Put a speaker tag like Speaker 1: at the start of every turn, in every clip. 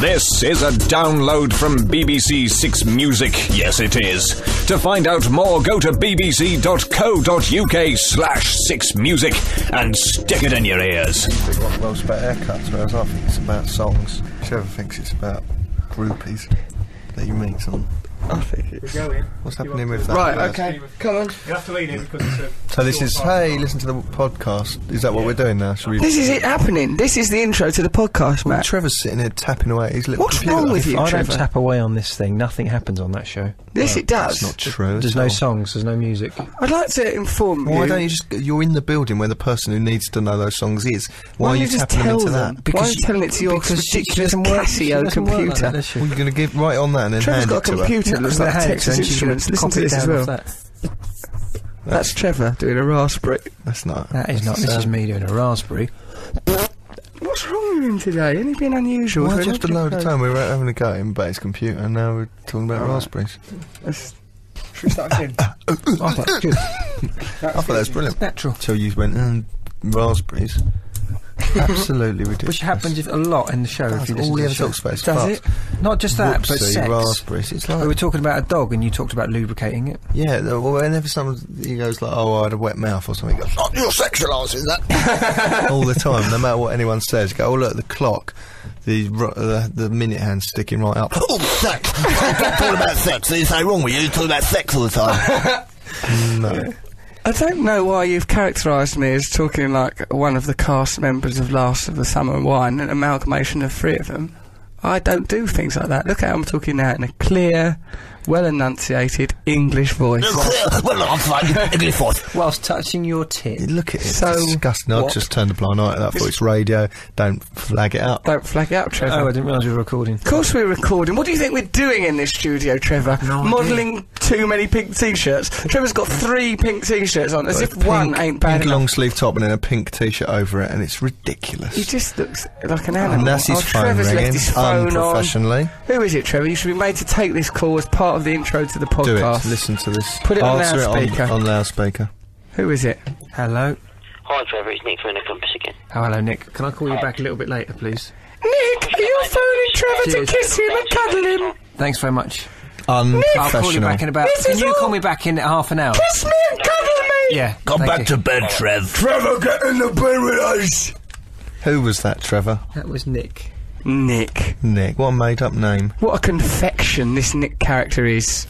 Speaker 1: This is a download from BBC Six Music. Yes, it is. To find out more, go to bbc.co.uk slash six music and stick it in your ears.
Speaker 2: People want loads about haircuts, whereas I think it's about songs. Trevor thinks it's about groupies that you meet on. I think it's.
Speaker 3: Go in.
Speaker 2: What's
Speaker 3: You
Speaker 2: happening
Speaker 3: want
Speaker 2: with
Speaker 3: to-
Speaker 2: that?
Speaker 4: Right,
Speaker 2: That's-
Speaker 4: okay. Come on.
Speaker 3: You'll have to lean in because it's a.
Speaker 2: So this
Speaker 3: short
Speaker 2: is,
Speaker 3: part.
Speaker 2: hey, listen to the podcast. Is that what we're doing now? Should we?
Speaker 4: This is it happening. This is the intro to the podcast, Matt.
Speaker 2: Trevor's sitting here tapping away at his little
Speaker 4: What's
Speaker 2: computer.
Speaker 4: wrong with you,
Speaker 5: I don't
Speaker 4: Trevor?
Speaker 5: tap away on this thing. Nothing happens on that show.
Speaker 4: Yes, it does.
Speaker 2: That's not true.
Speaker 5: There's
Speaker 2: at
Speaker 5: no
Speaker 2: all.
Speaker 5: songs. There's no music.
Speaker 4: I'd like to inform
Speaker 2: Why
Speaker 4: you.
Speaker 2: don't you just? You're in the building where the person who needs to know those songs is. Why, are
Speaker 4: don't
Speaker 2: you,
Speaker 4: just
Speaker 2: tapping them
Speaker 4: tell
Speaker 2: into
Speaker 4: them?
Speaker 2: that?
Speaker 4: Why are you telling it to your
Speaker 5: because she
Speaker 4: ridiculous
Speaker 5: doesn't work- she
Speaker 4: Casio
Speaker 5: doesn't work like
Speaker 4: computer?
Speaker 5: that, does she?
Speaker 2: Well, you're going to give right on that and then
Speaker 4: Trevor's
Speaker 2: hand
Speaker 4: got
Speaker 2: it
Speaker 4: a
Speaker 2: to her.
Speaker 4: computer that looks
Speaker 5: With her
Speaker 4: like
Speaker 5: hands,
Speaker 4: Texas
Speaker 5: and she's gonna
Speaker 4: Instruments. Listen to
Speaker 5: copy
Speaker 4: this
Speaker 5: down
Speaker 4: as
Speaker 5: off
Speaker 4: well.
Speaker 5: that.
Speaker 4: That's Trevor doing a raspberry.
Speaker 2: That's um, not.
Speaker 5: That is not. This is me doing a raspberry.
Speaker 4: What's wrong with him today? Ain't he been unusual?
Speaker 2: Why
Speaker 4: for
Speaker 2: do
Speaker 4: an
Speaker 2: you have to
Speaker 4: object
Speaker 2: load the
Speaker 4: code?
Speaker 2: time? We were having a go at him about his computer, and now we're talking about raspberries.
Speaker 4: That's-
Speaker 3: Should we start again?
Speaker 5: I thought, good.
Speaker 2: I thought that was brilliant.
Speaker 5: Natural.
Speaker 2: So you went mm, raspberries. Absolutely ridiculous.
Speaker 5: Which happens if- a lot in the show.
Speaker 2: That's
Speaker 5: if you listen
Speaker 2: all
Speaker 5: to
Speaker 2: he
Speaker 5: the
Speaker 2: ever
Speaker 5: show.
Speaker 2: talks about. is
Speaker 5: Does
Speaker 2: farts.
Speaker 5: it? Not just that, but
Speaker 2: Whoopsie,
Speaker 5: sex.
Speaker 2: raspberries. It's like
Speaker 5: We were talking about a dog, and you talked about lubricating it.
Speaker 2: Yeah, the- well, whenever someone he goes like, "Oh, I had a wet mouth" or something, he goes, "Oh, you're sexualising that," all the time, no matter what anyone says. You go, "Oh, look, the clock, the ro- the, the minute hand sticking right up."
Speaker 6: Oh, sex! I'm not talking about sex. There's nothing wrong with you. You're talking about sex all the time.
Speaker 2: no,
Speaker 4: I don't know why you've characterised me as talking like one of the cast members of Last of the Summer Wine, an amalgamation of three of them. I don't do things like that. Look how I'm talking now in a clear, well enunciated English voice.
Speaker 6: You're clear. Well, I'm fine. English voice.
Speaker 5: Whilst touching your tit.
Speaker 2: look at it,
Speaker 4: So,
Speaker 2: it's disgusting. I
Speaker 4: what?
Speaker 2: just turned the blind eye at that. thought it's radio. Don't flag it up.
Speaker 4: Don't flag it up, Trevor.
Speaker 5: Oh, I didn't realise we were recording.
Speaker 4: Of course we're recording. What do you think we're doing in this studio, Trevor? Modelling too many pink t-shirts. Trevor's got three pink t-shirts on, as
Speaker 2: Got a
Speaker 4: if one
Speaker 2: pink-
Speaker 4: ain't bad
Speaker 2: Pink
Speaker 4: enough.
Speaker 2: long sleeve top and then a pink t-shirt over it, and it's
Speaker 4: He
Speaker 2: ridiculous.
Speaker 4: just looks like an animal.
Speaker 2: And that's his
Speaker 4: oh,
Speaker 2: phone
Speaker 4: Trevor's
Speaker 2: ringing
Speaker 4: left his phone on.
Speaker 2: unprofessionally.
Speaker 4: Who is it, Trevor? You should be made to take this call as part of the intro to the
Speaker 2: Do it.
Speaker 4: podcast.
Speaker 2: Listen to this.
Speaker 4: Put it on
Speaker 2: Answer
Speaker 4: loudspeaker.
Speaker 2: on loudspeaker.
Speaker 4: Who is it?
Speaker 5: Hello.
Speaker 7: Hi, Trevor. It's Nick from the Compass again.
Speaker 5: Oh, hello, Nick. Can I call you back a little bit later, please?
Speaker 4: Nick, are you phoning Trevor
Speaker 5: Cheers.
Speaker 4: to kiss him and cuddle him?
Speaker 5: Thanks very much. I'll
Speaker 2: Unprofessional.
Speaker 5: call you back in about.
Speaker 4: This
Speaker 5: Can
Speaker 4: is
Speaker 5: you
Speaker 4: all-
Speaker 5: call me back in half an hour?
Speaker 4: Kiss me and cuddle me!
Speaker 5: Yeah.
Speaker 6: Come
Speaker 5: thank
Speaker 6: back
Speaker 5: you.
Speaker 6: to bed, Trev.
Speaker 2: Trevor, get in the bed with us. Who was that, Trevor?
Speaker 5: That was Nick.
Speaker 4: Nick.
Speaker 2: Nick. What a made-up name.
Speaker 4: What a confection this Nick character is.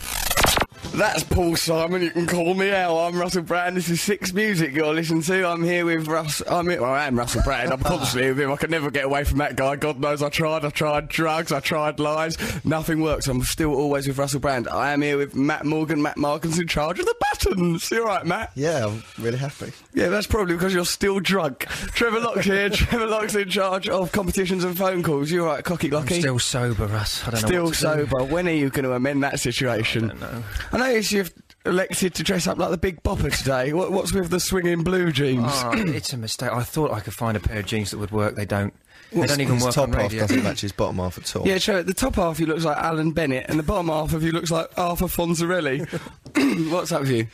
Speaker 8: That's Paul Simon. You can call me out. I'm Russell Brand. This is Six Music you're listening to. I'm here with Russ. I'm here. Well, I am Russell Brand. I'm constantly with him. I can never get away from that guy. God knows I tried. I tried drugs. I tried lies. Nothing works. I'm still always with Russell Brand. I am here with Matt Morgan. Matt Morgan's in charge of the buttons. You all right, Matt?
Speaker 2: Yeah, I'm really happy.
Speaker 8: Yeah, that's probably because you're still drunk. Trevor Locke's here. Trevor Locke's in charge of competitions and phone calls. You all right, cocky Lockie?
Speaker 5: Still sober, Russ. I don't know.
Speaker 8: Still
Speaker 5: what to do.
Speaker 8: sober. When are you going to amend that situation? I don't know. I notice you've elected to dress up like the Big Bopper today. What, what's with the swinging blue jeans?
Speaker 5: Oh, it's a mistake. I thought I could find a pair of jeans that would work. They don't. They don't even
Speaker 2: his
Speaker 5: work
Speaker 2: top
Speaker 5: on
Speaker 2: half
Speaker 5: radio.
Speaker 2: doesn't match his bottom half at all.
Speaker 8: Yeah, Trevor, the top half of you looks like Alan Bennett, and the bottom half of you looks like Arthur Fonzarelli. what's up with you?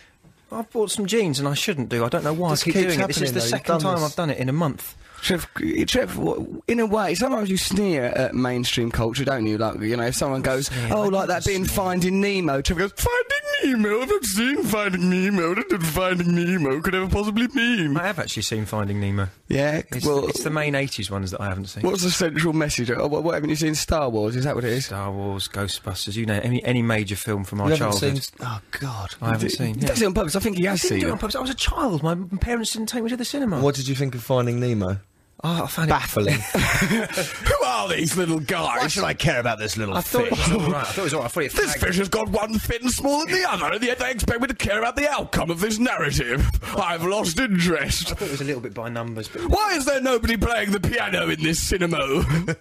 Speaker 5: I've bought some jeans and I shouldn't do. I don't know why
Speaker 2: This
Speaker 5: I Oh, keep
Speaker 2: keeps
Speaker 5: doing it. This is
Speaker 2: happening,
Speaker 5: the
Speaker 2: though. You've
Speaker 5: second
Speaker 2: done
Speaker 5: time
Speaker 2: this.
Speaker 5: I've done it in a month.
Speaker 8: Trev, Trev, w- in a way, sometimes you sneer at mainstream culture, don't you? Like, you know, if someone goes, oh, like that being Finding Nemo, Trevor goes, Finding Nemo? I've seen Finding Nemo. What did Finding Nemo could ever possibly mean?
Speaker 5: I have actually seen Finding Nemo.
Speaker 8: Yeah,
Speaker 5: It's,
Speaker 8: well,
Speaker 5: it's the main '80s ones that I haven't seen.
Speaker 8: What's the central message? Oh, what, what haven't you seen? Star Wars? Is that what it is?
Speaker 5: Star Wars, Ghostbusters, you know, any, any major film from
Speaker 2: You
Speaker 5: our
Speaker 2: haven't
Speaker 5: childhood.
Speaker 2: seen. Oh God.
Speaker 5: I haven't seen.
Speaker 8: He
Speaker 5: Yeah.
Speaker 8: does it on purpose. I think he has
Speaker 5: Didn't
Speaker 8: seen
Speaker 5: do it
Speaker 8: it.
Speaker 5: on purpose. I was a child. My parents didn't take me to the cinema.
Speaker 2: What did you think of Finding Nemo?
Speaker 5: Oh, I found it.
Speaker 2: Baffling.
Speaker 8: Who are these little
Speaker 6: Why
Speaker 8: guys?
Speaker 6: should I care about this little
Speaker 5: I thought it
Speaker 6: fish?
Speaker 5: was all right. I thought it was all right. I thought it
Speaker 8: This
Speaker 5: flagged.
Speaker 8: fish has got one fin smaller than the other, and yet they expect me to care about the outcome of this narrative. I've lost interest.
Speaker 5: I thought it was a little bit by numbers. But
Speaker 8: Why is there nobody playing the piano in this cinema?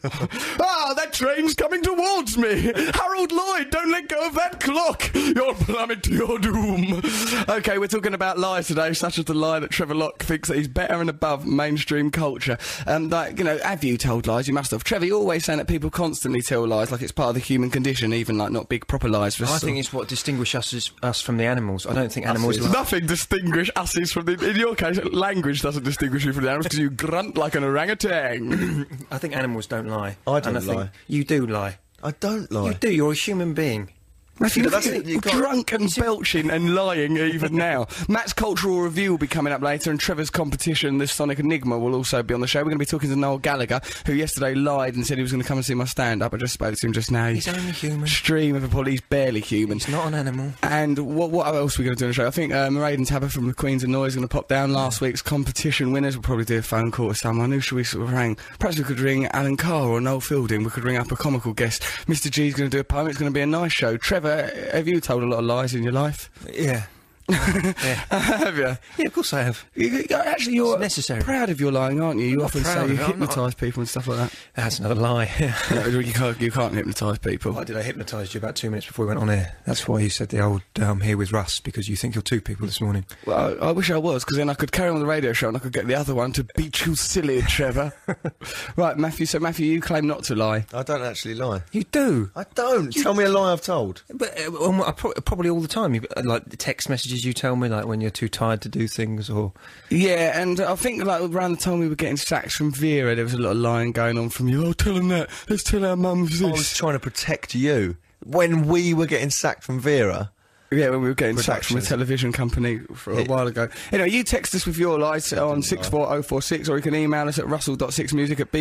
Speaker 8: ah, that train's coming towards me. Harold Lloyd, don't let go of that clock. You'll plummet to your doom. Okay, we're talking about lies today, such as the lie that Trevor Locke thinks that he's better and above mainstream culture. Um, like, you know, have you told lies? You must have. Trevor, you're always saying that people constantly tell lies, like it's part of the human condition, even like not big proper lies. For
Speaker 5: I
Speaker 8: some-
Speaker 5: think it's what distinguishes us, as- us from the animals. I don't think animals.
Speaker 2: is-
Speaker 5: Like,
Speaker 8: Nothing distinguish us's from the. In your case, language doesn't distinguish you from the animals because you grunt like an orangutan.
Speaker 5: I think animals don't lie.
Speaker 2: I don't
Speaker 5: and I think
Speaker 2: lie.
Speaker 5: You do lie.
Speaker 2: I don't lie.
Speaker 5: You do. You're a human being.
Speaker 9: Matthew,
Speaker 5: But
Speaker 9: look at
Speaker 5: that's
Speaker 9: you,
Speaker 5: it, you can't-
Speaker 9: drunk and
Speaker 4: belching and lying even now. Matt's cultural review will be coming up later, and Trevor's competition, this Sonic Enigma, will also be on the show. We're going to be talking to Noel Gallagher, who yesterday lied and said he was going to come and see my stand up. I just spoke to him just now.
Speaker 5: He's only human.
Speaker 4: Stream of a poly- he's barely human.
Speaker 5: It's not an animal.
Speaker 4: And what, what else are we going to do on the show? I think uh, Mairead and Tabitha from the Queens of Noise are going to pop down. Last week's competition winners will probably do a phone call to someone. Who should we sort of ring? Perhaps we could ring Alan Carr or Noel Fielding. We could ring up a comical guest. Mr. G's going to do a poem. It's going to be a nice show. Trevor, have you told a lot of lies in your life?
Speaker 5: Yeah.
Speaker 4: have you?
Speaker 5: Yeah, of course I have.
Speaker 4: You- you- you- actually, you're
Speaker 5: It's necessary.
Speaker 4: proud of your lying, aren't you? You
Speaker 5: not
Speaker 4: often
Speaker 5: proud
Speaker 4: say
Speaker 5: of
Speaker 4: you
Speaker 5: it, I'm not.
Speaker 4: hypnotise people and stuff like that.
Speaker 5: That's another lie.
Speaker 4: No, you can't, you can't hypnotise people.
Speaker 5: Why did I hypnotise you about two minutes before we went on air? That's why you said the old um, here with Russ because you think you're two people this morning.
Speaker 4: Well, I, I wish I was, because then I could carry on the radio show and I could get the other one to beat you silly, Trevor. right, Matthew. So, Matthew, you claim not to lie.
Speaker 2: I don't actually lie.
Speaker 5: You do,
Speaker 2: I don't. Tell me a lie I've told.
Speaker 5: but uh, um, I pro- probably all the time. You, uh, like the text messages you tell me, like when you're too tired to do things, or
Speaker 4: Yeah, and I think like around the time we were getting sacked from Vera, there was a lot of lying going on from you. Oh, tell him that. Let's tell our mums
Speaker 2: I was
Speaker 4: this.
Speaker 2: trying to protect you when we were getting sacked from Vera.
Speaker 4: Yeah, when we were getting sacked from a
Speaker 2: Productions.
Speaker 4: television company for a while ago. Anyway, you text us with your lies on 64046 or you can email us at russell.6music at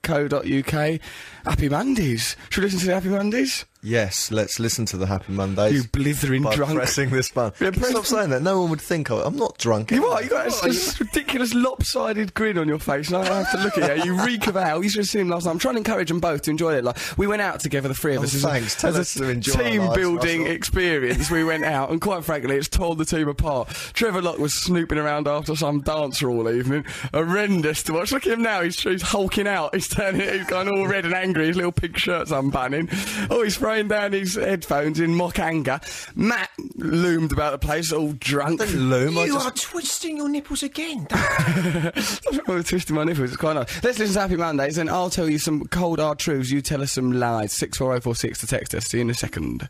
Speaker 4: bbc.co.uk. Happy Mondays. Should we listen to the Happy Mondays?
Speaker 2: Yes, let's listen to the Happy Mondays.
Speaker 4: You blithering
Speaker 2: by
Speaker 4: drunk.
Speaker 2: pressing this button.
Speaker 4: Yeah, press-
Speaker 2: Stop saying that. No one would think I. I'm not drunk.
Speaker 4: You
Speaker 2: am
Speaker 4: are.
Speaker 2: I?
Speaker 4: You got this, this ridiculous lopsided grin on your face, and I have to look at you. You reek of ale. You should have seen him last night. I'm trying to encourage them both to enjoy it. Like we went out together, the three of
Speaker 2: Oh,
Speaker 4: us.
Speaker 2: thanks.
Speaker 4: As a,
Speaker 2: Tell us to enjoy our lives,
Speaker 4: team building
Speaker 2: Russell.
Speaker 4: experience. We went out, and quite frankly, it's torn the team apart. Trevor Locke was snooping around after some dancer all evening. Horrendous to watch. Look at him now. He's, he's hulking out. He's turning. He's gone all red and angry. His little pink shirt's unbanning. Oh, he's throwing down his headphones in mock anger. Matt loomed about the place, all drunk.
Speaker 2: Didn't loom. I
Speaker 5: you
Speaker 2: just
Speaker 5: are twisting your nipples again.
Speaker 4: I was twisting Oh, my nipples. It's quite nice. Let's listen to Happy Mondays, and I'll tell you some cold hard truths. You tell us some lies. Six four zero four six to text us. See you in a second.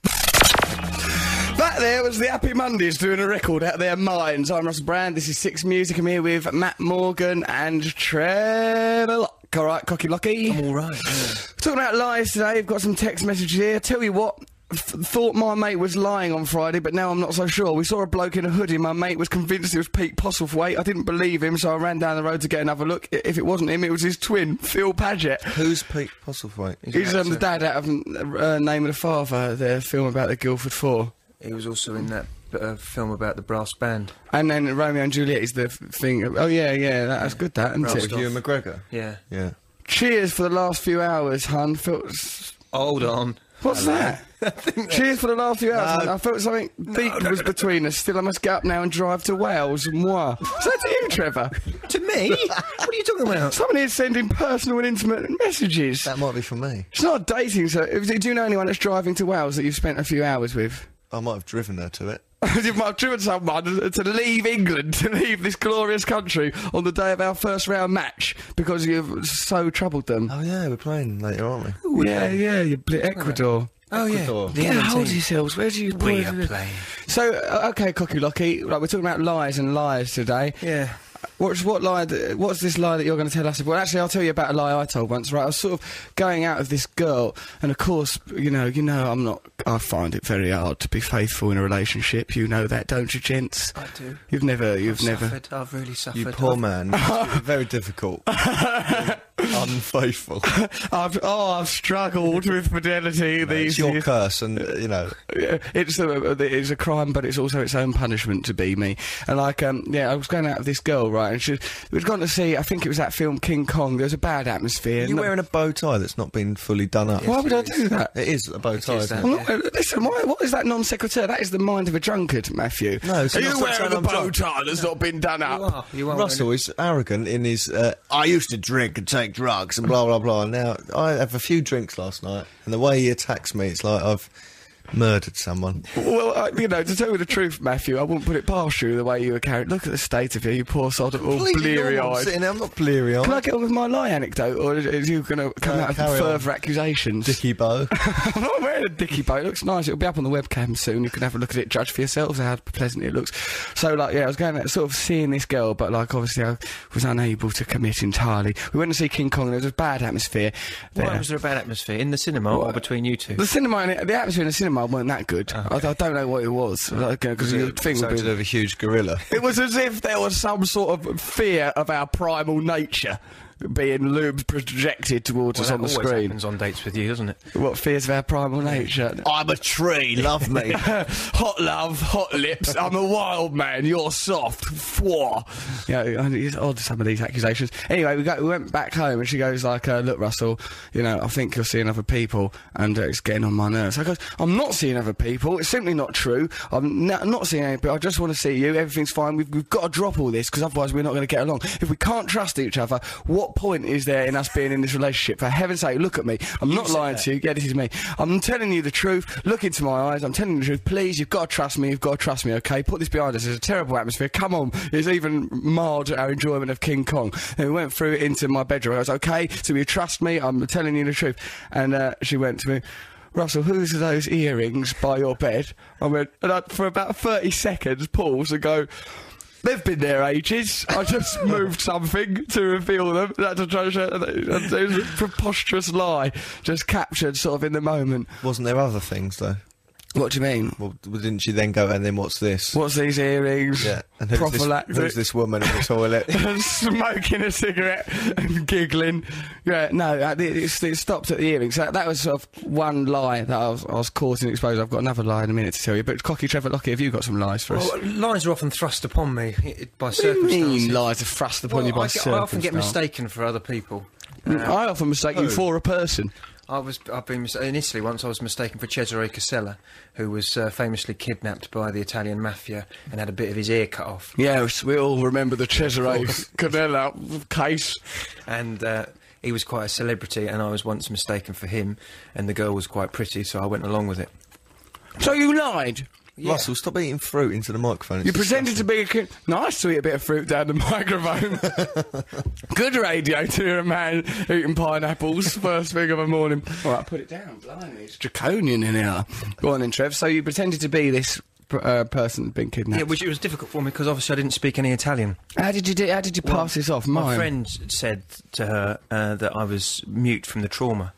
Speaker 4: That there was the Happy Mondays doing a record out of their minds. I'm Russell Brand. This is Six Music. I'm here with Matt Morgan and Trevor. Lock. All right, cocky lucky.
Speaker 5: I'm all right. yeah.
Speaker 4: Talking about lies today, I've got some text messages here. Tell you what. Th- thought my mate was lying on Friday, but now I'm not so sure. We saw a bloke in a hoodie. My mate was convinced it was Pete Postlethwaite. I didn't believe him, so I ran down the road to get another look. I- If it wasn't him, it was his twin, Phil Paget.
Speaker 2: Who's Pete Postlethwaite?
Speaker 4: He's um, the dad out of uh, Name of the Father, the film about the Guildford Four.
Speaker 5: He was also in that uh, film about the brass band.
Speaker 4: And then Romeo and Juliet is the f- thing. Oh, yeah, yeah, that- that's good, that, isn't
Speaker 5: Ralph
Speaker 4: it?
Speaker 5: Stock.
Speaker 2: Ewan McGregor.
Speaker 5: Yeah.
Speaker 2: Yeah.
Speaker 4: Cheers for the last few hours, hun. Felt
Speaker 5: Hold on.
Speaker 4: What's that? Cheers for the last few hours.
Speaker 2: No.
Speaker 4: I felt something deep was between us. Still, I must get up now and drive to Wales. Moi. Is that to you, Trevor?
Speaker 5: to me? what are you talking about?
Speaker 4: Someone here's sending personal and intimate messages.
Speaker 2: That might be for me.
Speaker 4: It's not dating, so if- do you know anyone that's driving to Wales that you've spent a few hours with?
Speaker 2: I might have driven her to it.
Speaker 4: you might have driven someone to leave England, to leave this glorious country on the day of our first round match because you've so troubled them.
Speaker 2: Oh yeah, we're playing later, aren't we?
Speaker 4: yeah, yeah, you bl- Ecuador.
Speaker 5: Oh yeah.
Speaker 2: Ecuador.
Speaker 5: The
Speaker 4: Get a
Speaker 5: enemy
Speaker 4: hold of
Speaker 5: team.
Speaker 4: yourselves. Where do you
Speaker 5: We
Speaker 4: where do
Speaker 5: are
Speaker 4: you-
Speaker 5: playing.
Speaker 4: So uh, okay, cocky locky. Right, we're talking about lies and lies today.
Speaker 5: Yeah.
Speaker 4: What's what lie? That, what's this lie that you're going to tell us about? Actually, I'll tell you about a lie I told once. Right, I was sort of going out with this girl, and of course, you know, you know, I'm not. I find it very hard to be faithful in a relationship. You know that, don't you, gents?
Speaker 5: I do.
Speaker 4: You've never, you've
Speaker 5: I've
Speaker 4: never.
Speaker 5: Suffered. I've really suffered.
Speaker 2: You poor
Speaker 5: I've-
Speaker 2: man. It's very difficult. Unfaithful.
Speaker 4: I've oh, I've struggled with fidelity.
Speaker 2: it's
Speaker 4: these
Speaker 2: your
Speaker 4: years.
Speaker 2: curse, and uh, you know.
Speaker 4: Yeah, it's a it's a crime, but it's also its own punishment to be me. And like, um, yeah, I was going out with this girl, right? And she we'd gone to see. I think it was that film King Kong. There was a bad atmosphere.
Speaker 2: You're wearing a bow tie that's not been fully done up.
Speaker 4: Why would I do that?
Speaker 2: It is a bow tie,
Speaker 5: is
Speaker 2: isn't
Speaker 5: that.
Speaker 2: it?
Speaker 4: I'm not, listen, why, what is that non sequitur? That is the mind of a drunkard, Matthew.
Speaker 2: No, it's
Speaker 4: are
Speaker 2: not
Speaker 4: you
Speaker 2: like saying
Speaker 4: wearing a
Speaker 2: I'm
Speaker 4: bow
Speaker 2: drunk.
Speaker 4: tie that's not been done
Speaker 5: You
Speaker 4: up?
Speaker 5: are. You are.
Speaker 2: Russell is arrogant in his uh,
Speaker 10: I used to drink and take drugs and
Speaker 2: blah blah blah. Now I have a few drinks last night, and the way he attacks me, it's like I've murdered someone.
Speaker 4: Well, I, you know, to tell you the truth, Matthew, I wouldn't put it past you the way you were carrying. Look at the state of you, you poor sod, all
Speaker 2: Completely normal,
Speaker 4: bleary eyed.
Speaker 2: Sitting there, I'm not bleary
Speaker 4: Can I
Speaker 2: eyed.
Speaker 4: get on with my lie anecdote, or is, is you going to come
Speaker 8: Uh,
Speaker 2: No,
Speaker 4: out
Speaker 2: carry
Speaker 4: with
Speaker 2: on.
Speaker 4: further accusations?
Speaker 2: Dicky Bow.
Speaker 4: I'm not wearing a dicky bow. It looks nice. It'll be up on the webcam soon. You can have a look at it, judge for yourselves how pleasant it looks. So, like, yeah, I was going out, sort of seeing this girl, but like, obviously, I was unable to commit entirely. We went to see King Kong, and it was a bad atmosphere.
Speaker 5: Why
Speaker 4: there.
Speaker 5: was there a bad atmosphere in the cinema or between you Oh, two?
Speaker 4: The cinema, in it- the atmosphere in the cinema weren't that good. I, I don't know what it was uh, because the thing would be.
Speaker 2: of a huge gorilla.
Speaker 4: It was as if there was some sort of fear of our primal nature being loomed projected towards
Speaker 5: Well,
Speaker 4: us
Speaker 5: that
Speaker 4: on the
Speaker 5: always
Speaker 4: screen.
Speaker 5: happens on dates with you, doesn't it?
Speaker 4: What fears of our primal nature?
Speaker 8: I'm a tree, love me.
Speaker 4: hot love, hot lips. I'm a wild man. You're soft. Fwa. Yeah, it's odd some of these accusations. Anyway, we, go, we went back home, and she goes like, uh, "Look, Russell, you know, I think you're seeing other people, and uh, it's getting on my nerves." I goes, "I'm not seeing other people. It's simply not true. I'm n- not seeing any people. I just want to see you. Everything's fine. We've, we've got to drop all this because otherwise we're not going to get along. If we can't trust each other, what point is there in us being in this relationship? For heaven's sake, look at me. I'm not lying to you. Yeah, this is me. I'm telling you the truth. Look into my eyes. I'm telling you the truth. Please, you've got to trust me. You've got to trust me, okay? Put this behind us. It's a terrible atmosphere. Come on. It's even marred our enjoyment of King Kong. And we went through into my bedroom. I was, okay, so you trust me. I'm telling you the truth. And uh, she went to me, Russell, whose are those earrings by your bed? I went, and I, for about 30 seconds, pause and go, They've been there ages. I just moved something to reveal them. That's a treasure. It was a preposterous lie, just captured sort of in the moment.
Speaker 2: Wasn't there other things though?
Speaker 4: What do you mean?
Speaker 2: Well, didn't she then go and then what's this?
Speaker 4: What's these earrings?
Speaker 2: Yeah, and who's this,
Speaker 4: Prophylactic.
Speaker 2: who's this woman in the toilet?
Speaker 4: smoking a cigarette and giggling. Yeah, no, uh, it, it, it stopped at the earrings. That, that was sort of one lie that I was, I was caught and exposed. I've got another lie in a minute to tell you. But Cocky Trevor Lockie, have you got some lies for us?
Speaker 5: Well, lines are often thrust upon me i- i- by
Speaker 4: What do you
Speaker 5: circumstances.
Speaker 4: mean lies are thrust upon
Speaker 5: Well,
Speaker 4: you by
Speaker 5: I, get- I often get
Speaker 4: circumstance? Mm,
Speaker 5: mistaken for other people.
Speaker 4: I often mistake you for a person.
Speaker 5: I was I've been mis- in Italy once. I was mistaken for Cesare Casella, who was uh, famously kidnapped by the Italian mafia and had a bit of his ear cut off.
Speaker 4: Yes, we all remember the Cesare Canella case.
Speaker 5: And uh, he was quite a celebrity, and I was once mistaken for him. And the girl was quite pretty, so I went along with it.
Speaker 4: So you lied.
Speaker 2: Russell, stop eating fruit into the microphone. It's
Speaker 4: You pretended to be a kid. Nice to eat a bit of fruit down the microphone. Good radio to hear a man eating pineapples first thing of the morning. All right, put it down. Blimey, it's draconian in here. Go on then, Trev. So you pretended to be this pr- uh, person that's been kidnapped.
Speaker 5: Yeah, which it was difficult for me because obviously I didn't speak any Italian.
Speaker 4: how did you do? How did you pass this off?
Speaker 5: My
Speaker 4: Mime.
Speaker 5: friend said to her uh, that I was mute from the trauma,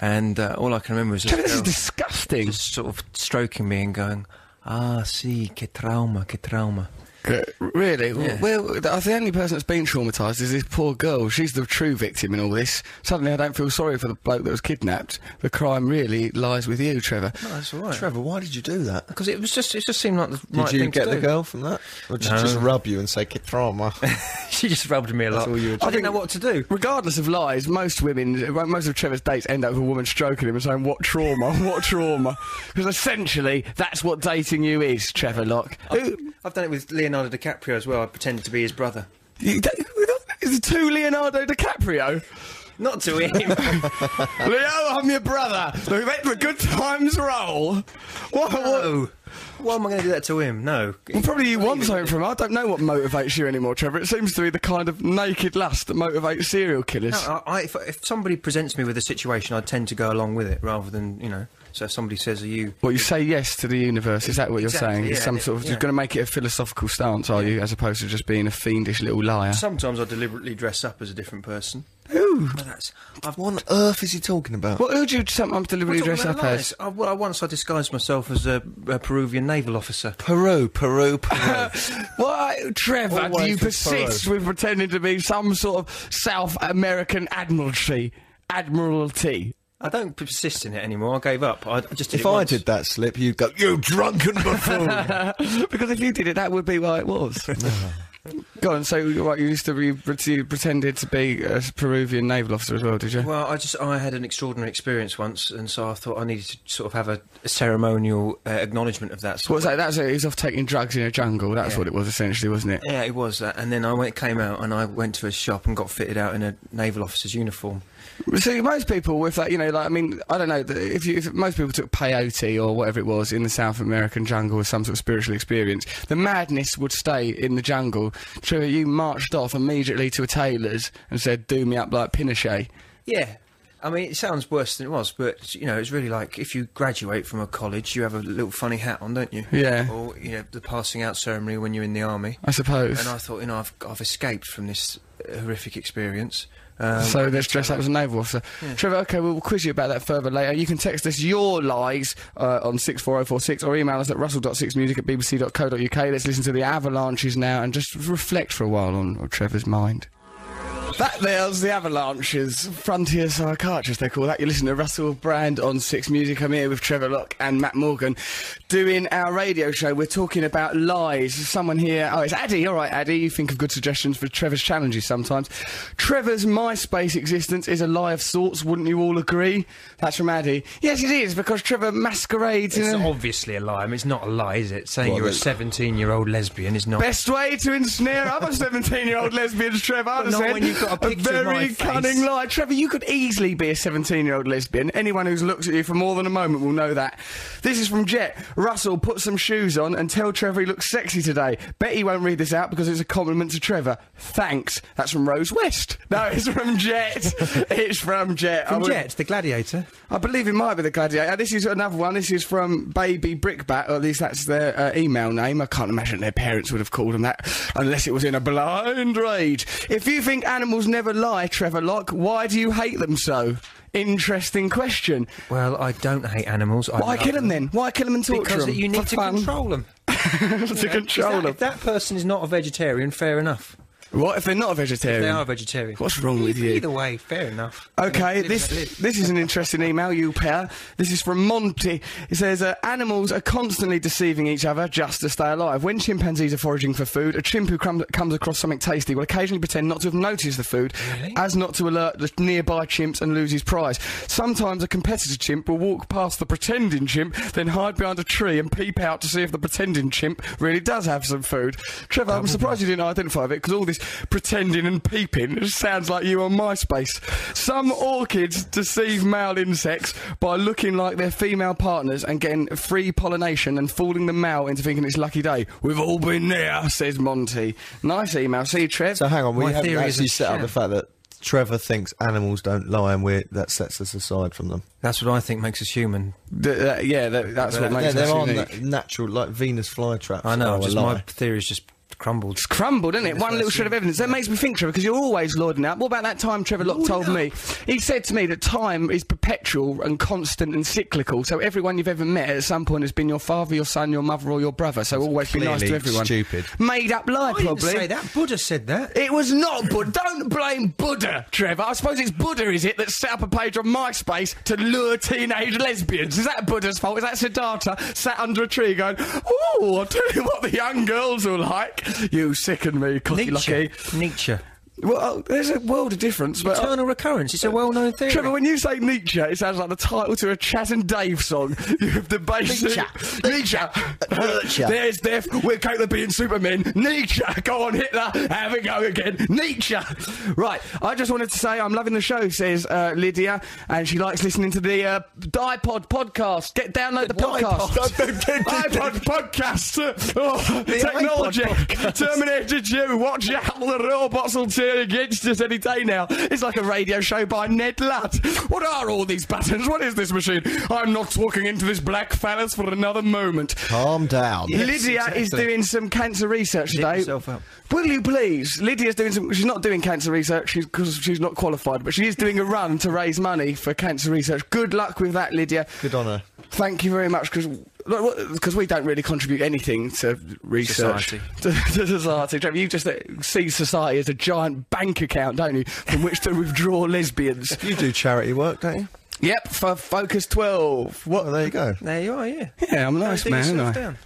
Speaker 5: and uh, all I can remember was this
Speaker 4: Trevor, this is
Speaker 5: girl
Speaker 4: disgusting.
Speaker 5: just sort of stroking me and going, "Ah, si, che trauma, che trauma."
Speaker 4: Uh, Really? Well, well, th- the only person that's been traumatised is this poor girl. She's the true victim in all this. Suddenly, I don't feel sorry for the bloke that was kidnapped. The crime really lies with you, Trevor.
Speaker 5: That's all
Speaker 2: just- Trevor, why did you do that?
Speaker 5: Because it was just, it just seemed like the
Speaker 2: Did
Speaker 5: right
Speaker 2: you
Speaker 5: thing
Speaker 2: get
Speaker 5: to
Speaker 2: the
Speaker 5: do.
Speaker 2: girl from that, or did
Speaker 5: No.
Speaker 2: she just rub you and say "get trauma"?
Speaker 5: she just rubbed me a lot.
Speaker 2: all you were
Speaker 5: I didn't know what to do.
Speaker 4: Regardless of lies, most women, uh, most of Trevor's dates end up with a woman stroking him and saying, "What trauma? what trauma?" Because essentially, that's what dating you is, Trevor Locke. Who,
Speaker 5: I've done it with Leonardo DiCaprio as well. I pretended to be his brother.
Speaker 4: you, is it to Leonardo DiCaprio?
Speaker 5: Not to him.
Speaker 4: Leo, I'm your brother. Let the good times roll. What? what
Speaker 5: no. Why am I going to do that to him? No.
Speaker 4: Well, probably you want something from it. I don't know what motivates you anymore, Trevor. It seems to be the kind of naked lust that motivates serial killers.
Speaker 5: No, I, I, if, if somebody presents me with a situation, I tend to go along with it rather than, you know. So if somebody says, Are you.
Speaker 4: well, you say yes to the universe. Is that what you're
Speaker 5: Exactly,
Speaker 4: saying? It's
Speaker 5: yeah,
Speaker 4: some
Speaker 5: and it-
Speaker 4: sort of you're
Speaker 5: yeah.
Speaker 4: going to make it a philosophical stance, are you, as opposed to just being a fiendish little liar?
Speaker 5: Sometimes I deliberately dress up as a different person.
Speaker 4: Who?
Speaker 5: Well, that's, I've
Speaker 2: what on earth is he talking about?
Speaker 4: What who do you sometimes deliberately
Speaker 5: We're talking
Speaker 4: dress
Speaker 5: about
Speaker 4: up
Speaker 5: lies.
Speaker 4: as?
Speaker 5: I, well, I once I disguised myself as a, a Peruvian naval officer.
Speaker 2: Peru, Peru, Peru.
Speaker 4: Why, Trevor, do
Speaker 2: Always
Speaker 4: you
Speaker 2: with
Speaker 4: persist with pretending to be some sort of South American admiralty? Admiralty.
Speaker 5: I don't persist in it anymore. I gave up. I I just did
Speaker 2: if
Speaker 5: it
Speaker 2: I
Speaker 5: once.
Speaker 2: did that slip, you'd go, "You drunken buffoon."
Speaker 4: because if you did it, that would be why it was. Go on. So, what you used to be, you pretended to be a Peruvian naval officer as well, did you?
Speaker 5: Well, I just I had an extraordinary experience once, and so I thought I needed to sort of have a, a ceremonial uh, acknowledgement of that.
Speaker 4: So
Speaker 5: Sort
Speaker 4: what's
Speaker 5: of-
Speaker 4: that? That's it. He's off taking drugs in a jungle. That's
Speaker 5: Yeah.
Speaker 4: what it was essentially, wasn't it?
Speaker 5: Yeah, it was. Uh, and then I went came out, and I went to a shop and got fitted out in a naval officer's uniform.
Speaker 4: See, most people with that, you know, like I mean, I don't know. th- If, you, if most people took peyote or whatever it was in the South American jungle as some sort of spiritual experience, the madness would stay in the jungle. Trevor, you marched off immediately to a tailor's and said, "Do me up like Pinochet."
Speaker 5: Yeah. I mean, it sounds worse than it was, but you know, it's really like if you graduate from a college, you have a little funny hat on, don't you?
Speaker 4: Yeah.
Speaker 5: Or you know, the passing out ceremony when you're in the army.
Speaker 4: I suppose.
Speaker 5: And I thought, you know, I've I've escaped from this horrific experience. Um,
Speaker 4: so let's dress up as a naval officer. Trevor, okay, we'll quiz you about that further later. You can text us your lies uh, on 64046 or email us at russell.6music at bbc.co.uk. Let's listen to the avalanches now and just reflect for a while on, on Trevor's mind. That there's the Avalanches, Frontier Psychiatrist, they call that. You listen to Russell Brand on Six Music. I'm here with Trevor Locke and Matt Morgan doing our radio show. We're talking about lies. Someone here, oh, it's Addy. All right, Addy, you think of good suggestions for Trevor's challenges sometimes. Trevor's MySpace existence is a lie of sorts, wouldn't you all agree? That's from Addy. Yes, it is, because Trevor masquerades
Speaker 5: It's
Speaker 4: in a.
Speaker 5: obviously a lie. I mean, it's not a lie, is it? Saying
Speaker 2: Well,
Speaker 5: you're a
Speaker 2: the-
Speaker 5: 17 year old lesbian is not.
Speaker 4: Best way to ensnare other 17 year old lesbians, Trevor. I'd have
Speaker 5: not
Speaker 4: said.
Speaker 5: when you've got a picture
Speaker 4: very
Speaker 5: of my face.
Speaker 4: cunning lie. Trevor, you could easily be a 17 year old lesbian. Anyone who's looked at you for more than a moment will know that. This is from Jet. Russell, put some shoes on and tell Trevor he looks sexy today. Bet he won't read this out because it's a compliment to Trevor. Thanks. That's from Rose West. No, it's from Jet. it's from Jet. I
Speaker 5: From
Speaker 4: would-
Speaker 5: Jet, the gladiator.
Speaker 4: I believe it might be the Gladiator. Uh, This is another one. This is from Baby Brickbat, or at least that's their uh, email name. I can't imagine their parents would have called them that unless it was in a blind rage. If you think animals never lie, Trevor Locke, why do you hate them so? Interesting question.
Speaker 5: Well, I don't hate animals. I
Speaker 4: Why
Speaker 5: love
Speaker 4: kill them then? Why kill them and torture
Speaker 5: Because
Speaker 4: them?
Speaker 5: you need
Speaker 4: For
Speaker 5: to
Speaker 4: fun?
Speaker 5: control them.
Speaker 4: to control
Speaker 5: If
Speaker 4: them.
Speaker 5: that person is not a vegetarian, fair enough.
Speaker 4: What if they're not a vegetarian?
Speaker 5: They are vegetarian.
Speaker 4: What's wrong with you?
Speaker 5: Either way, fair enough.
Speaker 4: Okay,
Speaker 5: Live
Speaker 4: this
Speaker 5: and let live.
Speaker 4: this is an interesting email, you pair. This is from Monty. It says uh, animals are constantly deceiving each other just to stay alive. When chimpanzees are foraging for food, a chimp who crum- comes across something tasty will occasionally pretend not to have noticed the food, as not to alert the nearby chimps and lose his prize. Sometimes a competitor chimp will walk past the pretending chimp, then hide behind a tree and peep out to see if the pretending chimp really does have some food. Trevor, I'm surprised you didn't identify with it because all this pretending and peeping it sounds like you on MySpace. Some orchids deceive male insects by looking like their female partners and getting free pollination and fooling the male into thinking it's lucky day. We've all been there, says Monty. Nice email. See, Trev.
Speaker 2: So hang on,
Speaker 5: My
Speaker 2: we haven't
Speaker 5: theory is
Speaker 2: actually
Speaker 5: a
Speaker 2: set up
Speaker 5: sham.
Speaker 2: the fact that Trevor thinks animals don't lie, and we that sets us aside from them.
Speaker 5: That's what I think makes us human.
Speaker 4: Th- that- yeah, that, that's what
Speaker 2: yeah,
Speaker 4: makes
Speaker 2: there
Speaker 4: us
Speaker 2: are
Speaker 4: unique.
Speaker 2: na- natural like Venus flytraps.
Speaker 5: I know.
Speaker 2: are
Speaker 5: Just,
Speaker 2: a
Speaker 5: my
Speaker 2: lie.
Speaker 5: theory's just crumbled.
Speaker 4: It's crumbled, isn't it? One little shred of evidence. That makes me think, Trevor, because you're always lording out. What about that time Trevor Locke told me? He said to me that time is perpetual and constant and cyclical. So everyone you've ever met at some point has been your father, your son, your mother, or your brother. So always be nice to
Speaker 2: clearly
Speaker 4: everyone.
Speaker 2: stupid.
Speaker 4: Made up lie,
Speaker 5: I didn't
Speaker 4: probably.
Speaker 5: say that. Buddha said that.
Speaker 4: It was not Buddha. Don't blame Buddha, Trevor. I suppose it's Buddha, is it, that set up a page on MySpace to lure teenage lesbians? Is that Buddha's fault? Is that Siddhartha sat under a tree going, "Oh, I'll tell you what the young girls will like." You sicken me, cocky lucky.
Speaker 5: Nietzsche. Nietzsche.
Speaker 4: Well, oh, there's a world of difference. But uh,
Speaker 5: Eternal recurrence. It's a well-known theory.
Speaker 4: Trevor, when you say Nietzsche, it sounds like the title to a Chaz and Dave song. You have the basic Nietzsche.
Speaker 2: Nietzsche.
Speaker 4: There's death. We're capable of being supermen. Nietzsche. Go on, Hitler. Have a go again. Nietzsche. Right. I just wanted to say I'm loving the show. Says uh, Lydia, and she likes listening to the uh, iPod podcast. Get download the podcast. iPod podcast. Oh, technology. Terminator 2. Watch out. The robots will turn against us any day now. It's like a radio show by Ned Ludd. What are all these buttons? What is this machine? I'm not walking into this black phallus for another moment.
Speaker 2: Calm down.
Speaker 4: Lydia is doing some cancer research today.
Speaker 5: yourself up.
Speaker 4: Will you please? Lydia's doing some. She's not doing cancer research because she's not qualified, but she is doing a run to raise money for cancer research. Good luck with that, Lydia.
Speaker 2: Good on her.
Speaker 4: Thank you very much because. Because we don't really contribute anything to research
Speaker 5: Society.
Speaker 4: to, to society. Trevor, you just uh, see society as a giant bank account, don't you, from which to withdraw lesbians?
Speaker 2: You do charity work, don't you?
Speaker 4: Yep, for Focus Twelve.
Speaker 2: What? there you go.
Speaker 5: There you are. Yeah.
Speaker 4: Yeah, I'm nice
Speaker 5: Dig
Speaker 4: man,
Speaker 5: yourself
Speaker 4: aren't I?
Speaker 5: down.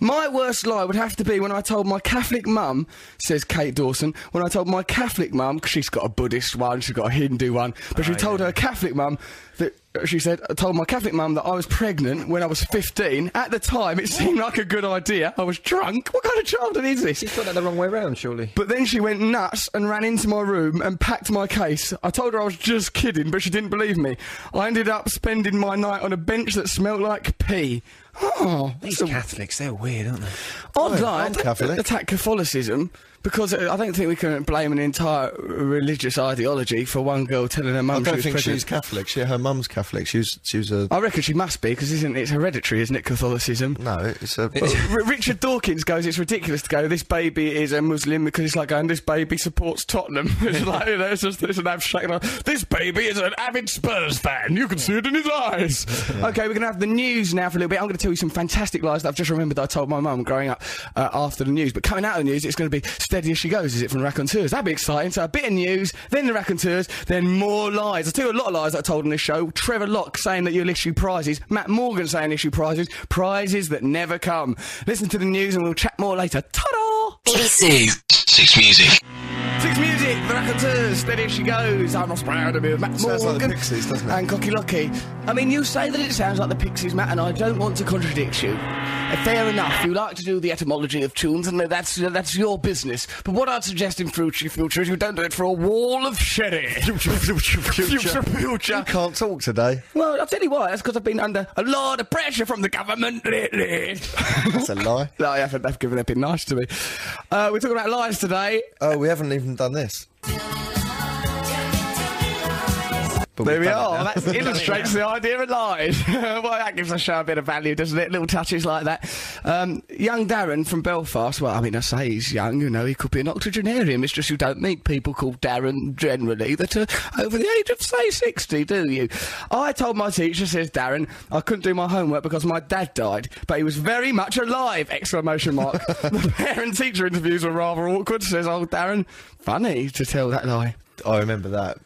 Speaker 4: My worst lie would have to be when I told my Catholic mum, says Kate Dawson, when I told my Catholic mum, 'cause she's got a Buddhist one, she's got a Hindu one, but
Speaker 5: Oh,
Speaker 4: she told her Catholic mum that. uh, She said, I told my Catholic mum that I was pregnant when I was 15. At the time, Um, it seemed like a good idea. I was drunk. What kind of childhood is this?
Speaker 5: She's got that the wrong way round, surely.
Speaker 4: But then she went nuts and ran into my room and packed my case. I told her I was just kidding, but she didn't believe me. I ended up spending my night on a bench that smelt like pee. Oh,
Speaker 5: These
Speaker 4: that's a
Speaker 5: Catholics, they're weird, aren't they?
Speaker 4: odd
Speaker 2: I'm
Speaker 4: line
Speaker 2: Catholic.
Speaker 4: to attack Catholicism because uh, I don't think we can blame an entire religious ideology for one girl telling her
Speaker 2: I
Speaker 4: mum she
Speaker 2: don't
Speaker 4: was
Speaker 2: think
Speaker 4: pregnant.
Speaker 2: she's Catholic. She, her mum's Catholic. She was, she was a.
Speaker 4: I reckon she must be because isn't it's hereditary, isn't it? Catholicism.
Speaker 2: No, it's a.
Speaker 4: R- Richard Dawkins goes, it's ridiculous to go, this baby is a Muslim because it's like going, this baby supports Tottenham. it's like, you know, it's just it's an abstract. Like, this baby is an avid Spurs fan. You can see it in his eyes. Okay, we're going to have the news now for a little bit. I'm going to tell you some fantastic lies that I've just remembered that I told my mum growing up uh, after the news. But coming out of the news, it's going to be Steady As She Goes, is it, from Raconteurs? That'd be exciting. So a bit of news, then the Raconteurs, then more lies. I tell you a lot of lies that I told on this show. Trevor Locke saying that you'll issue prizes. Matt Morgan saying issue prizes. Prizes that never come. Listen to the news and we'll chat more later. Ta-da!
Speaker 8: BBC Six Music.
Speaker 4: Six Music, The Raconteurs, Steady As She Goes. I'm not proud of it. Matt
Speaker 2: Sounds like the
Speaker 4: Morgan.
Speaker 2: Pixies, doesn't it?
Speaker 4: And Cocky Locky. I mean, you say that it sounds like the Pixies, Matt, and I don't want to contradict you. Uh, Fair enough, you like to do the etymology of tunes, and that's uh, that's your business. But what I'd suggest in future, future is you don't do it for a wall of sherry. Future, future, future.
Speaker 2: You can't talk today.
Speaker 4: Well, I'll tell you why. That's because I've been under a lot of pressure from the government lately.
Speaker 2: That's a lie.
Speaker 4: no, I haven't. They've given up been nice to me. Uh, we're talking about lies today.
Speaker 2: Oh, we haven't even done this. But
Speaker 4: There
Speaker 2: we've
Speaker 4: we
Speaker 2: done it
Speaker 4: are.
Speaker 2: now.
Speaker 4: That illustrates the idea of lies. well, that gives the show a bit of value, doesn't it? Little touches like that. Um, young Darren from Belfast. Well, I mean, I say he's young. You know, he could be an octogenarian. It's just you don't meet people called Darren generally that are over the age of say sixty, do you? I told my teacher, says Darren, I couldn't do my homework because my dad died, but he was very much alive! Exclamation mark. the parent-teacher interviews were rather awkward. Says old Darren. Funny to tell that lie.
Speaker 2: I remember that.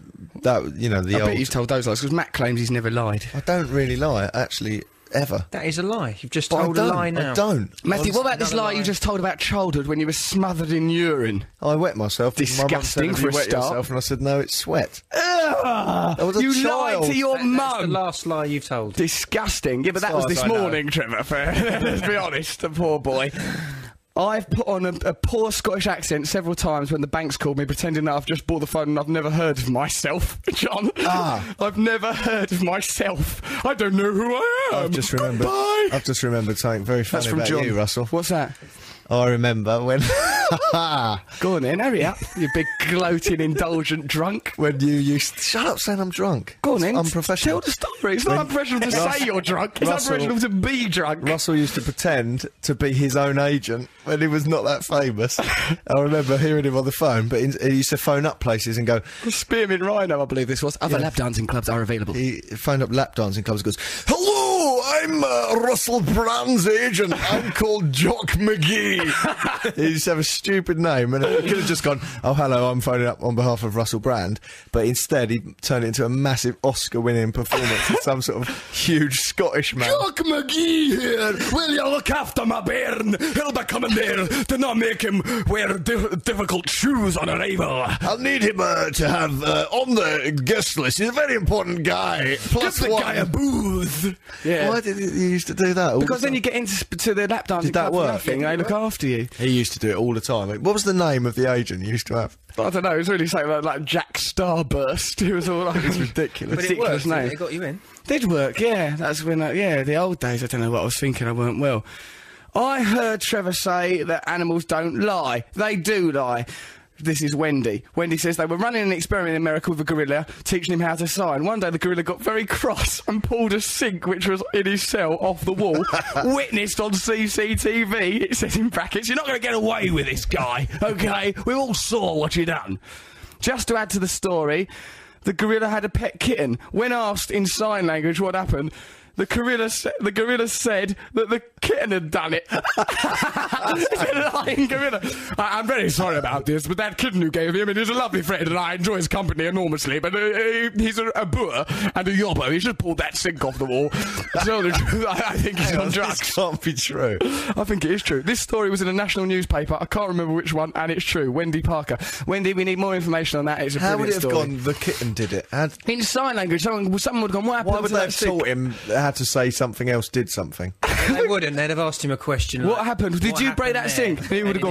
Speaker 2: That you know the
Speaker 4: I
Speaker 2: old.
Speaker 4: bet you've told those lies because Matt claims he's never lied.
Speaker 2: I don't really lie actually ever.
Speaker 5: That is a lie. You've just
Speaker 2: I
Speaker 5: told a
Speaker 2: don't.
Speaker 5: lie now.
Speaker 2: I don't.
Speaker 4: Matthew, what about this
Speaker 5: another
Speaker 4: lie you
Speaker 5: lie.
Speaker 4: just told about childhood when you were smothered in urine?
Speaker 2: I wet myself. My mum said,
Speaker 4: Disgusting
Speaker 2: "Have
Speaker 4: for
Speaker 2: you
Speaker 4: a
Speaker 2: wet
Speaker 4: start." Ah,
Speaker 2: Yourself? And I said, no, it's sweat. I was a
Speaker 4: you
Speaker 2: child.
Speaker 4: lied to your
Speaker 5: That- that's the
Speaker 4: mum.
Speaker 5: last lie you've told.
Speaker 4: Disgusting. Yeah, but that was
Speaker 2: As far as
Speaker 4: this
Speaker 2: I know.
Speaker 4: morning, Trevor. Fair. Let's be honest, the poor boy. I've put on a, a poor Scottish accent several times when the banks called me, pretending that I've just bought the phone and I've never heard of myself, John.
Speaker 2: Ah.
Speaker 4: I've never heard of myself. I don't know who I am.
Speaker 2: I've just remembered.
Speaker 4: Goodbye.
Speaker 2: I've just remembered something very funny
Speaker 4: That's from
Speaker 2: about
Speaker 4: John.
Speaker 2: you, Russell.
Speaker 4: What's that?
Speaker 2: I remember when
Speaker 4: Go on then, hurry up. You big gloating, indulgent drunk.
Speaker 2: when you used. Shut up, saying I'm drunk.
Speaker 4: Go on
Speaker 2: It's
Speaker 4: then. Tell
Speaker 2: Unprofessional.
Speaker 4: the story. It's not
Speaker 2: When-
Speaker 4: unprofessional to
Speaker 2: Russell-
Speaker 4: say you're drunk. It's
Speaker 2: Russell-
Speaker 4: unprofessional to be drunk.
Speaker 2: Russell used to pretend to be his own agent when he was not that famous. I remember hearing him on the phone, but he, he used to phone up places and go,
Speaker 4: Spearmint Rhino, I believe this was. Other lap dancing clubs are available.
Speaker 2: he phoned up lap dancing clubs and goes, Hello, I'm uh, Russell Brand's agent. I'm called Jock McGee. he used to have a stupid name and he could have just gone, Oh, hello, I'm phoning up on behalf of Russell Brand. But instead, he turned it into a massive Oscar winning performance with some sort of huge Scottish man.
Speaker 4: McGee here. Will you look after my bairn? He'll be coming there to not make him wear difficult shoes on arrival.
Speaker 2: I'll need him uh, to have uh, on the guest list. He's a very important guy. Plus one.
Speaker 4: booze. Yeah.
Speaker 2: Why did he he used to do that? All
Speaker 4: Because
Speaker 2: the
Speaker 4: then you
Speaker 2: time?
Speaker 4: get into sp- to the lap dancing
Speaker 2: Did that
Speaker 4: club for
Speaker 2: work?
Speaker 4: nothing.
Speaker 2: Did
Speaker 4: They
Speaker 2: it
Speaker 4: look
Speaker 2: work?
Speaker 4: after you.
Speaker 2: he used to do it all the time. Like, What was the name of the agent you used to have?
Speaker 4: I don't know. It's really something like, like Jack Starburst. It was all like it's ridiculous.
Speaker 5: But it worked.
Speaker 4: Ridiculous name.
Speaker 5: It got you in.
Speaker 4: Did work, yeah. That's when, I, yeah, the old days. I don't know what I was thinking. I weren't well. I heard Trevor say that animals don't lie. They do lie. This is Wendy. Wendy says they were running an experiment in America with a gorilla, teaching him how to sign. One day the gorilla got very cross and pulled a sink which was in his cell off the wall, witnessed on CCTV. It says in brackets, You're not going to get away with this guy, okay? We all saw what you done. Just to add to the story, the gorilla had a pet kitten. When asked in sign language what happened, The gorilla, sa- the gorilla said that the kitten had done it. It's a lying gorilla. I, I'm very sorry about this, but that kitten who gave him, it is a lovely friend, and I enjoy his company enormously. But uh, uh, he's a, a boor and a yobbo. He should pull that sink off the wall. So the truth, I, I think he's on drugs.
Speaker 2: This can't be true.
Speaker 4: I think it is true. This story was in a national newspaper. I can't remember which one, and it's true. Wendy Parker. Wendy, we need more information on that. It's a
Speaker 2: How would it
Speaker 4: brilliant story.
Speaker 2: have gone? The kitten did it. How,
Speaker 4: In sign language, someone, someone would have gone, what happened
Speaker 2: why would
Speaker 4: to
Speaker 2: they
Speaker 4: that
Speaker 2: have
Speaker 4: stick?
Speaker 2: taught him how to say something else did something?
Speaker 5: they wouldn't. They'd have asked him a question.
Speaker 4: What
Speaker 5: like,
Speaker 4: happened? Did
Speaker 5: "What
Speaker 4: you break
Speaker 5: happened
Speaker 4: that
Speaker 5: there?"
Speaker 4: sink? And he
Speaker 5: And
Speaker 4: would have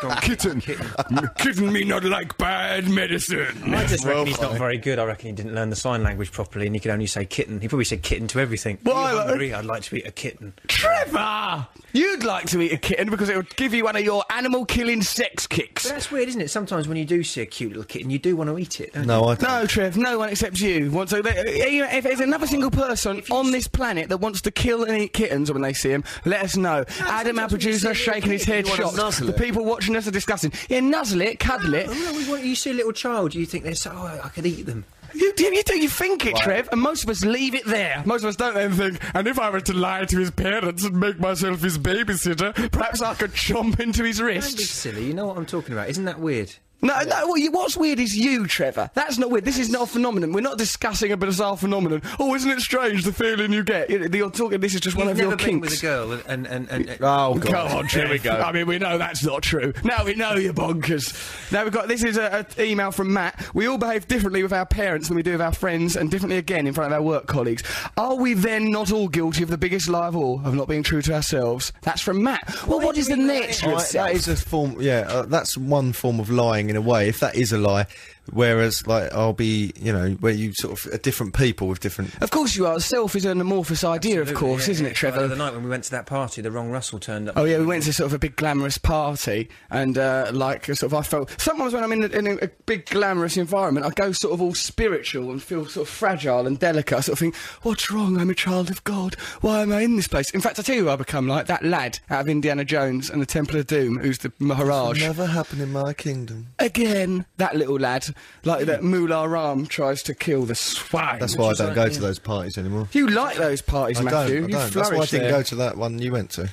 Speaker 4: gone, kitten, kitten, kitten me not like bad medicine.
Speaker 5: I just reckon he's not very good. I reckon he didn't learn the sign language properly, and he could only say kitten. He probably said kitten to everything.
Speaker 4: Well,
Speaker 5: Are you
Speaker 4: I-
Speaker 5: hungry? I'd like to eat a kitten.
Speaker 4: Trevor! You'd like to eat a kitten because it would give you one of your animal killing sex
Speaker 5: But
Speaker 4: kicks.
Speaker 5: that's weird, isn't it? Sometimes when you do see a cute little kitten, you do want to eat it. Don't
Speaker 2: No, I don't.
Speaker 4: No, Trev, no one except you wants to. If there's another single person on this planet that wants to kill and eat kittens when they see him, let us know. Adam, our
Speaker 5: sometimes when you
Speaker 4: producer,
Speaker 5: see a little
Speaker 4: shaking his
Speaker 5: kitten,
Speaker 4: head
Speaker 5: you wanna
Speaker 4: shocked.
Speaker 5: nuzzle
Speaker 4: The people watching us are discussing. Yeah, nuzzle it, cuddle it.
Speaker 5: you? No, we want- you see a little child, you think they're so. Oh, I could eat them.
Speaker 4: You, do- you, do you think it, Trev, and most of us leave it there. Most of us don't then think, and if I were to lie to his parents and make myself his babysitter, perhaps I could chomp into his
Speaker 5: Don't be
Speaker 4: wrists.
Speaker 5: silly. You know what I'm talking about. Isn't that weird?
Speaker 4: No, no, what you- what's weird is you, Trevor. That's not weird. This is not a phenomenon. We're not discussing a bizarre phenomenon. Oh, isn't it strange the feeling you get? You- You're talking, this is just one
Speaker 5: You've
Speaker 4: of your
Speaker 5: never been
Speaker 4: kinks.
Speaker 5: with a girl and and and. and
Speaker 2: Oh
Speaker 4: Go on,
Speaker 2: Here we
Speaker 4: Trev.
Speaker 2: go.
Speaker 4: I mean, we know that's not true. Now we know you're bonkers. Now we've got this is an email from Matt. We all behave differently with our parents than we do with our friends, and differently again in front of our work colleagues. Are we then not all guilty of the biggest lie of all of not being true to ourselves? That's from Matt. Well, what is the nature
Speaker 2: Right,
Speaker 4: of
Speaker 2: that
Speaker 4: self?
Speaker 2: is a form. Yeah, uh, that's one form of lying in a way. If that is a lie, whereas like I'll be, you know, where you sort of are different people with different.
Speaker 4: Of course you are. Self is an amorphous idea, of course,
Speaker 5: Yeah,
Speaker 4: isn't
Speaker 5: yeah.
Speaker 4: it, Trevor?
Speaker 5: The other night when we went to that party, the wrong Russell turned up.
Speaker 4: Oh yeah, we went to sort of a big glamorous party, and uh, like sort of I felt sometimes when I'm in a, in a big glamorous environment, I go sort of all spiritual and feel sort of fragile and delicate. I sort of think, what's wrong? I'm a child of God. Why am I in this place? In fact, I tell you, who I become like that lad out of Indiana Jones and the Temple of Doom, who's the Maharaj
Speaker 2: Never happened in my kingdom.
Speaker 4: again. That little lad, like that Mullah Ram tries to kill the swine.
Speaker 2: Hmm. That's why I don't go to those parties anymore.
Speaker 4: You like those parties,
Speaker 2: I
Speaker 4: Matthew?
Speaker 2: don't. I
Speaker 4: You
Speaker 2: don't. That's why I
Speaker 4: flourish
Speaker 2: didn't
Speaker 4: there.
Speaker 2: go to that one you went to.
Speaker 4: Yeah,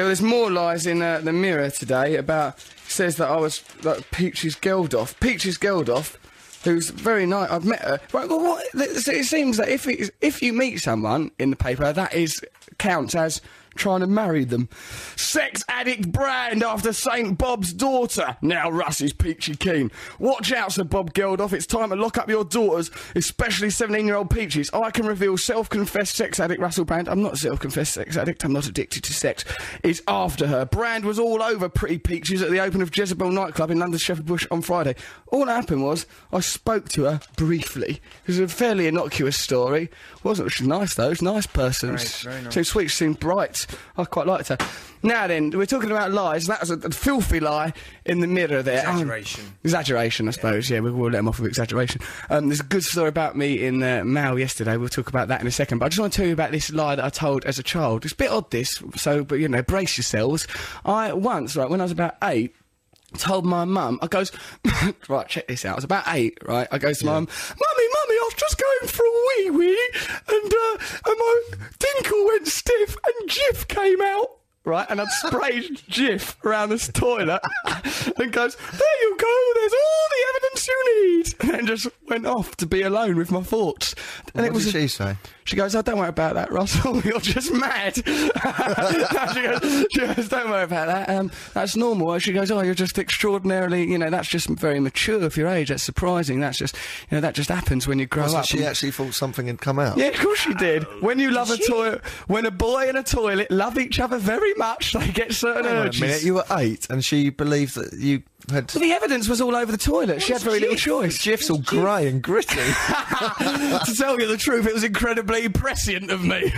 Speaker 4: well, there's more lies in uh, the Mirror today about says that I was like Peaches Geldof. Peaches Geldof, who's very nice. I've met her. Right, well, what? th- So it seems that if it's, if you meet someone in the paper, that is counts as trying to marry them. Sex addict brand after Saint Bob's daughter. Now Russ is peachy keen. Watch out, Sir Bob Geldof. It's time to lock up your daughters, especially 17-year-old peaches. I can reveal self-confessed sex addict Russell Brand. I'm not a self-confessed sex addict. I'm not addicted to sex. Is after her. Brand was all over Pretty Peaches at the open of Jezebel nightclub in London's Shepherd Bush on Friday. All that happened was I spoke to her briefly. It was a fairly innocuous story. Wasn't she nice though? She was a nice person.
Speaker 5: very nice.
Speaker 4: Seemed sweet. She seemed bright. I quite liked her. Now then, we're talking about lies. That was a, a filthy lie in the mirror there. Um,
Speaker 5: Exaggeration.
Speaker 4: Exaggeration, I suppose. Yeah, we- we'll let him off with exaggeration. Um, there's a good story about me in uh, Mal yesterday. We'll talk about that in a second. But I just want to tell you about this lie that I told as a child. It's a bit odd, this. So, but you know, brace yourselves. I once, right, when I was about eight. Told my mum, I goes, right, check this out. I was about eight, right? I goes to my mum, Mummy, Mummy, I was just going for a wee wee and, uh, and my dinkle went stiff and Jiff came out right? And I'd spray Jiff around this toilet and goes, There you go, there's all the evidence you need. And then just went off to be alone with my thoughts. And
Speaker 2: What did
Speaker 4: a-
Speaker 2: she say?
Speaker 4: she goes, oh, don't worry about that, Russell. You're just mad. No, she, goes, she goes, don't worry about that. Um, that's normal. She goes, oh, you're just extraordinarily, you know, that's just very mature for your age. That's surprising. That's just, you know, that just happens when you grow
Speaker 2: Wasn't
Speaker 4: up.
Speaker 2: she actually thought something had come out?
Speaker 4: Yeah, of course she did. When you love a toilet, when a boy and a toilet love each other very much, they get certain
Speaker 2: Hang on a
Speaker 4: urges.
Speaker 2: minute. You were eight, and she believed that you had.
Speaker 4: But the evidence was all over the toilet. she had very little choice.
Speaker 2: Jeff's all grey and gritty.
Speaker 4: to tell you the truth, it was incredibly prescient of me.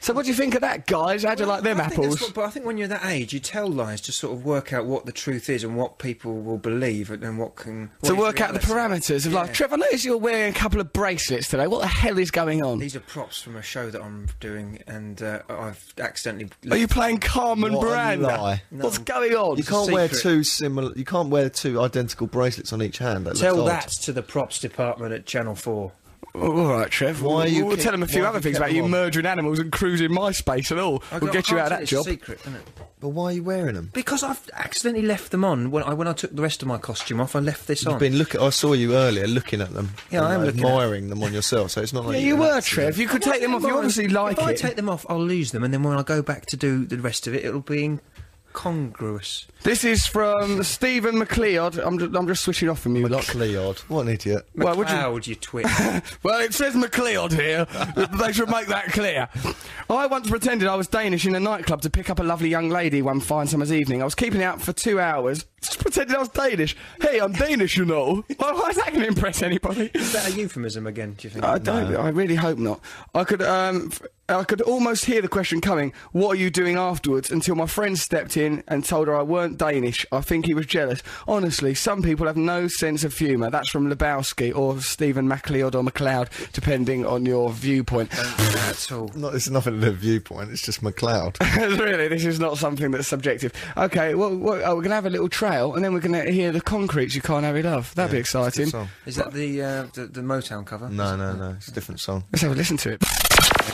Speaker 4: so, what do you think of that, guys? How do you like them
Speaker 5: I think that's
Speaker 4: apples?
Speaker 5: what- but I think when you're that age, you tell lies to sort of work out what the truth is and what people will believe and, and what can. what
Speaker 4: to
Speaker 5: is
Speaker 4: work out the
Speaker 5: reality.
Speaker 4: parameters of life. Trev, I notice you're wearing a couple of bracelets today. What the hell is going on?
Speaker 5: These are props from a show that I'm doing, and uh, I've accidentally.
Speaker 4: Are you playing Carmen
Speaker 2: What a
Speaker 4: Miranda?
Speaker 2: lie.
Speaker 4: What's going on?
Speaker 2: You
Speaker 5: a
Speaker 2: can't wear
Speaker 5: secret.
Speaker 2: two similar. You can't wear two identical bracelets on each hand. That looks
Speaker 5: Tell
Speaker 2: odd.
Speaker 5: that to the props department at Channel Four.
Speaker 4: All right, Trev.
Speaker 2: Why
Speaker 4: we'll,
Speaker 2: you
Speaker 4: we'll
Speaker 2: keep-
Speaker 4: tell him a few
Speaker 2: why
Speaker 4: other
Speaker 2: you
Speaker 4: things
Speaker 2: kept
Speaker 4: about
Speaker 2: them
Speaker 4: you
Speaker 2: on?
Speaker 4: murdering animals and cruising MySpace and all.
Speaker 5: I
Speaker 4: we'll
Speaker 5: can't-
Speaker 4: get
Speaker 5: I
Speaker 4: you
Speaker 5: can't
Speaker 4: out of
Speaker 5: tell
Speaker 4: that
Speaker 5: it's
Speaker 4: job.
Speaker 5: a secret, isn't it?
Speaker 2: But why are you wearing them?
Speaker 5: Because I've accidentally left them on when I when I took the rest of my costume off. I left this on.
Speaker 2: You've been look. I saw you earlier looking at them.
Speaker 5: Yeah, I
Speaker 2: and
Speaker 5: am looking at-
Speaker 2: admiring them on yourself. So it's not like
Speaker 4: Yeah,
Speaker 2: you're
Speaker 4: you
Speaker 2: an
Speaker 4: were,
Speaker 2: accident.
Speaker 4: Trev. You could
Speaker 5: Well,
Speaker 4: take them off.
Speaker 5: never
Speaker 4: You
Speaker 5: mind.
Speaker 4: obviously like
Speaker 5: If I
Speaker 4: it.
Speaker 5: take them off, I'll lose them, and then when I go back to do the rest of it, it'll be incongruous.
Speaker 4: This is from Stephen McLeod. I'm, ju- I'm just switching off from you lot.
Speaker 2: Cleod. What an idiot.
Speaker 4: Well, would you-
Speaker 5: How would you twit?
Speaker 4: Well, it says McLeod here. they should make that clear. I once pretended I was Danish in a nightclub to pick up a lovely young lady one fine summer's evening. I was keeping it up for two hours. Just pretended I was Danish. Hey, I'm Danish, you know. Why why is that going to impress anybody?
Speaker 5: Is that a euphemism again? Do you think?
Speaker 4: I don't. I really hope not. I could. Um, f- I could almost hear the question coming. What are you doing afterwards? Until my friend stepped in and told her I weren't Danish. I think he was jealous. Honestly, some people have no sense of humour. That's from Lebowski or Stephen MacLeod or MacLeod, depending on your viewpoint.
Speaker 5: At all.
Speaker 2: Not, it's nothing to do with viewpoint. It's just McLeod.
Speaker 4: really, this is not something that's subjective. Okay, well, well oh, we're going to have a little trail, and then we're going to hear the concretes. You can't have your love. That'd be exciting.
Speaker 2: song.
Speaker 5: Is that the, uh, the the Motown cover?
Speaker 2: No, no, no. It's a different song.
Speaker 4: Let's have a listen to it.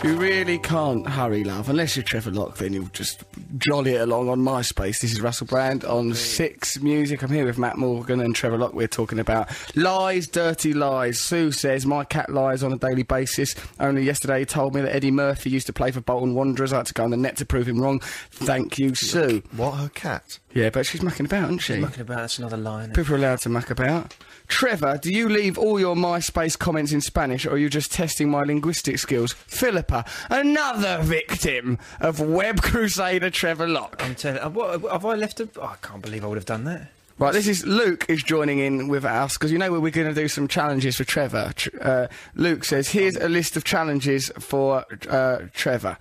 Speaker 4: You really can't hurry, love. Unless you're Trevor Locke, then you'll just jolly it along on MySpace. This is Russell Brand on Six Music. I'm here with Matt Morgan and Trevor Locke. We're talking about lies, dirty lies. Sue says, My cat lies on a daily basis. Only yesterday he told me that Eddie Murphy used to play for Bolton Wanderers. I had to go on the net to prove him wrong. Thank you, Sue.
Speaker 2: What? Her cat?
Speaker 4: Yeah, but she's mucking about, isn't she?
Speaker 5: Talking about that's another lie. isn't it?
Speaker 4: People are allowed to muck about. Trevor, do you leave all your MySpace comments in Spanish or are you just testing my linguistic skills? Philippa, another victim of web crusader Trevor Locke.
Speaker 5: I'm telling. uh, what- Have I left a? oh, I can't believe I would have done that.
Speaker 4: Right, this is Luke is joining in with us because you know we're going to do some challenges for Trevor. Tr- uh, Luke says, "Here's a list of challenges for uh, Trevor."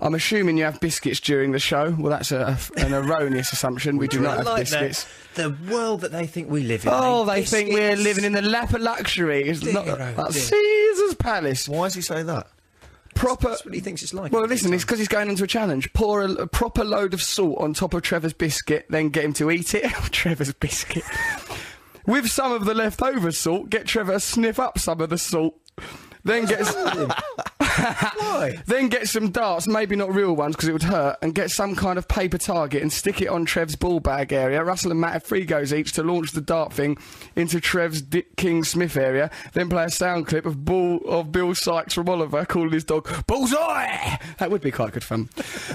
Speaker 4: I'm assuming you have biscuits during the show. Well, that's a, a f- an erroneous assumption. We do not
Speaker 5: I
Speaker 4: have
Speaker 5: like that.
Speaker 4: biscuits.
Speaker 5: The world that they think we live in.
Speaker 4: Oh, they think we're living in the lap of luxury. It's
Speaker 5: Dear,
Speaker 4: not
Speaker 5: oh
Speaker 4: that's
Speaker 5: dear.
Speaker 4: Caesar's Palace.
Speaker 2: Why does he say that?
Speaker 4: Proper.
Speaker 5: That's what he thinks it's like.
Speaker 4: Well, listen, it's because he's going into a challenge. Pour a, a proper load of salt on top of Trevor's biscuit, then get him to eat it. Trevor's biscuit. With some of the leftover salt, get Trevor to sniff up some of the salt. Then get. Then get some darts, maybe not real ones because it would hurt, and get some kind of paper target and stick it on Trev's ball bag area. Russell and Matt have three goes each to launch the dart thing into Trev's Dick King Smith area. Then play a sound clip of Bull of Bill Sykes from Oliver calling his dog Bullseye. That would be quite good fun.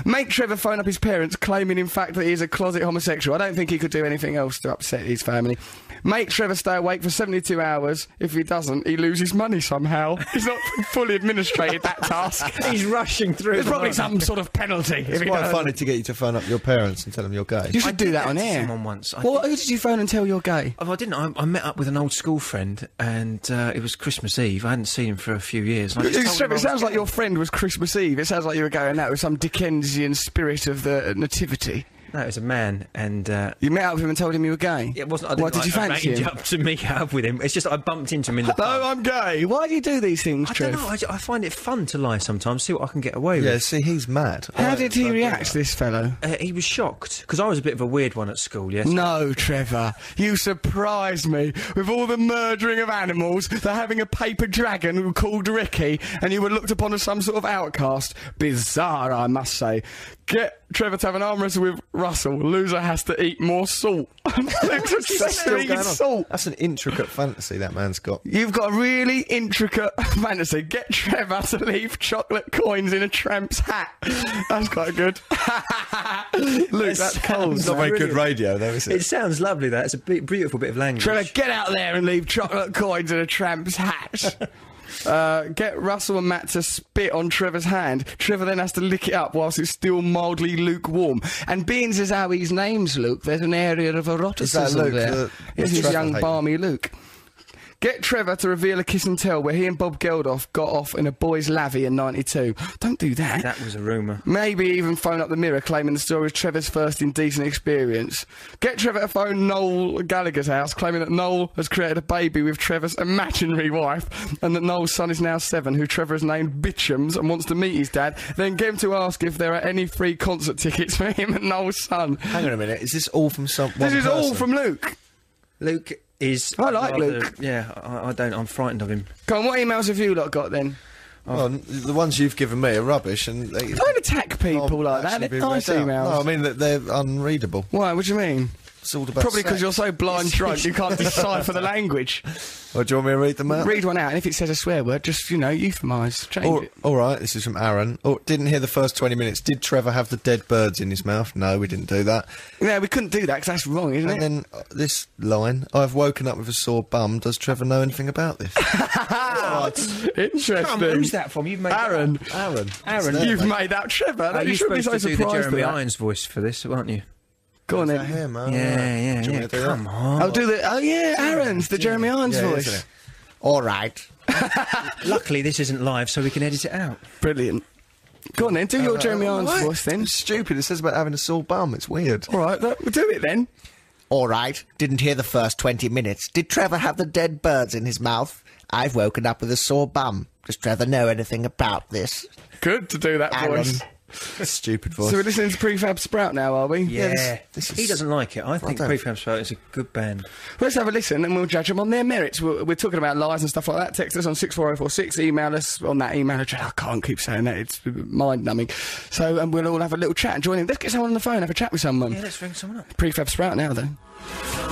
Speaker 4: Make Trevor phone up his parents, claiming in fact that he is a closet homosexual. I don't think he could do anything else to upset his family. Make Trevor stay awake for 72 hours. If he doesn't, he loses money somehow. He's not fully administrated that task.
Speaker 5: he's rushing through.
Speaker 4: There's probably some sort of penalty. if
Speaker 2: It's
Speaker 4: he
Speaker 2: quite
Speaker 4: does.
Speaker 2: funny to get you to phone up your parents and tell them you're gay.
Speaker 4: You
Speaker 5: I
Speaker 4: should do
Speaker 5: did
Speaker 4: that
Speaker 5: that
Speaker 4: on
Speaker 5: to
Speaker 4: air.
Speaker 5: someone once. I
Speaker 4: Well,
Speaker 5: think-
Speaker 4: who did you phone and tell you're gay?
Speaker 5: Oh, I didn't. I, I met up with an old school friend, and uh, it was Christmas Eve. I hadn't seen him for a few years. and I just told him
Speaker 4: Trevor, it
Speaker 5: I was
Speaker 4: sounds like
Speaker 5: gay.
Speaker 4: your friend was Christmas Eve. It sounds like you were going out with some Dickensian spirit of the nativity.
Speaker 5: No, it was a man, and uh,
Speaker 4: You met up with him and told him you were gay.
Speaker 5: it wasn't. I
Speaker 4: Why
Speaker 5: didn't,
Speaker 4: did
Speaker 5: like,
Speaker 4: you fancy
Speaker 5: arrange
Speaker 4: him? Oh,
Speaker 5: up to meet up with him. It's just I bumped into him in the
Speaker 4: No,
Speaker 5: pub.
Speaker 4: I'm gay. Why do you do these things,
Speaker 5: I
Speaker 4: Trev?
Speaker 5: don't know. I, ju- I find it fun to lie sometimes. See what I can get away
Speaker 2: Yeah,
Speaker 5: with.
Speaker 2: see, he's mad.
Speaker 4: How
Speaker 2: I-
Speaker 4: did
Speaker 2: I
Speaker 4: he
Speaker 2: do
Speaker 4: react, this fellow?
Speaker 5: Uh, he was shocked because I was a bit of a weird one at school. Yes.
Speaker 4: No, Trevor, you surprised me with all the murdering of animals, the having a paper dragon who called Ricky, and you were looked upon as some sort of outcast. Bizarre, I must say. Get Trevor to have an arm wrestle with Russell. Loser has to eat more salt. Loser
Speaker 2: That's
Speaker 4: has
Speaker 2: still
Speaker 4: to
Speaker 2: going
Speaker 4: eat
Speaker 2: on.
Speaker 4: salt.
Speaker 2: That's an intricate fantasy that man's got.
Speaker 4: You've got a really intricate fantasy. Get Trevor to leave chocolate coins in a tramp's hat. That's quite good. Luke, that's cold.
Speaker 5: sounds
Speaker 2: It's not very good
Speaker 5: Brilliant.
Speaker 2: radio, though, is
Speaker 5: It
Speaker 2: it?
Speaker 5: sounds lovely. That it's a be- beautiful bit of language.
Speaker 4: Trevor, get out there and leave chocolate coins in a tramp's hat. Uh, get Russell and Matt to spit on Trevor's hand. Trevor then has to lick it up whilst it's still mildly lukewarm. And beans is how his name's Luke, there's an area of eroticism
Speaker 2: Luke,
Speaker 4: there.
Speaker 2: the-
Speaker 4: it's his
Speaker 2: Trevor
Speaker 4: young
Speaker 2: hater?
Speaker 4: barmy Luke. Get Trevor to reveal a kiss and tell where he and Bob Geldof got off in a boys' lavvy in '92. Don't do that.
Speaker 5: That was a rumour.
Speaker 4: Maybe even phone up the mirror claiming the story is Trevor's first indecent experience. Get Trevor to phone Noel Gallagher's house claiming that Noel has created a baby with Trevor's imaginary wife and that Noel's son is now seven, who Trevor has named Bitchums and wants to meet his dad. Then get him to ask if there are any free concert tickets for him and Noel's son.
Speaker 2: Hang on a minute. Is this all from some?
Speaker 4: This
Speaker 2: one
Speaker 4: is all
Speaker 2: person?
Speaker 4: from Luke.
Speaker 5: Luke, is.
Speaker 4: I like
Speaker 5: rather-
Speaker 4: Luke.
Speaker 5: Yeah, I, I don't. I'm frightened of him.
Speaker 4: Go on, what emails have you lot got then?
Speaker 2: Well, n- the ones you've given me are rubbish, and they
Speaker 4: Don't attack people
Speaker 2: I've
Speaker 4: like
Speaker 2: actually
Speaker 4: that. They're
Speaker 2: been
Speaker 4: nice
Speaker 2: read out. No, I
Speaker 4: emails.
Speaker 2: mean that they're unreadable.
Speaker 4: Why? What do you mean?
Speaker 2: It's all about
Speaker 4: Probably because
Speaker 2: sex.
Speaker 4: you're so blind drunk you can't decipher the language.
Speaker 2: Or do you want me to read them out?
Speaker 4: Read one out, and if it says a swear word, just you know, euphemise, change
Speaker 2: All-
Speaker 4: it.
Speaker 2: all right, this is from Aaron. Oh, didn't hear the first 20 minutes. Did Trevor have the dead birds in his mouth? No, we didn't do that.
Speaker 4: Yeah, we couldn't do that because that's wrong, isn't it?
Speaker 2: And then uh, this line I've woken up with a sore bum. Does Trevor know anything about this?
Speaker 4: Interesting.
Speaker 5: Ah. Come, who's that from? You've made that
Speaker 4: Aaron.
Speaker 2: Aaron.
Speaker 4: Aaron,
Speaker 2: It's there,
Speaker 4: you've
Speaker 2: mate.
Speaker 4: made out Trevor.
Speaker 5: Oh,
Speaker 4: That- Uh, you
Speaker 5: you're
Speaker 4: shouldn't be
Speaker 5: supposed
Speaker 4: so
Speaker 5: to do the
Speaker 4: surprised.
Speaker 5: Jeremy
Speaker 4: at that.
Speaker 5: Irons voice for this, aren't you?
Speaker 4: Go on
Speaker 2: It's
Speaker 4: then.
Speaker 2: him, oh,
Speaker 5: yeah,
Speaker 2: right.
Speaker 5: yeah,
Speaker 2: Do you want me
Speaker 5: yeah.
Speaker 2: to do
Speaker 5: Come
Speaker 2: that?
Speaker 5: on.
Speaker 4: I'll do the. Oh yeah, Aaron's the Jeremy Irons
Speaker 2: Yeah, isn't
Speaker 4: voice.
Speaker 2: it? All right.
Speaker 5: Luckily, this isn't live, so we can edit it out.
Speaker 4: Brilliant. Go on then, do your Jeremy Irons
Speaker 2: Uh, What?
Speaker 4: voice then.
Speaker 2: It's stupid. It says about having a sore bum. It's weird.
Speaker 4: All right, look, we'll do it then.
Speaker 6: All right. Didn't hear the first 20 minutes. Did Trevor have the dead birds in his mouth? I've woken up with a sore bum. Does Trevor know anything about this?
Speaker 4: Good to do that
Speaker 6: Aaron.
Speaker 4: voice.
Speaker 2: stupid voice.
Speaker 4: So we're listening to Prefab Sprout now, are we?
Speaker 5: Yeah,
Speaker 2: this- this
Speaker 5: he
Speaker 2: is-
Speaker 5: doesn't like it. I think
Speaker 2: don't-
Speaker 5: Prefab Sprout is a good band.
Speaker 4: Let's have a listen and we'll judge them on their merits. We're, we're talking about lies and stuff like that. Text us on 64046, email us on that email address. I can't keep saying that, it's mind numbing. So um, we'll all have a little chat and join in. Let's get someone on the phone, have a chat with someone.
Speaker 5: Yeah, let's ring someone up.
Speaker 4: Prefab Sprout now, then.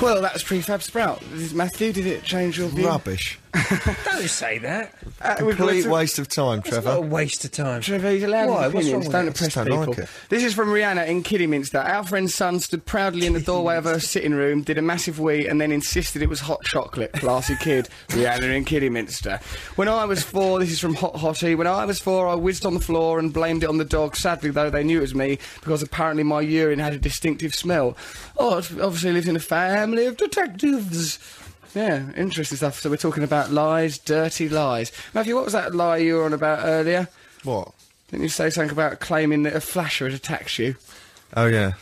Speaker 4: Well, that was Prefab Sprout. This is Matthew, did it change your view?
Speaker 2: Rubbish.
Speaker 5: Don't say that.
Speaker 4: Uh, we've got
Speaker 2: Complete
Speaker 4: to-
Speaker 2: waste of time,
Speaker 5: It's not a
Speaker 2: Trevor.
Speaker 5: waste of time.
Speaker 4: Trevor, he's allowed
Speaker 5: Why?
Speaker 4: his
Speaker 5: What's wrong
Speaker 4: opinions.
Speaker 5: with
Speaker 4: Don't
Speaker 5: it?
Speaker 4: oppress
Speaker 2: Just don't
Speaker 4: people.
Speaker 2: like it.
Speaker 4: This is from Rihanna in Kidderminster. Our friend's son stood proudly in the doorway of her sitting room, did a massive wee, and then insisted it was hot chocolate. Classy kid. Rihanna in Kidderminster. When I was four, this is from Hot Hottie. When I was four, I whizzed on the floor and blamed it on the dog. Sadly, though, they knew it was me because apparently my urine had a distinctive smell. Oh, it obviously lives in a family of detectives. Yeah, interesting stuff. So we're talking about lies, dirty lies. Matthew, what was that lie you were on about earlier?
Speaker 2: What?
Speaker 4: Didn't you say something about claiming that a flasher had attacked you?
Speaker 2: Oh yeah.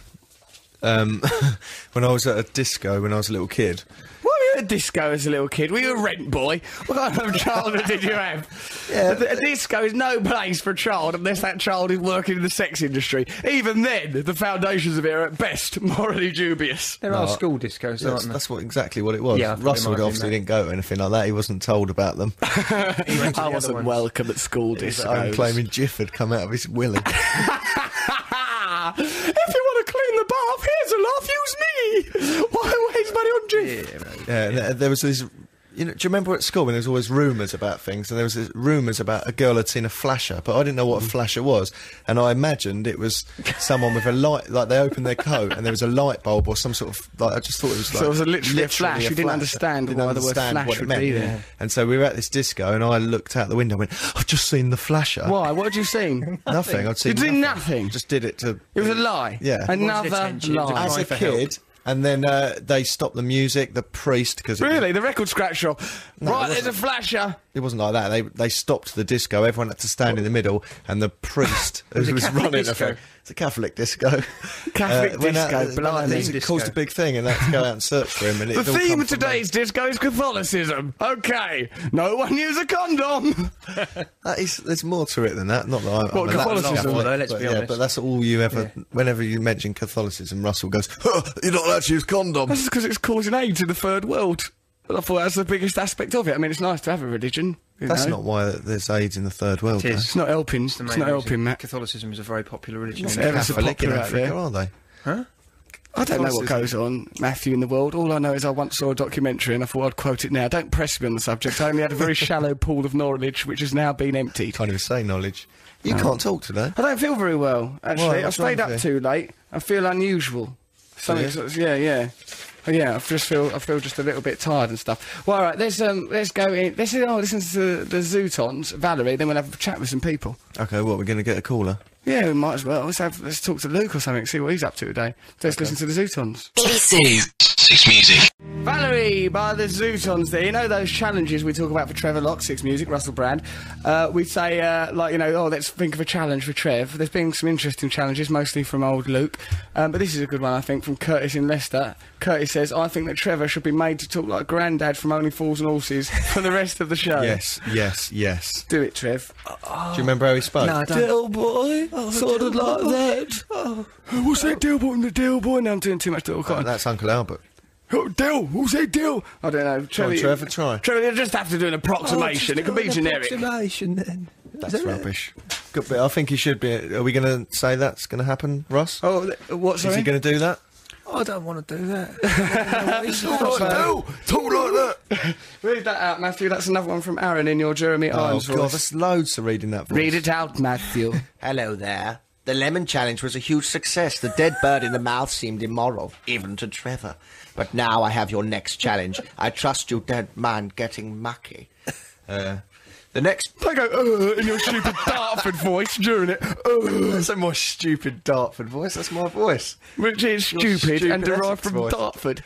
Speaker 2: Um, when I was at a disco when I was a little kid,
Speaker 4: What were you at a disco as a little kid? Were you a rent boy? What kind of childhood did you have?
Speaker 2: Yeah.
Speaker 4: A, a disco is no place for a child unless that child is working in the sex industry. Even then, the foundations of it are at best morally dubious.
Speaker 5: There are school discos,
Speaker 2: that's,
Speaker 5: aren't
Speaker 2: that's what exactly what it was.
Speaker 5: Yeah, I thought it
Speaker 2: Russell
Speaker 5: might have been
Speaker 2: obviously
Speaker 5: that.
Speaker 2: didn't go to anything like that. He wasn't told about them.
Speaker 4: I
Speaker 5: other
Speaker 4: wasn't
Speaker 5: ones.
Speaker 4: welcome at school
Speaker 2: I'm
Speaker 4: discos.
Speaker 2: claiming Jiff had come out of his willy.
Speaker 4: if you want to clean the bath, here's a laugh, use me! Why waste money on Jif?
Speaker 2: yeah, and there- there was this. You know, do you remember at school when there was always rumours about things, and there was this rumours about a girl had seen a flasher, but I didn't know what a
Speaker 4: Mm.
Speaker 2: flasher was, and I imagined it was someone with a light, like they opened their coat and there was a light bulb or some sort of, like I just thought it was like
Speaker 4: it was a- literally a flash. You didn't understand
Speaker 2: Didn't
Speaker 4: why the word
Speaker 2: understand
Speaker 4: flash
Speaker 2: what it
Speaker 4: would
Speaker 2: meant.
Speaker 4: be there.
Speaker 2: And so we were at this disco, and I looked out the window, and went, I've just seen the flasher.
Speaker 4: Why? What had you seen?
Speaker 2: Nothing. I'd seen.
Speaker 4: You did
Speaker 2: nothing.
Speaker 4: nothing? uh,
Speaker 2: Just did it to
Speaker 4: It was a lie.
Speaker 2: Yeah. It
Speaker 5: wasn't
Speaker 4: Another
Speaker 5: attention, it was a
Speaker 4: lie.
Speaker 5: crime.
Speaker 2: as a
Speaker 5: for help.
Speaker 2: kid, and then uh, they stopped the music. The priest, because
Speaker 4: Really? The record scratch off. right, there's a flasher.
Speaker 2: It wasn't like that. They they stopped the disco. Everyone had to stand in the middle, and the priest who was,
Speaker 5: a Catholic
Speaker 2: running the
Speaker 5: disco.
Speaker 2: thing. It's a Catholic disco. Uh,
Speaker 4: Catholic
Speaker 2: went out-
Speaker 4: disco,
Speaker 2: went out and
Speaker 4: blimey.
Speaker 2: It caused a big thing, and they had to go out and search for him. And it
Speaker 4: The
Speaker 2: all come
Speaker 4: theme of
Speaker 2: from
Speaker 4: today's disco is Catholicism. Okay, no one use a condom.
Speaker 2: there. That is, there's more to it than that. Not that I'm.
Speaker 4: What,
Speaker 2: I mean, that was
Speaker 4: Catholicism,
Speaker 2: Catholic,
Speaker 5: though, let's
Speaker 2: but,
Speaker 5: be
Speaker 2: yeah,
Speaker 5: honest.
Speaker 2: but that's all you ever. Whenever you mention Catholicism, Russell goes, huh, "You're not allowed to use condoms."
Speaker 4: That's because it's causing AIDS in the third world. I thought that's the biggest aspect of it. I mean, it's nice to have a religion. you
Speaker 2: That's
Speaker 4: know.
Speaker 2: not why there's AIDS in the third world.
Speaker 5: It
Speaker 2: though.
Speaker 5: is.
Speaker 4: It's not helping. It's,
Speaker 5: The main
Speaker 4: not
Speaker 5: reason.
Speaker 4: helping, Matt.
Speaker 5: Catholicism is a very popular religion.
Speaker 4: Not
Speaker 5: in
Speaker 4: ever
Speaker 5: Africa.
Speaker 4: so
Speaker 2: Catholic in
Speaker 4: popular out
Speaker 2: Africa,
Speaker 4: there.
Speaker 2: are they?
Speaker 4: I don't know what
Speaker 2: Catholicism.
Speaker 4: goes on, Matthew, in the world. All I know is I once saw a documentary and I thought I'd quote it now. Don't press me on the subject. I only had a very shallow pool of knowledge which has now been emptied.
Speaker 2: Can't even say knowledge. You can't talk today.
Speaker 4: I don't feel very well, actually.
Speaker 2: Why?
Speaker 4: I
Speaker 2: What's
Speaker 4: stayed
Speaker 2: wrong
Speaker 4: up
Speaker 2: with
Speaker 4: too late. I feel unusual. Something,
Speaker 2: Yeah.
Speaker 4: sort of- yeah, yeah. Oh, Yeah, I just feel I feel just a little bit tired and stuff. Well, all right, let's um, let's go in. Let's oh, listen to the Zootons, Valerie. Then we'll have a chat with some people.
Speaker 2: Okay, what we're going to get a caller.
Speaker 4: Yeah, we might as well. Let's have let's talk to Luke or something. See what he's up to today. Let's listen to the Zootons.
Speaker 11: BBC's Six Music.
Speaker 4: Valerie by the Zootons there. You know those challenges we talk about for Trevor Lock, Six Music, Russell Brand? Uh, we'd say, uh, like, you know, oh, let's think of a challenge for Trev. There's been some interesting challenges, mostly from old Luke. Um, but this is a good one, I think, from Curtis in Leicester. Curtis says, I think that Trevor should be made to talk like Grandad from Only Fools and Horses for the rest of the show.
Speaker 2: Yes, yes, yes.
Speaker 4: Do it, Trev.
Speaker 2: Do you remember how he spoke?
Speaker 5: No, I don't. Oh,
Speaker 4: boy, sort of like that. What's that deal boy? I'm the deal boy. Now I'm doing too much little
Speaker 2: Uh,
Speaker 4: cotton.
Speaker 2: That's Uncle Albert.
Speaker 4: Oh,
Speaker 8: Who- Dill, who's he? Dill? I don't know. Trevor,
Speaker 2: Trevor, try.
Speaker 8: Trevor, you just have to do an approximation. it can be generic.
Speaker 5: Oh, Approximation then.
Speaker 2: That's rubbish. Good bit. I think he should be. Are we going to say that's going to happen, Ross?
Speaker 5: Oh, th- what's
Speaker 2: Is he going to do that?
Speaker 5: I don't want to do that.
Speaker 8: Dill, talk like that.
Speaker 4: Read that out, Matthew. That's another one from Aaron in your Jeremy
Speaker 2: Oh,
Speaker 4: Irons
Speaker 2: God,
Speaker 4: voice.
Speaker 2: there's loads to reading that voice.
Speaker 4: Read it out, Matthew.
Speaker 6: Hello there. The lemon challenge was a huge success. The dead bird in the mouth seemed immoral, even to Trevor. But now I have your next challenge. I trust you don't mind getting mucky. Uh, the next
Speaker 8: They go, uh, in your stupid Dartford voice during it. Uh,
Speaker 2: That's a more stupid Dartford voice. That's my voice.
Speaker 8: which is stupid, and
Speaker 2: stupid
Speaker 8: derived
Speaker 2: Essex
Speaker 8: from
Speaker 2: voice.
Speaker 8: Dartford.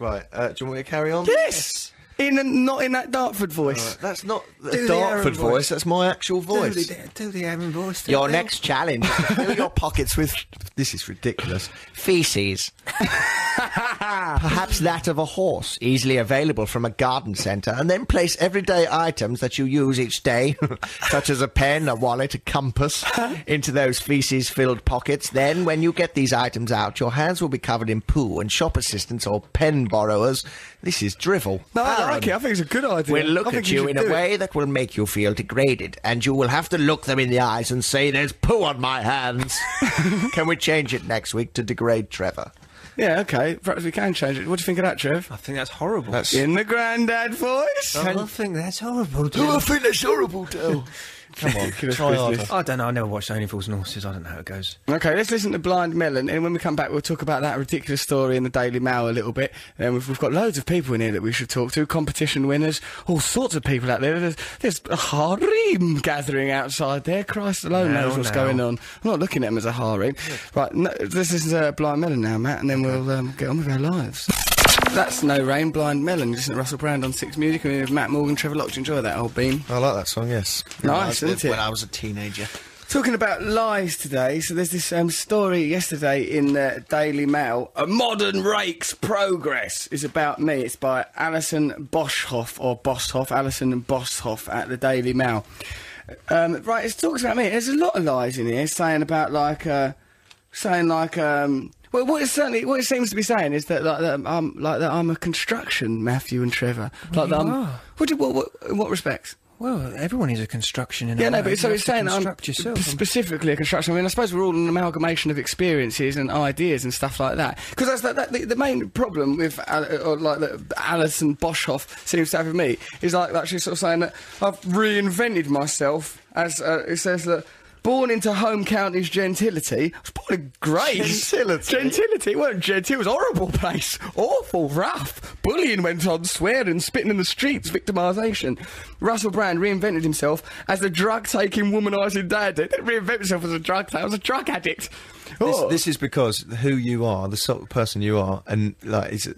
Speaker 2: Right, uh, do you want me to carry on?
Speaker 8: Yes!
Speaker 4: in and not in that Dartford voice.
Speaker 2: That's not a
Speaker 5: the Aaron
Speaker 2: Dartford voice.
Speaker 5: voice.
Speaker 2: That's my actual voice.
Speaker 5: Do the Aaron voice.
Speaker 6: your next challenge is to fill your pockets with
Speaker 2: This is ridiculous.
Speaker 6: feces. Perhaps that of a horse, easily available from a garden centre, and then place everyday items that you use each day, such as a pen, a wallet, a compass, into those feces filled pockets. Then, when you get these items out, your hands will be covered in poo, and shop assistants or pen borrowers. This is drivel.
Speaker 8: No, I like it. I think it's a good idea.
Speaker 6: Will look
Speaker 8: Oh, I think
Speaker 6: at you
Speaker 8: should
Speaker 6: in
Speaker 8: do
Speaker 6: a
Speaker 8: it.
Speaker 6: way that will make you feel degraded, and you will have to look them in the eyes and say, There's poo on my hands. Can we change it next week to degrade Trevor?
Speaker 4: Yeah, okay. Perhaps we can change it. What do you think of that, Trev?
Speaker 5: I think that's horrible. That's
Speaker 4: In the granddad voice.
Speaker 5: I think that's horrible.
Speaker 2: I think that's horrible, Dale. Come on, try harder.
Speaker 5: I don't know. I never watched Only Fools and Horses. I don't know how it goes.
Speaker 4: Okay, let's listen to Blind Melon, and when we come back, we'll talk about that ridiculous story in the Daily Mail a little bit. And we've, we've got loads of people in here that we should talk to, competition winners, all sorts of people out there. There's, there's a harem gathering outside there. Christ alone
Speaker 5: Now,
Speaker 2: oh,
Speaker 4: knows what's
Speaker 5: now.
Speaker 4: going on. I'm not looking at them as a harem. Right, no, this is uh, Blind Melon now, Matt, and then we'll um, get on with our lives. That's No Rain, Blind Melon. Listen to Russell Brand on Six Music, and we have Matt Morgan, Trevor Lodge. Enjoy that old beam.
Speaker 2: I like that song, yes.
Speaker 4: Nice, isn't it?
Speaker 6: was a teenager.
Speaker 4: Talking about lies today, so there's this um, story yesterday in the Daily Mail. A modern rake's progress is about me. It's by Alison Boschhoff or Bosshoff, Alison Bosshoff at the Daily Mail. Um, right, it talks about me. There's a lot of lies in here saying about like, uh, saying like, um, well, what it certainly what it seems to be saying is that like that I'm like that I'm a construction Matthew and Trevor. like that
Speaker 5: you
Speaker 4: I'm,
Speaker 5: are.
Speaker 4: what, do- what, what in what respects?
Speaker 5: Well, everyone is a construction in
Speaker 4: Yeah,
Speaker 5: a
Speaker 4: no,
Speaker 5: way.
Speaker 4: but so
Speaker 5: You
Speaker 4: it's
Speaker 5: have to
Speaker 4: saying that I'm
Speaker 5: construct yourself.
Speaker 4: p- specifically a construction. I mean, I suppose we're all an amalgamation of experiences and ideas and stuff like that. Because that's that, that, the, the main problem with Al- or like that Alison Boshoff seems to have with me is like that she's sort of saying that I've reinvented myself as uh, it says that. Born into home county's gentility. I was born in Grace.
Speaker 2: Gentility?
Speaker 4: Gentility. It weren't gentil. It was a horrible place. Awful, rough. Bullying went on, swearing, spitting in the streets, victimisation. Russell Brand reinvented himself as a drug taking, womanising dad. He didn't reinvent himself as a drug taker, I was a drug addict.
Speaker 2: This,
Speaker 4: Oh.
Speaker 2: this is because who you are, the sort of person you are, and like it's, it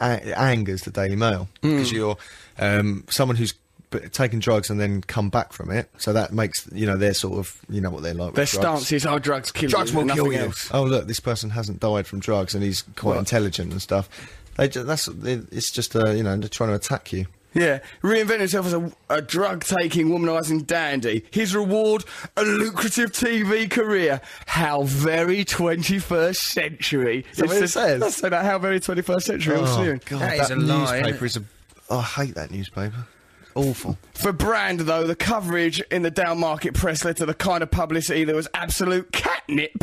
Speaker 2: angers the Daily Mail
Speaker 4: Hmm.
Speaker 2: because you're um, someone who's b- taken drugs and then come back from it. So that makes you know they're sort of you know what they're like. with
Speaker 4: Their
Speaker 2: drugs.
Speaker 4: stance is, oh, drugs kill
Speaker 2: drugs
Speaker 4: you.
Speaker 2: will
Speaker 4: nothing
Speaker 2: kill you.
Speaker 4: else.
Speaker 2: Oh look, this person hasn't died from drugs and he's quite intelligent and stuff. They ju- that's they, it's just uh, you know they're trying to attack you.
Speaker 4: Yeah, reinvented himself as a, a drug taking, womanising dandy. His reward, a lucrative TV career. How very 21st century.
Speaker 2: that what it says?
Speaker 4: That's saying that, how very 21st century. all soon.
Speaker 2: Oh, God,
Speaker 5: That is a lie,
Speaker 2: newspaper
Speaker 5: isn't it?
Speaker 2: is a. Oh, I hate that newspaper. Awful.
Speaker 4: For Brand, though, the coverage in the down market press led to the kind of publicity that was absolute catnip.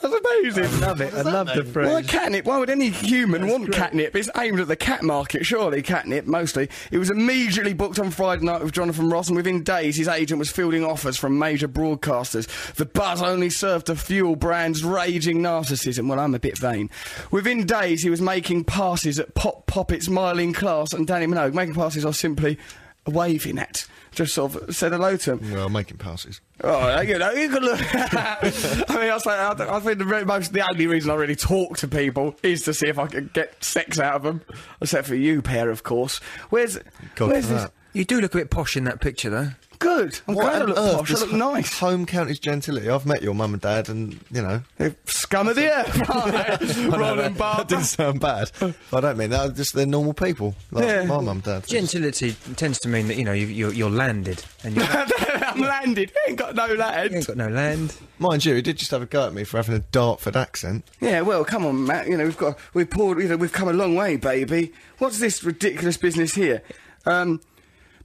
Speaker 4: That's amazing. I love it. I love the phrase. Why catnip? Why would any human want catnip? It's aimed at the cat market, surely, catnip, mostly. It was immediately booked on Friday night with Jonathan Ross, and within days, his agent was fielding offers from major broadcasters. The buzz only served to fuel Brand's raging narcissism. Well, I'm a bit vain. Within days, he was making passes at Pop Poppets, Mylene Class, and Danny Minogue. Making passes are simply waving at. Just sort of said hello to him.
Speaker 2: Well, making passes.
Speaker 4: Oh, you know, you can look. I mean, I, was like, I, th- I think the very most, the only reason I really talk to people is to see if I can get sex out of them. Except for you, pair, of course. Where's,
Speaker 2: God
Speaker 4: where's
Speaker 2: for
Speaker 4: this?
Speaker 2: that.
Speaker 5: You do look a bit posh in that picture, though.
Speaker 4: good. I'm
Speaker 2: What
Speaker 4: glad I
Speaker 2: on
Speaker 4: look
Speaker 2: earth
Speaker 4: posh. I
Speaker 2: does
Speaker 4: look nice.
Speaker 2: Home counties gentility. I've met your mum and dad, and you know,
Speaker 4: They're scum of the earth, aren't they?
Speaker 2: I know
Speaker 4: Roland
Speaker 2: that, that
Speaker 4: Barber.
Speaker 2: didn't sound bad. but I don't mean that. Just they're normal people, like
Speaker 4: Yeah.
Speaker 2: my mum, and dad.
Speaker 5: Gentility tends to mean that you know you, you're, you're landed and you're, you
Speaker 4: I'm landed. Ain't got no land.
Speaker 5: ain't got no land.
Speaker 2: Mind you, he did just have a go at me for having a Dartford accent.
Speaker 4: Yeah, well, come on, Matt. You know we've got we've poured. You know we've come a long way, baby. What's this ridiculous business here? Um,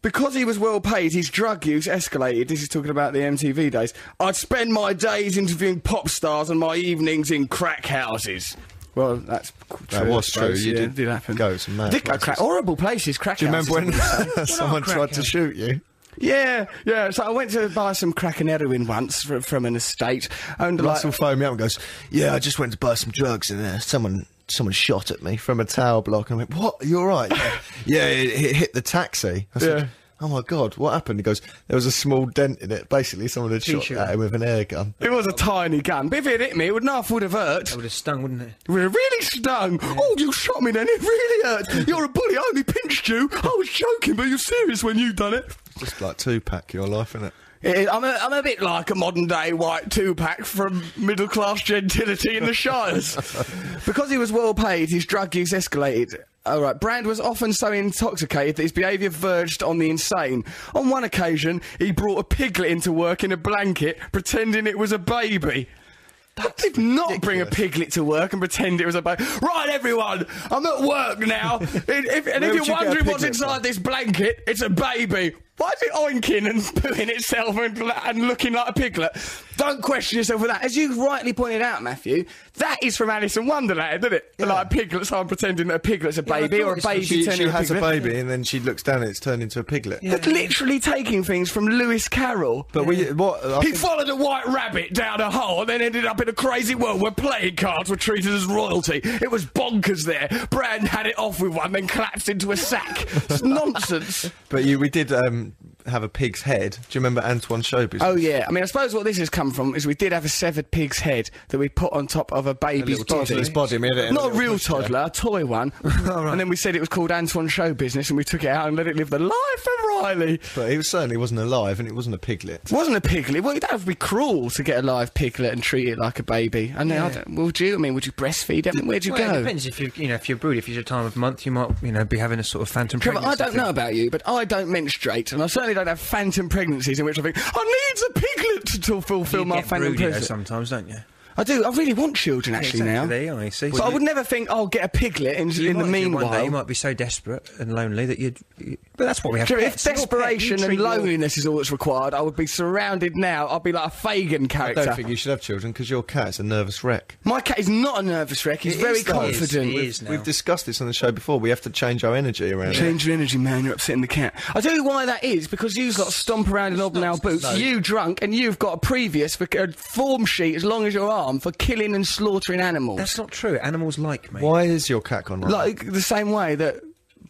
Speaker 4: because he was well paid, his drug use escalated. This is talking about the MTV days. I'd spend my days interviewing pop stars and my evenings in crack houses. Well, that's qu- true.
Speaker 2: That
Speaker 4: I
Speaker 2: was true.
Speaker 4: suppose,
Speaker 2: You
Speaker 4: yeah,
Speaker 2: did
Speaker 4: did happen.
Speaker 2: go to mad
Speaker 4: I did go
Speaker 2: places.
Speaker 4: crack. Horrible places. Crack.
Speaker 2: Do you remember
Speaker 4: houses.
Speaker 2: when someone tried to shoot you?
Speaker 4: Yeah, yeah. So I went to buy some crack and heroin once from, from an estate. Owned a lot.
Speaker 2: Russell phoned me up and goes, "Yeah, I just went to buy some drugs and uh, someone someone shot at me from a tower block." And I went, "What? You're right? Yeah, yeah it, it hit the taxi." I said,
Speaker 4: Yeah.
Speaker 2: "Oh my god, what happened?" He goes, "There was a small dent in it. Basically, someone had shot
Speaker 5: T-shirt.
Speaker 2: at him with an air gun."
Speaker 4: It was a tiny gun, but if it hit me, it would not would have hurt.
Speaker 5: That would have stung, wouldn't it?
Speaker 4: It really stung. Oh, you shot me then. It really hurt. You're a bully. I only pinched you. I was joking, but you're serious when you done it.
Speaker 2: Just like two pack your life, innit?
Speaker 4: It- I'm a, I'm a bit like a modern day white two pack from middle class gentility in the Shires. because he was well paid, his drug use escalated. All right, Brand was often so intoxicated that his behaviour verged on the insane. On one occasion, he brought a piglet into work in a blanket, pretending it was a baby. I did not bring a piglet to work and pretend it was a baby. Right, everyone, I'm at work now. and if, and if
Speaker 2: Where would you
Speaker 4: you're
Speaker 2: get a
Speaker 4: wondering what's
Speaker 2: piglet
Speaker 4: inside
Speaker 2: from?
Speaker 4: this blanket, it's a baby. Why is it oinking and pooing itself and, and looking like a piglet? Don't question yourself with that. As you rightly pointed out, Matthew, that is from Alice in Wonderland, isn't it? Like a piglet, so I'm pretending that a piglet's a
Speaker 5: I
Speaker 4: baby
Speaker 5: thought
Speaker 4: or a
Speaker 5: it's from-
Speaker 4: baby
Speaker 2: She,
Speaker 4: turning
Speaker 2: she
Speaker 4: into
Speaker 2: has a
Speaker 4: piglet.
Speaker 2: baby and then she looks down and it's turned into a piglet.
Speaker 5: Yeah.
Speaker 4: They're literally taking things from Lewis Carroll.
Speaker 2: But we what? I
Speaker 4: He
Speaker 2: think-
Speaker 4: followed a white rabbit down a hole and then ended up in a crazy world where playing cards were treated as royalty. It was bonkers there. Brand had it off with one, then collapsed into a sack. it's nonsense.
Speaker 2: But you, we did um, have a pig's head. Do you remember Antoine Showbiz?
Speaker 4: Oh, yeah. I mean, I suppose what this has come from is we did have a severed pig's head that we put on top of a baby's
Speaker 2: little toddler's
Speaker 4: body.
Speaker 2: body, and we had it in a
Speaker 4: Not a
Speaker 2: little
Speaker 4: real
Speaker 2: pushchair.
Speaker 4: toddler, a toy one. And then we said it was called Antoine Show Business and we took it out and let it live the life of Riley.
Speaker 2: But he was, certainly wasn't alive, and it wasn't a piglet.
Speaker 4: It wasn't a piglet. Well, that would be cruel to get a live piglet and treat it like a baby. I know. I don't, would you? I mean, would you breastfeed it? I mean, where'd you
Speaker 5: Well, It
Speaker 4: go?
Speaker 5: depends if you you know if you're broody, if it's your time of month, you might you know be having a sort of phantom.
Speaker 4: Trevor, I
Speaker 5: pregnancy
Speaker 4: don't
Speaker 5: thing.
Speaker 4: know about you, but I don't menstruate, and I certainly don't have phantom pregnancies in which I think I need a piglet to, to fulfil
Speaker 5: You
Speaker 4: my
Speaker 5: get
Speaker 4: phantom
Speaker 5: broody though
Speaker 4: pregnancy.
Speaker 5: sometimes, don't you?
Speaker 4: I do. I really want children actually
Speaker 5: Exactly,
Speaker 4: now.
Speaker 5: There you are. You see,
Speaker 4: But I would never think I'll get a piglet in,
Speaker 5: You
Speaker 4: in the
Speaker 5: might do one day, you
Speaker 4: meanwhile.
Speaker 5: might be so desperate and lonely that you'd. you- But that's what we have.
Speaker 4: Trevor, if
Speaker 5: pets. Your pet, you
Speaker 4: desperation and
Speaker 5: treat your-
Speaker 4: loneliness is all that's required, I would be surrounded now. I'd be like a Fagin
Speaker 2: I
Speaker 4: character.
Speaker 2: don't think you should have children because your cat's a nervous wreck.
Speaker 4: My cat is not a nervous wreck. He's
Speaker 5: It
Speaker 4: very
Speaker 5: is, though. It is,
Speaker 4: confident.
Speaker 5: it is now.
Speaker 2: We've discussed this on the show before. We have to change our energy around it.
Speaker 4: Change your energy, man. You're upsetting the cat. I tell you why that is because you've got to stomp around in obnow boots. You drunk, and you've got a previous for a form sheet as long as your arm for killing and slaughtering animals.
Speaker 5: That's not true. Animals like me.
Speaker 2: Why is your cat gone wrong?
Speaker 4: like the same way that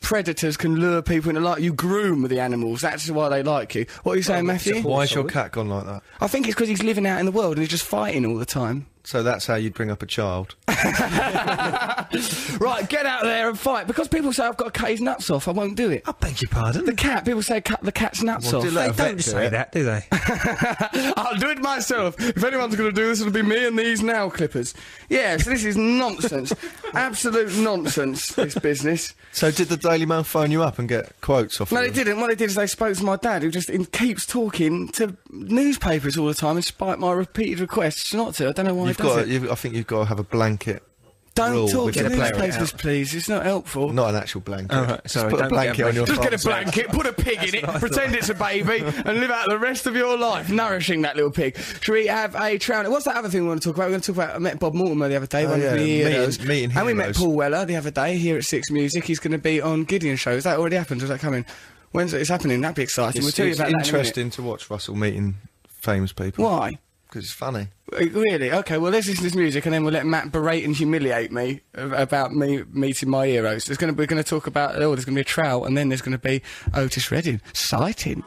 Speaker 4: predators can lure people into like you groom the animals. That's why they like you. What are you saying, Matthew?
Speaker 2: Why is your cat gone like that?
Speaker 4: I think it's because he's living out in the world and he's just fighting all the time.
Speaker 2: So that's how you'd bring up a child.
Speaker 4: Right, get out there and fight. Because people say I've got to cut his nuts off, I won't do it.
Speaker 5: I beg your pardon.
Speaker 4: The cat, people say cut the cat's nuts
Speaker 2: Well,
Speaker 4: off.
Speaker 2: do
Speaker 5: they
Speaker 2: let a vet
Speaker 5: don't
Speaker 2: do
Speaker 5: say
Speaker 2: it.
Speaker 5: that, do they?
Speaker 4: I'll do it myself. If anyone's going to do this, it'll be me and these now clippers. Yes, this is nonsense. Absolute nonsense, this business.
Speaker 2: So did the Daily Mail phone you up and get quotes off?
Speaker 4: No,
Speaker 2: of
Speaker 4: they
Speaker 2: them?
Speaker 4: didn't. What they did is they spoke to my dad, who just in, keeps talking to newspapers all the time, in spite of my repeated requests not to. I don't know why
Speaker 2: You've
Speaker 4: he does
Speaker 2: got.
Speaker 4: it.
Speaker 2: You've, I think you've got to have a blanket.
Speaker 4: Don't
Speaker 2: rule
Speaker 4: talk
Speaker 2: with
Speaker 4: to
Speaker 2: your parent.
Speaker 4: newspapers, please. It's not helpful.
Speaker 2: Not an actual blanket.
Speaker 5: All right,
Speaker 2: Just
Speaker 5: sorry,
Speaker 2: put a
Speaker 5: don't
Speaker 2: blanket
Speaker 5: get a
Speaker 2: on your.
Speaker 4: Just get a
Speaker 2: farm stand.
Speaker 4: blanket, put a pig in it, pretend it's a baby, and live out the rest of your life nourishing that little pig. Should we have a trounder? What's that other thing we want to talk about? We're going to talk about. I met Bob Mortimer the other day,
Speaker 2: Oh,
Speaker 4: one
Speaker 2: yeah,
Speaker 4: of the
Speaker 2: meeting-
Speaker 4: heroes.
Speaker 2: meeting
Speaker 4: and we met
Speaker 2: heroes.
Speaker 4: Paul Weller the other day here at Six Music. He's going to be on Gideon Show. Has that already happened? Is that coming? When's it? It's happening. That'd be exciting. we'll
Speaker 2: It's,
Speaker 4: tell you
Speaker 2: it's
Speaker 4: about that. in
Speaker 2: interesting to watch Russell meeting famous people.
Speaker 4: a minute. Why?
Speaker 2: Because it's funny.
Speaker 4: Uh, Really? Okay, well, let's listen to this music and then we'll let Matt berate and humiliate me a- about me meeting my heroes. There's gonna, we're going to talk about, oh, there's going to be a trowel and then there's going to be Otis Redding. Sighting.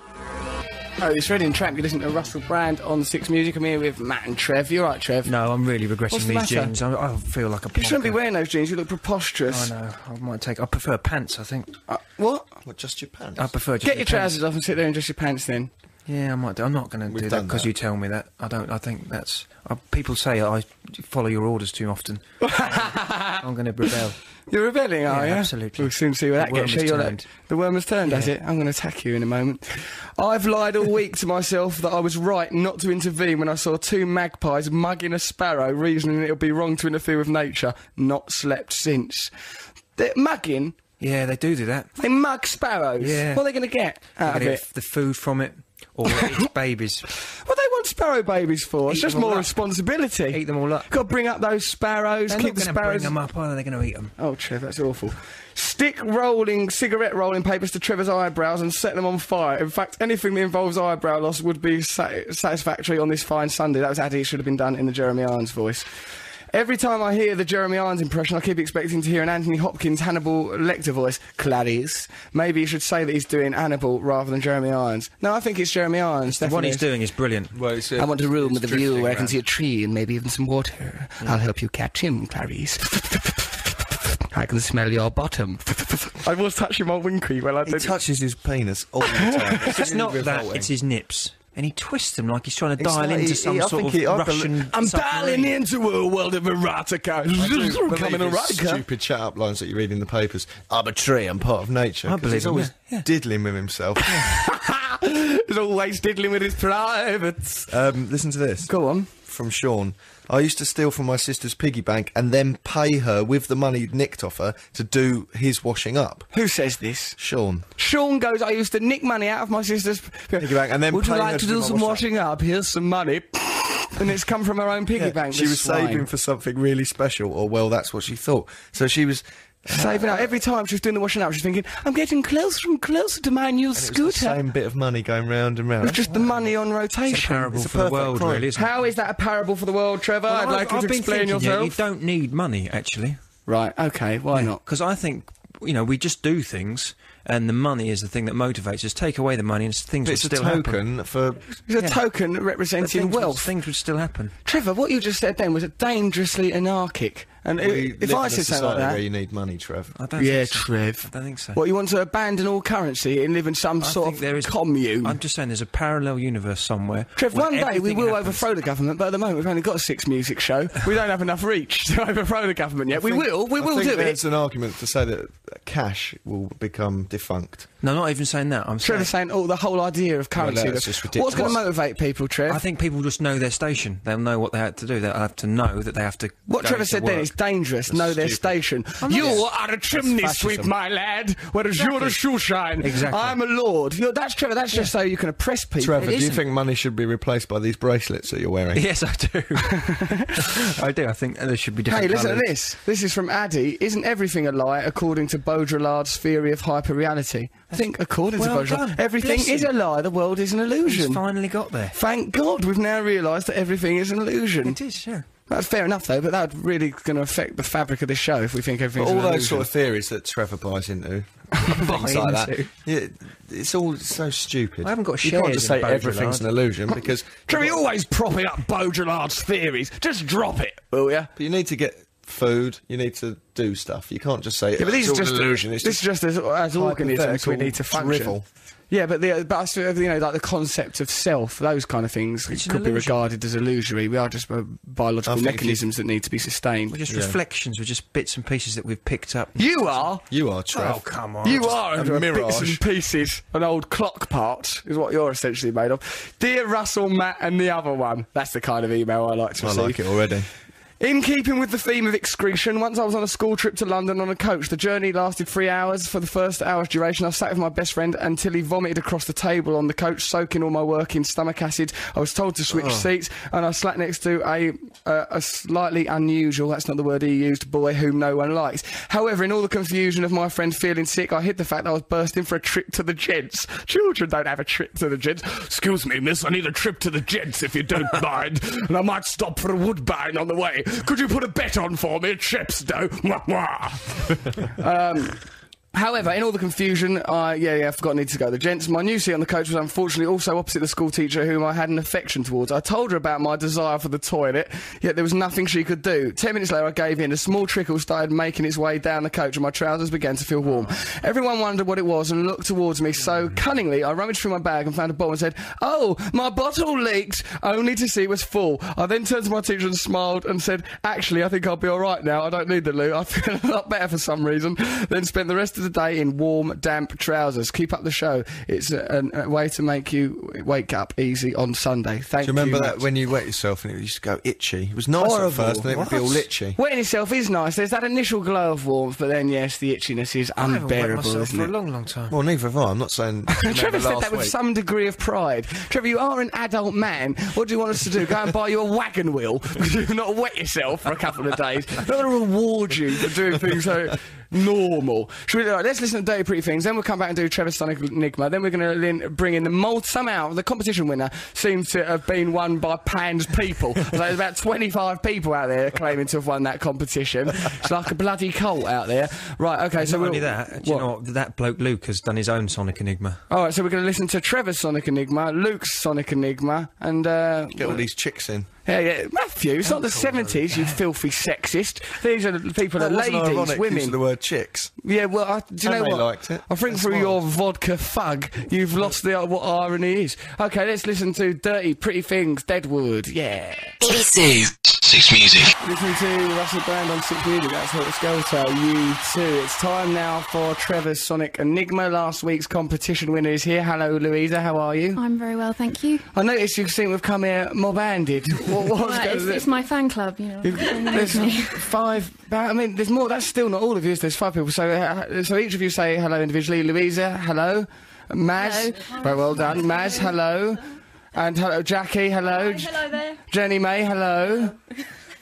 Speaker 4: Otis Redding track, you listen to Russell Brand on Six Music. I'm here with Matt and Trev. You're right, Trev.
Speaker 5: No, I'm really
Speaker 4: What's
Speaker 5: regretting
Speaker 4: the
Speaker 5: these
Speaker 4: matter?
Speaker 5: jeans. I, I feel like a.
Speaker 4: You shouldn't be
Speaker 5: plonker.
Speaker 4: wearing those jeans, you look
Speaker 5: I
Speaker 4: preposterous.
Speaker 5: know. I might take. I prefer pants. I think.
Speaker 4: Uh, what?
Speaker 2: What? Just your pants?
Speaker 5: I prefer. Just
Speaker 4: Get your
Speaker 5: pants.
Speaker 4: trousers off and sit there and dress your pants then.
Speaker 5: Yeah, I might. Do. I'm not going to
Speaker 2: We've
Speaker 5: do that
Speaker 2: done
Speaker 5: because
Speaker 2: that.
Speaker 5: you tell me that. I don't. I think that's. Uh, people say I follow your orders too often. I'm going to rebel.
Speaker 4: You're rebelling, are
Speaker 5: Yeah,
Speaker 4: you?
Speaker 5: absolutely.
Speaker 4: We'll soon see where
Speaker 5: The
Speaker 4: that
Speaker 5: worm
Speaker 4: gets
Speaker 5: has
Speaker 4: you. You're
Speaker 5: turned.
Speaker 4: like, the worm has turned, has it? I'm going to attack you in a moment. I've lied all week to myself that I was right not to intervene when I saw two magpies mugging a sparrow, reasoning it would be wrong to interfere with nature. Not slept since. They're mugging.
Speaker 5: Yeah, they do do that.
Speaker 4: They mug sparrows.
Speaker 5: Yeah.
Speaker 4: What are they going to get out
Speaker 5: They
Speaker 4: of
Speaker 5: get
Speaker 4: it?
Speaker 5: the food from it or its babies.
Speaker 4: What they want sparrow babies for? It's
Speaker 5: Eat
Speaker 4: just
Speaker 5: them all
Speaker 4: more
Speaker 5: up.
Speaker 4: responsibility.
Speaker 5: Eat them all up.
Speaker 4: Got to bring up those sparrows.
Speaker 5: They're
Speaker 4: keep
Speaker 5: not
Speaker 4: the
Speaker 5: going to bring
Speaker 4: sparrows
Speaker 5: them up, are they? They're going to eat them.
Speaker 4: Oh, Trev, that's awful. Stick rolling cigarette rolling papers to Trevor's eyebrows and set them on fire. In fact, anything that involves eyebrow loss would be sa- satisfactory on this fine Sunday. That was Addy, it should have been done in the Jeremy Irons voice. Every time I hear the Jeremy Irons impression, I keep expecting to hear an Anthony Hopkins Hannibal Lecter voice. Clarice. Maybe you should say that he's doing Hannibal rather than Jeremy Irons. No, I think it's Jeremy Irons.
Speaker 5: The one
Speaker 4: definitely.
Speaker 5: he's doing is brilliant.
Speaker 2: Well, it's,
Speaker 4: I want a room with a view where I can see a tree and maybe even some water. I'll help you catch him, Clarice. I can smell your bottom. I was touching my winky while I
Speaker 2: He touches his penis all the time.
Speaker 5: It's
Speaker 2: really
Speaker 5: not that.
Speaker 2: revolting.
Speaker 5: It's his nips, and he twists them like he's trying to
Speaker 2: It's
Speaker 5: dial
Speaker 2: like
Speaker 5: into
Speaker 2: he-
Speaker 5: some
Speaker 2: he- I
Speaker 5: sort
Speaker 2: think
Speaker 5: of
Speaker 2: he- I bel-
Speaker 5: Russian.
Speaker 4: I'm dialing
Speaker 5: submarine.
Speaker 4: into a world of erotica.
Speaker 2: I do believe
Speaker 4: Coming
Speaker 2: his
Speaker 4: erotica.
Speaker 2: Stupid chat up lines that you read in the papers. I'm a tree. I'm part of nature.
Speaker 5: I
Speaker 2: 'cause
Speaker 5: believe
Speaker 2: he's
Speaker 5: him,
Speaker 2: always
Speaker 5: yeah, yeah.
Speaker 2: diddling with himself.
Speaker 4: He's always diddling with his privates.
Speaker 2: um, listen to this
Speaker 4: Go on.
Speaker 2: from Sean. I used to steal from my sister's piggy bank and then pay her with the money nicked off her to do his washing up.
Speaker 4: Who says this?
Speaker 2: Sean.
Speaker 4: Sean goes, I used to nick money out of my sister's. Piggy
Speaker 2: bank and then
Speaker 4: Would you
Speaker 2: pay
Speaker 4: like
Speaker 2: her
Speaker 4: to
Speaker 2: to
Speaker 4: do
Speaker 2: do my
Speaker 4: some
Speaker 2: wash up?"
Speaker 4: washing up? Here's some money. and it's come from her own piggy bank.
Speaker 2: she
Speaker 4: the
Speaker 2: was
Speaker 4: swine.
Speaker 2: saving for something really special, or well, that's what she thought. So she was.
Speaker 4: saving up. Every time she was doing the washing up, she was thinking, I'm getting closer and closer to my new
Speaker 2: It was the
Speaker 4: scooter.
Speaker 2: same bit of money going round and round.
Speaker 4: It's just the money on
Speaker 5: It's a
Speaker 4: rotation.
Speaker 5: parable
Speaker 2: It's a
Speaker 5: for the
Speaker 2: perfect
Speaker 5: world,
Speaker 2: crime.
Speaker 5: really, isn't it?
Speaker 4: How is that a parable for the world, Trevor?
Speaker 5: Well,
Speaker 4: I'd
Speaker 5: I've-
Speaker 4: like you
Speaker 5: I've
Speaker 4: to
Speaker 5: been
Speaker 4: explain
Speaker 5: thinking, yeah,
Speaker 4: yourself.
Speaker 5: You don't need money, actually.
Speaker 4: Right, okay, why not?
Speaker 5: Because I think, you know, we just do things, and the money is the thing that motivates us. Take away the money, and s- things
Speaker 2: It's a
Speaker 5: would still happen.
Speaker 2: token for.
Speaker 4: It's a token
Speaker 5: But
Speaker 4: representing
Speaker 5: Things, would-
Speaker 4: wealth.
Speaker 5: things would still happen.
Speaker 4: Trevor, what you just said then was dangerously anarchic. And i-
Speaker 2: We live
Speaker 4: if I
Speaker 2: in a
Speaker 4: said something
Speaker 2: society
Speaker 4: like that.
Speaker 2: where you need money, Trev.
Speaker 5: I don't
Speaker 4: yeah,
Speaker 5: think so. I
Speaker 4: Trev.
Speaker 5: don't think so.
Speaker 4: What, you want to abandon all currency and live in some
Speaker 5: I
Speaker 4: sort
Speaker 5: think
Speaker 4: of
Speaker 5: there is-
Speaker 4: commune?
Speaker 5: I'm just saying there's a parallel universe somewhere.
Speaker 4: Trev,
Speaker 5: where
Speaker 4: one day we
Speaker 5: everything
Speaker 4: will
Speaker 5: happens.
Speaker 4: overthrow the government, but at the moment we've only got a six music show. We don't have enough reach to overthrow the government yet. we will, we
Speaker 2: I
Speaker 4: will
Speaker 2: think
Speaker 4: do
Speaker 2: There's
Speaker 4: it.
Speaker 2: an argument to say that cash will become defunct.
Speaker 5: No, not even saying that. I'm saying.
Speaker 4: Trevor's saying, oh, the whole idea of currency.
Speaker 2: that's just ridiculous.
Speaker 4: What's going to motivate people, Trev?
Speaker 5: I think people just know their station. They'll know what they have to do. They'll have to know that they have to.
Speaker 4: What
Speaker 5: go
Speaker 4: Trevor
Speaker 5: to
Speaker 4: said then
Speaker 5: work.
Speaker 4: is dangerous. know their station.
Speaker 5: Oh,
Speaker 4: You are a chimney sweep, my lad, whereas you're a shoe shine.
Speaker 5: Exactly.
Speaker 4: I'm a lord. You know, that's Trevor. That's just so you can oppress people.
Speaker 2: Trevor, do you
Speaker 5: isn't.
Speaker 2: think money should be replaced by these bracelets that you're wearing?
Speaker 5: Yes, I do. I do. I think there should be different.
Speaker 4: Hey, listen
Speaker 5: colours.
Speaker 4: to this. This is from Addy. Isn't everything a lie according to Baudrillard's theory of hyperreality? I think according
Speaker 5: well
Speaker 4: to Baudrillard,
Speaker 5: done.
Speaker 4: everything
Speaker 5: Bless
Speaker 4: is a
Speaker 5: him.
Speaker 4: lie. The world is an illusion.
Speaker 5: He's finally got there.
Speaker 4: Thank God we've now realised that everything is an illusion.
Speaker 5: It is, yeah.
Speaker 4: That's fair enough, though, but that's really going to affect the fabric of this show if we think
Speaker 2: But
Speaker 4: everything's
Speaker 2: all
Speaker 4: an illusion.
Speaker 2: those sort of theories that Trevor buys into, things like that, yeah, it's all so stupid.
Speaker 5: I haven't got
Speaker 2: You can't
Speaker 5: shares
Speaker 2: just say
Speaker 5: in Baudrillard.
Speaker 2: everything's an illusion because
Speaker 4: Trevor, you're always propping up Baudrillard's theories. Just drop it, will ya?
Speaker 2: But you need to get food. You need to do stuff. You can't just say.
Speaker 4: Yeah, but these
Speaker 2: it's
Speaker 4: are
Speaker 2: all
Speaker 4: just
Speaker 2: an illusion. It's
Speaker 4: this is
Speaker 2: just
Speaker 4: just as, as organisms we
Speaker 2: hypothetical
Speaker 4: need to function.
Speaker 2: drivel.
Speaker 4: Yeah, but the, but I sort of, you know, like the concept of self, those kind of things
Speaker 5: an
Speaker 4: could be
Speaker 5: illusion.
Speaker 4: regarded as illusory. We are just uh,
Speaker 2: I
Speaker 4: biological
Speaker 2: think if you-
Speaker 4: mechanisms that need to be
Speaker 5: We're
Speaker 4: sustained.
Speaker 5: just reflections. We're just bits and pieces that we've picked up.
Speaker 4: You are.
Speaker 2: you are Trev.
Speaker 5: Oh, come on.
Speaker 4: You are
Speaker 2: a
Speaker 4: a bits
Speaker 2: mirage.
Speaker 4: and pieces, an old clock part is what you're essentially made of. Dear Russell, Matt, and the other one. That's the kind of email I like to
Speaker 2: I
Speaker 4: receive.
Speaker 2: like it already.
Speaker 4: In keeping with the theme of excretion, once I was on a school trip to London on a coach. The journey lasted three hours. For the first hour's duration, I sat with my best friend until he vomited across the table on the coach, soaking all my work in stomach acid. I was told to switch seats, and I sat next to a uh, a slightly unusual, that's not the word he used, boy whom no one likes. However, in all the confusion of my friend feeling sick, I hid the fact that I was bursting for a trip to the gents. Children don't have a trip to the gents. Excuse me, miss, I need a trip to the gents if you don't mind. And I might stop for a woodbine on the way. Could you put a bet on for me at Chepstow? Mwah, mwah. um, However, in all the confusion, I yeah yeah I forgot I need to go to the gents. My new seat on the coach was unfortunately also opposite the school teacher whom I had an affection towards. I told her about my desire for the toilet, yet there was nothing she could do. Ten minutes later, I gave in. A small trickle started making its way down the coach, and my trousers began to feel warm. Everyone wondered what it was and looked towards me. So cunningly, I rummaged through my bag and found a bottle and said, "Oh, my bottle leaked," only to see it was full. I then turned to my teacher and smiled and said, "Actually, I think I'll be all right now. I don't need the loo. I feel a lot better for some reason." Then spent the rest of the day in warm, damp trousers. Keep up the show. It's a, a, a way to make you wake up easy on Sunday. Thank
Speaker 2: Do you remember
Speaker 4: Matt.
Speaker 2: that when you wet yourself and it used to go itchy? It was nice
Speaker 4: Horrible.
Speaker 2: at first, and it would be all
Speaker 4: What?
Speaker 2: itchy.
Speaker 4: Wetting itself is nice. There's that initial glow of warmth, but then yes, the itchiness is
Speaker 5: I haven't wet
Speaker 4: unbearable,
Speaker 5: myself
Speaker 4: isn't
Speaker 5: for a
Speaker 4: it?
Speaker 5: long, long time.
Speaker 2: Well, neither have I. I'm not saying.
Speaker 4: Trevor
Speaker 2: Remember
Speaker 4: said
Speaker 2: last
Speaker 4: that with
Speaker 2: week?
Speaker 4: some degree of pride. Trevor, you are an adult man. What do you want us to do? Go and buy you a wagon wheel because you've not wet yourself for a couple of days. We're going to reward you for doing things so normal. Should we, right, let's listen to Dirty Pretty Things, then we'll come back and do Trevor's Sonic Enigma. Then we're going to bring in the mold. Somehow, the competition winner seems to have been won by Pan's people. so there's about 25 people out there claiming to have won that competition. It's like a bloody cult out there. Right, okay, so
Speaker 5: Not
Speaker 4: we'll,
Speaker 5: only that, do you
Speaker 4: What?
Speaker 5: know what? That bloke Luke has done his own Sonic Enigma.
Speaker 4: All right, so we're going to listen to Trevor's Sonic Enigma, Luke's Sonic Enigma, and uh,
Speaker 2: Get all these chicks in.
Speaker 4: yeah, yeah, Matthew. It's not the seventies, you filthy sexist. These are the people, that
Speaker 2: That wasn't ironic,
Speaker 4: ladies,
Speaker 2: use
Speaker 4: women.
Speaker 2: The word chicks.
Speaker 4: yeah, well, I, do you
Speaker 2: And
Speaker 4: know
Speaker 2: they
Speaker 4: what?
Speaker 2: liked it.
Speaker 4: I think
Speaker 2: They
Speaker 4: through your vodka fug, you've lost the what irony is. Okay, let's listen to Dirty Pretty Things, Deadwood. Yeah.
Speaker 11: BBC Six Music.
Speaker 4: Listening to Russell Brand on Six Music, that's what it's going to you too. It's time now for Trevor's Sonic Enigma. Last week's competition winner is here. Hello, Louisa. How are
Speaker 12: Oh.
Speaker 4: you?
Speaker 13: I'm very well, thank you.
Speaker 4: I noticed you seem to have come here mob-handed. What, what's
Speaker 13: Well,
Speaker 4: going
Speaker 13: it's,
Speaker 4: on?
Speaker 13: it's my fan club, you know. everyone knows
Speaker 4: There's
Speaker 13: me.
Speaker 4: five. I mean, there's more. That's still not all of you. There's five people. So, uh, so each of you say hello individually. Louisa, hello. Maz, very well done. Maz, hello. And hello, Jackie, hello.
Speaker 13: Hello there.
Speaker 4: Jenny May, hello.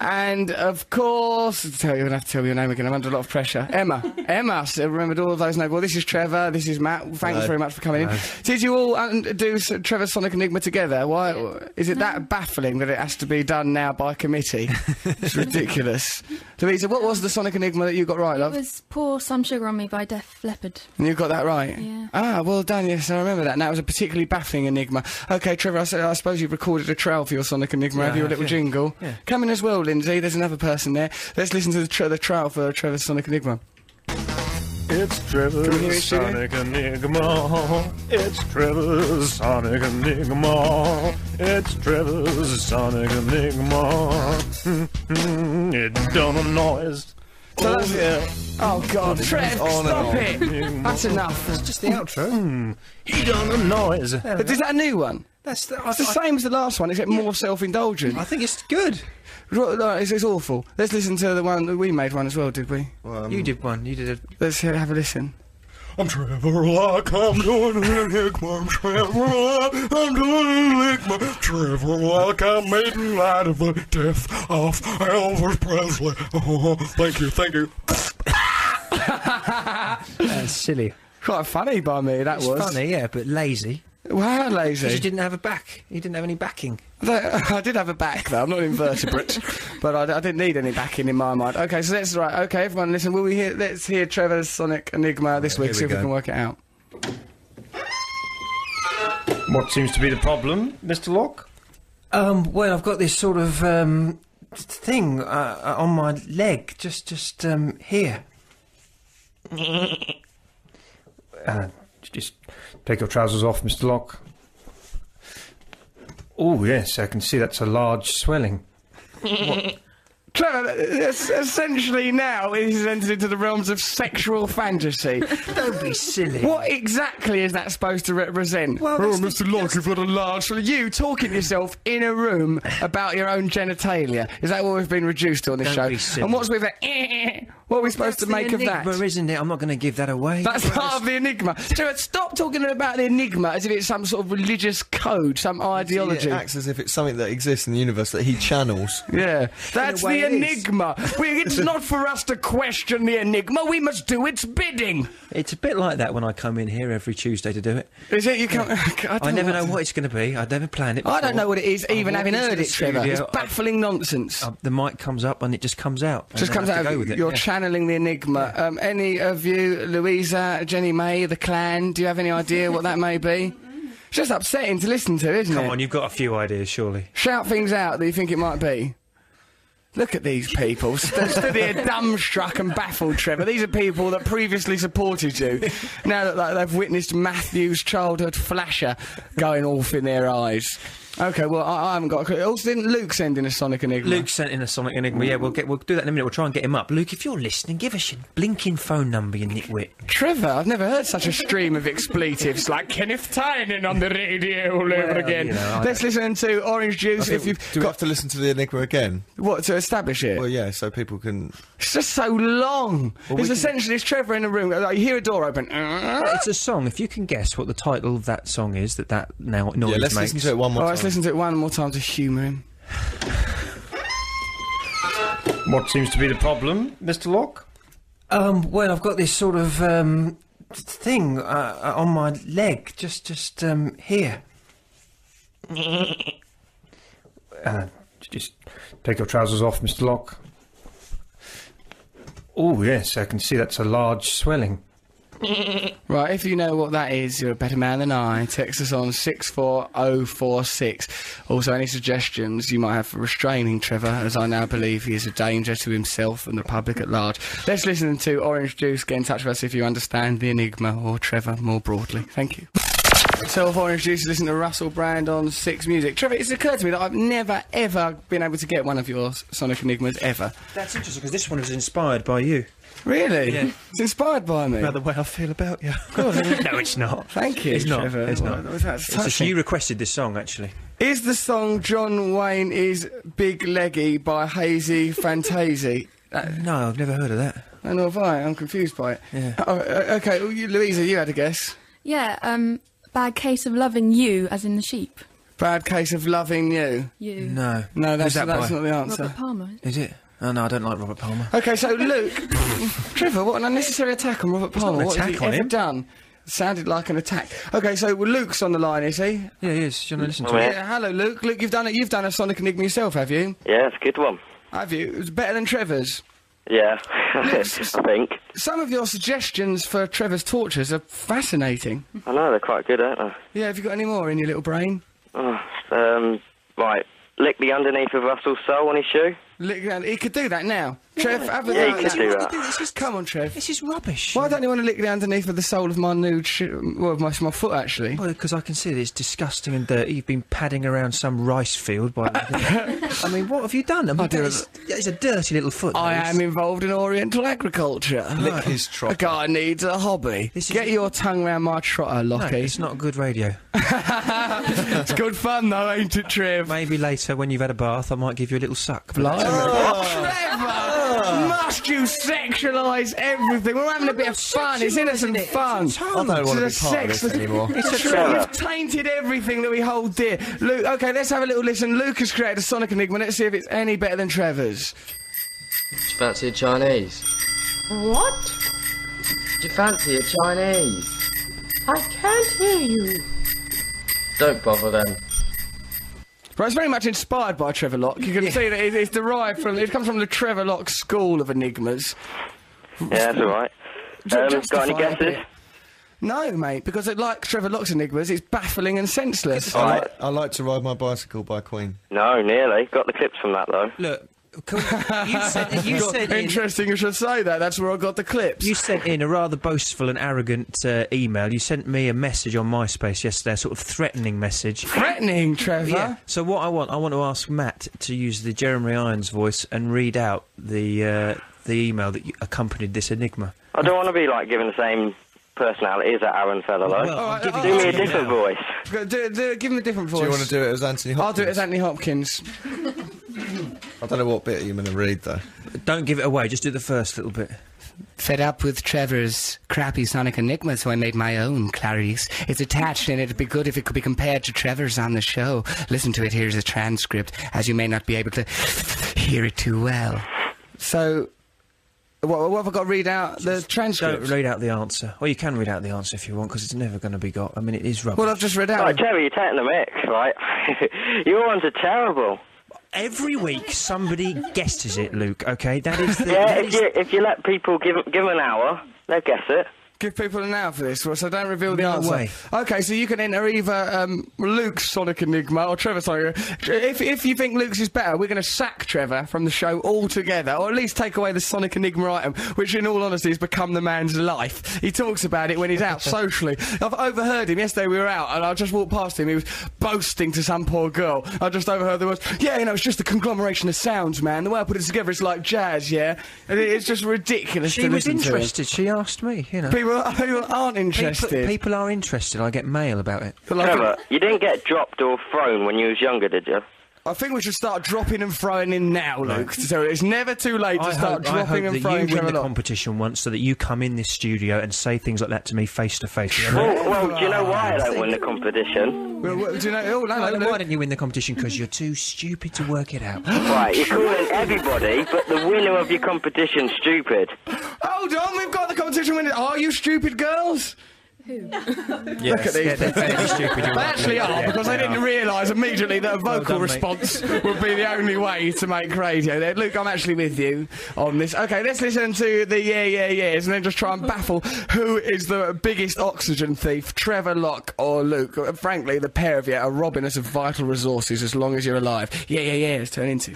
Speaker 4: And of course, tell you, you're gonna have to tell me your name again. I'm under a lot of pressure. Emma, Emma, so I remembered all of those. No, well, this is Trevor. This is Matt. Thanks very much for coming in. Did you all um, do s- Trevor Sonic Enigma together? Why is it that baffling that it has to be done now by committee? it's ridiculous. Louisa, what was the Sonic Enigma that you got right,
Speaker 13: It
Speaker 4: love?
Speaker 13: was Pour Some Sugar on Me by Def Leppard.
Speaker 4: And you got that right.
Speaker 13: Yeah.
Speaker 4: Ah, well done. Yes, I remember that. And that was a particularly baffling enigma. Okay, Trevor, I, s- I suppose you've recorded a trail for your Sonic Enigma.
Speaker 5: Yeah,
Speaker 4: have
Speaker 5: I
Speaker 4: you a
Speaker 5: have,
Speaker 4: little
Speaker 5: yeah.
Speaker 4: jingle?
Speaker 5: Yeah.
Speaker 4: Come in as well, Lindsay. There's another person there. Let's listen to the, tra- the trail for Trevor's Sonic Enigma.
Speaker 14: It's
Speaker 4: Can we hear it,
Speaker 14: Trevor's
Speaker 4: Judy?
Speaker 14: Sonic Enigma. It's Trevor's Sonic Enigma. It's Trevor's Sonic Enigma. Hmm, it done a noise.
Speaker 4: So
Speaker 14: Oh,
Speaker 4: that's-
Speaker 14: yeah.
Speaker 4: Oh, God. Trev, stop it. That's enough.
Speaker 5: Hmm.
Speaker 4: Hmm.
Speaker 5: Just the outro.
Speaker 14: He done a noise.
Speaker 4: But is that a new one?
Speaker 5: That's the,
Speaker 4: It's the same as the last one, except more self indulgent.
Speaker 5: I think it's good.
Speaker 4: It's, it's awful. Let's listen to the one that we made one as well, did we?
Speaker 5: you did one. You did a.
Speaker 4: Let's hear, have a listen.
Speaker 14: I'm Trevor Locke, I'm doing an enigma. I'm Trevor Locke, I'm doing an enigma. Trevor Locke, I made light of the death of Elvis Presley. Oh, thank you, thank you.
Speaker 5: That's silly.
Speaker 4: Quite funny by me, that
Speaker 5: It's
Speaker 4: was.
Speaker 5: funny, yeah, but lazy.
Speaker 4: Wow, lazy.
Speaker 5: Because you didn't have a back. You didn't have any backing.
Speaker 4: Though, I did have a back though. I'm not an invertebrate, but I, I didn't need any backing in my mind. Okay, so that's right. Okay, everyone, listen. Will we hear? Let's hear Trevor's Sonic Enigma this week.
Speaker 2: here
Speaker 4: See
Speaker 2: we
Speaker 4: if we
Speaker 2: go.
Speaker 4: can work it out.
Speaker 14: What seems to be the problem, Mr. Locke?
Speaker 5: Um, well, I've got this sort of um, t- thing uh, uh, on my leg, just just um, here. uh,
Speaker 14: Just take your trousers off, Mr. Locke. Oh, yes, I can see that's a large swelling.
Speaker 4: Trevor, es- essentially now he's entered into the realms of sexual fantasy.
Speaker 5: don't be silly.
Speaker 4: what exactly is that supposed to represent?
Speaker 5: Well,
Speaker 4: oh,
Speaker 5: that's the-
Speaker 4: Mr. Locke, you've got a large. You talking to yourself in a room about your own genitalia. Is that what we've been reduced to on this
Speaker 5: Don't
Speaker 4: show?
Speaker 5: be silly.
Speaker 4: And what's with eh, that? What are we supposed to
Speaker 5: That's the
Speaker 4: make of that?
Speaker 5: enigma, isn't it? I'm not going to give that away.
Speaker 4: That's part of the enigma. So uh, stop talking about the enigma as if it's some sort of religious code, some ideology.
Speaker 2: It acts as if it's something that exists in the universe that he channels.
Speaker 4: Yeah, that's
Speaker 5: way
Speaker 4: the
Speaker 5: it is.
Speaker 4: enigma. We, it's not for us to question the enigma. We must do its bidding.
Speaker 5: It's a bit like that when I come in here every Tuesday to do it.
Speaker 4: Is it? You can't. I,
Speaker 5: I
Speaker 4: don't
Speaker 5: never
Speaker 4: know
Speaker 5: know what it's going to be. I never planned it.
Speaker 4: I don't
Speaker 5: before.
Speaker 4: know what it is,
Speaker 5: I
Speaker 4: even
Speaker 5: walk
Speaker 4: having
Speaker 5: into
Speaker 4: heard
Speaker 5: the
Speaker 4: it, Trevor. It's
Speaker 5: studio, I-
Speaker 4: baffling nonsense.
Speaker 5: uh, the mic comes up and it just comes out. and
Speaker 4: Just
Speaker 5: then I
Speaker 4: comes
Speaker 5: have
Speaker 4: out
Speaker 5: to go
Speaker 4: of
Speaker 5: with it.
Speaker 4: your
Speaker 5: yeah.
Speaker 4: channeling the enigma. Um, any of you, Louisa, Jenny May, the clan, do you have any idea what that may be? It's just upsetting to listen to, isn't
Speaker 5: Come
Speaker 4: it?
Speaker 5: on, you've got a few ideas, surely.
Speaker 4: Shout things out that you think it might be. Look at these people. St- stood here dumbstruck and baffled, Trevor. These are people that previously supported you. Now that like, they've witnessed Matthew's childhood flasher going off in their eyes. Okay, well, I, I haven't got a clue. Also, didn't Luke send in a Sonic Enigma?
Speaker 5: Luke sent in a Sonic Enigma. Yeah, we'll get we'll do that in a minute. We'll try and get him up. Luke, if you're listening, give us your blinking phone number, you nitwit.
Speaker 4: Trevor, I've never heard such a stream of expletives like Kenneth Tynan on the radio all over again.
Speaker 2: you know, I
Speaker 4: Let's listen to Orange Juice if you've
Speaker 2: do we have to listen to the enigma again?
Speaker 4: What to establish it?
Speaker 2: Well, yeah, so people can.
Speaker 4: It's just so long.
Speaker 2: Well, we
Speaker 4: it's
Speaker 2: can-
Speaker 4: essentially it's Trevor in a room. Like, you hear a door open.
Speaker 5: It's a song. If you can guess what the title of that song is, that that now noise
Speaker 4: let's
Speaker 5: makes.
Speaker 4: listen to it one more All right, let's time. listen to it one more time to humour him.
Speaker 15: What seems to be the problem, Mr. Locke?
Speaker 5: Um, well, I've got this sort of um, thing uh, on my leg, just just um, here.
Speaker 15: Uh, just take your trousers off, Mr. Locke. Oh, yes, I can see that's a large swelling.
Speaker 4: Right, if you know what that is, you're a better man than I. Text us on 64046. Also, any suggestions you might have for restraining Trevor, as I now believe he is a danger to himself and the public at large. Let's listen to Orange Juice. Get in touch with us if you understand the enigma or Trevor more broadly. Thank you. So, if Orange Juice, listen to Russell Brand on Six Music. Trevor, it's occurred to me that I've never, ever been able to get one of your Sonic Enigmas, ever.
Speaker 5: That's interesting because this one was inspired by you.
Speaker 4: Really?
Speaker 5: Yeah.
Speaker 4: It's inspired by me.
Speaker 5: About the
Speaker 4: way I feel about you.
Speaker 5: no, it's not.
Speaker 4: Thank you,
Speaker 5: It's not.
Speaker 4: Trevor.
Speaker 5: It's
Speaker 4: Well,
Speaker 5: not.
Speaker 4: that was- that's
Speaker 5: It's just
Speaker 4: touching.
Speaker 5: you requested this song actually.
Speaker 4: Is the song John Wayne is Big Leggy by Hazy Fantasy?
Speaker 5: no, I've never heard of that.
Speaker 4: I know have I. I'm confused by it. Yeah. Oh, uh, okay, well, you, Louisa, you had a guess.
Speaker 16: Yeah, um, bad case of loving you, as in the sheep.
Speaker 4: Bad case of loving you.
Speaker 16: You.
Speaker 5: No.
Speaker 4: No, that's,
Speaker 5: Who's that
Speaker 4: that's
Speaker 5: by?
Speaker 4: not the answer.
Speaker 16: Robert Palmer.
Speaker 5: Is it? Oh no, I don't like Robert Palmer.
Speaker 4: Okay, so Luke, Trevor, what an unnecessary attack on Robert
Speaker 5: not
Speaker 4: Palmer.
Speaker 5: an
Speaker 4: what has
Speaker 5: attack
Speaker 4: he
Speaker 5: on
Speaker 4: ever
Speaker 5: him.
Speaker 4: done? Sounded like an attack. Okay, so well, Luke's on the line, is he?
Speaker 5: Yeah, he is. Do you want to listen to
Speaker 4: yeah,
Speaker 5: it?
Speaker 4: Hello, Luke. Luke, you've done it. You've done a Sonic Enigma yourself, have you?
Speaker 8: Yeah, it's a good one.
Speaker 4: Have you? It was better than Trevor's.
Speaker 8: Yeah, I think.
Speaker 4: Some of your suggestions for Trevor's tortures are fascinating.
Speaker 8: I know, they're quite good, aren't
Speaker 4: Yeah, have you got any more in your little brain?
Speaker 8: they? Oh, um, right. Lick the underneath of Russell's sole on his shoe.
Speaker 4: Look, uh, He could do that now. Trev, have a
Speaker 8: Yeah,
Speaker 4: go
Speaker 8: he
Speaker 4: at
Speaker 8: could do that.
Speaker 4: This is, Come on, Trev.
Speaker 5: This is rubbish.
Speaker 4: Why don't you want to lick the underneath of the sole of my nude shoe? Well, of my, my foot, actually.
Speaker 5: Well, because I can see that it's disgusting and dirty. You've been padding around some rice field by. I mean, what have you done? I mean, that is- that is a dirty little foot.
Speaker 4: I
Speaker 5: that is.
Speaker 4: am involved in Oriental agriculture.
Speaker 5: Lick his trotter.
Speaker 4: A guy needs a hobby. Get your tongue round my trotter, Lockie.
Speaker 5: No, it's not good radio.
Speaker 4: it's good fun though, ain't it, Trev?
Speaker 5: Maybe later when you've had a bath, I might give you a little suck.
Speaker 4: Blimey. Trevor! Must you sexualise everything? We're having a bit of fun. It's innocent fun.
Speaker 2: I don't wanna be
Speaker 4: It's a
Speaker 2: part of this
Speaker 4: sexless-
Speaker 2: anymore.
Speaker 4: It's a
Speaker 2: Trevor.
Speaker 4: You've tainted everything that we hold dear. Luke, okay, let's have a little listen. Luke has created a Sonic Enigma. Let's see if it's any better than Trevor's.
Speaker 17: Do you fancy a Chinese?
Speaker 18: What?
Speaker 17: Do you fancy a Chinese?
Speaker 18: I can't hear you.
Speaker 17: Don't bother then.
Speaker 4: Right, it's very much inspired by Trevor Locke. You can see that it- it's derived from, it comes from the Trevor Locke school of enigmas.
Speaker 8: Yeah, that's all right.
Speaker 4: Ju-
Speaker 8: Um, got
Speaker 4: justify
Speaker 8: any
Speaker 4: it a
Speaker 8: guesses?
Speaker 4: bit. No, mate, because it, like Trevor Locke's enigmas, it's baffling and senseless.
Speaker 2: I, like, I like to ride my bicycle by Queen.
Speaker 8: No, nearly. Got the clips from that though.
Speaker 5: Look, you said, you
Speaker 4: God,
Speaker 5: said in,
Speaker 4: interesting you should say that. That's where I got the clips.
Speaker 5: you sent in a rather boastful and arrogant uh, email. You sent me a message on MySpace yesterday, a sort of threatening message.
Speaker 4: Threatening, Trevor.
Speaker 5: Yeah. So what I want, I want to ask Matt to use the Jeremy Irons voice and read out the uh, the email that you accompanied this enigma.
Speaker 8: I don't want to be like giving the same personality as that Aaron fellow though.
Speaker 5: Well, I'm
Speaker 8: Do
Speaker 4: it
Speaker 8: me a
Speaker 4: to you
Speaker 8: different
Speaker 4: now.
Speaker 8: voice.
Speaker 4: Go- Do, do, give him a different voice.
Speaker 2: Do you want to do it as Anthony
Speaker 4: I'll
Speaker 2: Hopkins?
Speaker 4: do it as Anthony Hopkins.
Speaker 2: I don't know what bit you're going to read though.
Speaker 5: Don't give it away. Just do the first little bit.
Speaker 4: Fed up with Trevor's crappy Sonic Enigma, so I made my own, Clarice. It's attached, and it'd be good if it could be compared to Trevor's on the show. Listen to it, here's a transcript, as you may not be able to hear it too well. So, what, what have I got to read out? The transcript?
Speaker 5: Don't read out the answer. Well, you can read out the answer if you want, because it's never going to be got. I mean, it is rubbish.
Speaker 4: Well, I've just read out.
Speaker 8: Right, Trevor, you're taking the mic, right? Your ones are terrible.
Speaker 19: every week somebody guesses it, Luke. Okay, that is the.
Speaker 7: yeah,
Speaker 19: that
Speaker 7: if you if you let people give give 'em an hour, they'll guess it.
Speaker 4: Give people an hour for this, well, so don't reveal the
Speaker 19: No
Speaker 4: answer.
Speaker 19: way.
Speaker 4: Okay, so you can enter either um, Luke's Sonic Enigma or Trevor. Sorry, if if you think Luke's is better, we're going to sack Trevor from the show altogether, or at least take away the Sonic Enigma item, which, in all honesty, has become the man's life. He talks about it when he's out socially. I've overheard him yesterday. We were out, and I just walked past him. He was boasting to some poor girl. I just overheard the words. Yeah, you know, it's just a conglomeration of sounds, man. The way I put it together, it's like jazz. Yeah, And it- it's just ridiculous.
Speaker 19: She
Speaker 4: to
Speaker 19: was
Speaker 4: listen to him.
Speaker 19: interested. She asked me. You know,
Speaker 4: People, people aren't interested.
Speaker 19: People, people are interested. I get mail about it.
Speaker 7: Trevor, you didn't get dropped or thrown when you was younger, did you?
Speaker 4: I think we should start dropping and throwing in now, Luke. So it's never too late to
Speaker 19: I
Speaker 4: start
Speaker 19: hope, I hope
Speaker 4: dropping
Speaker 19: that
Speaker 4: and
Speaker 19: you
Speaker 4: throwing
Speaker 19: win
Speaker 4: Trevor
Speaker 19: the
Speaker 4: Lock.
Speaker 19: competition once, so that you come in this studio and say things like that to me face to face. You know?
Speaker 7: Well, well, do you know why I don't win the competition?
Speaker 4: Well, well, do you know? Oh, no,
Speaker 19: Why
Speaker 4: no,
Speaker 19: why don't you win the competition? Because you're too stupid to work it out.
Speaker 7: Right, you're calling everybody, but the winner of your competition stupid.
Speaker 4: Hold on, we've got the competition winner. Are you stupid girls? Look at these.
Speaker 19: Yeah, they're very stupid.
Speaker 4: They
Speaker 19: you're right.
Speaker 4: actually are
Speaker 19: Yeah,
Speaker 4: because they
Speaker 19: they
Speaker 4: didn't
Speaker 19: are.
Speaker 4: realise immediately that a
Speaker 19: Well
Speaker 4: vocal
Speaker 19: done, mate.
Speaker 4: response would be the only way to make radio. There, Luke, I'm actually with you on this. Okay, let's listen to the yeah, yeah, yeahs and then just try and baffle who is the biggest oxygen thief, Trevor Locke or Luke. Uh, Frankly, the pair of you are robbing us of vital resources as long as you're alive. Yeah, yeah, yeahs. Turn into.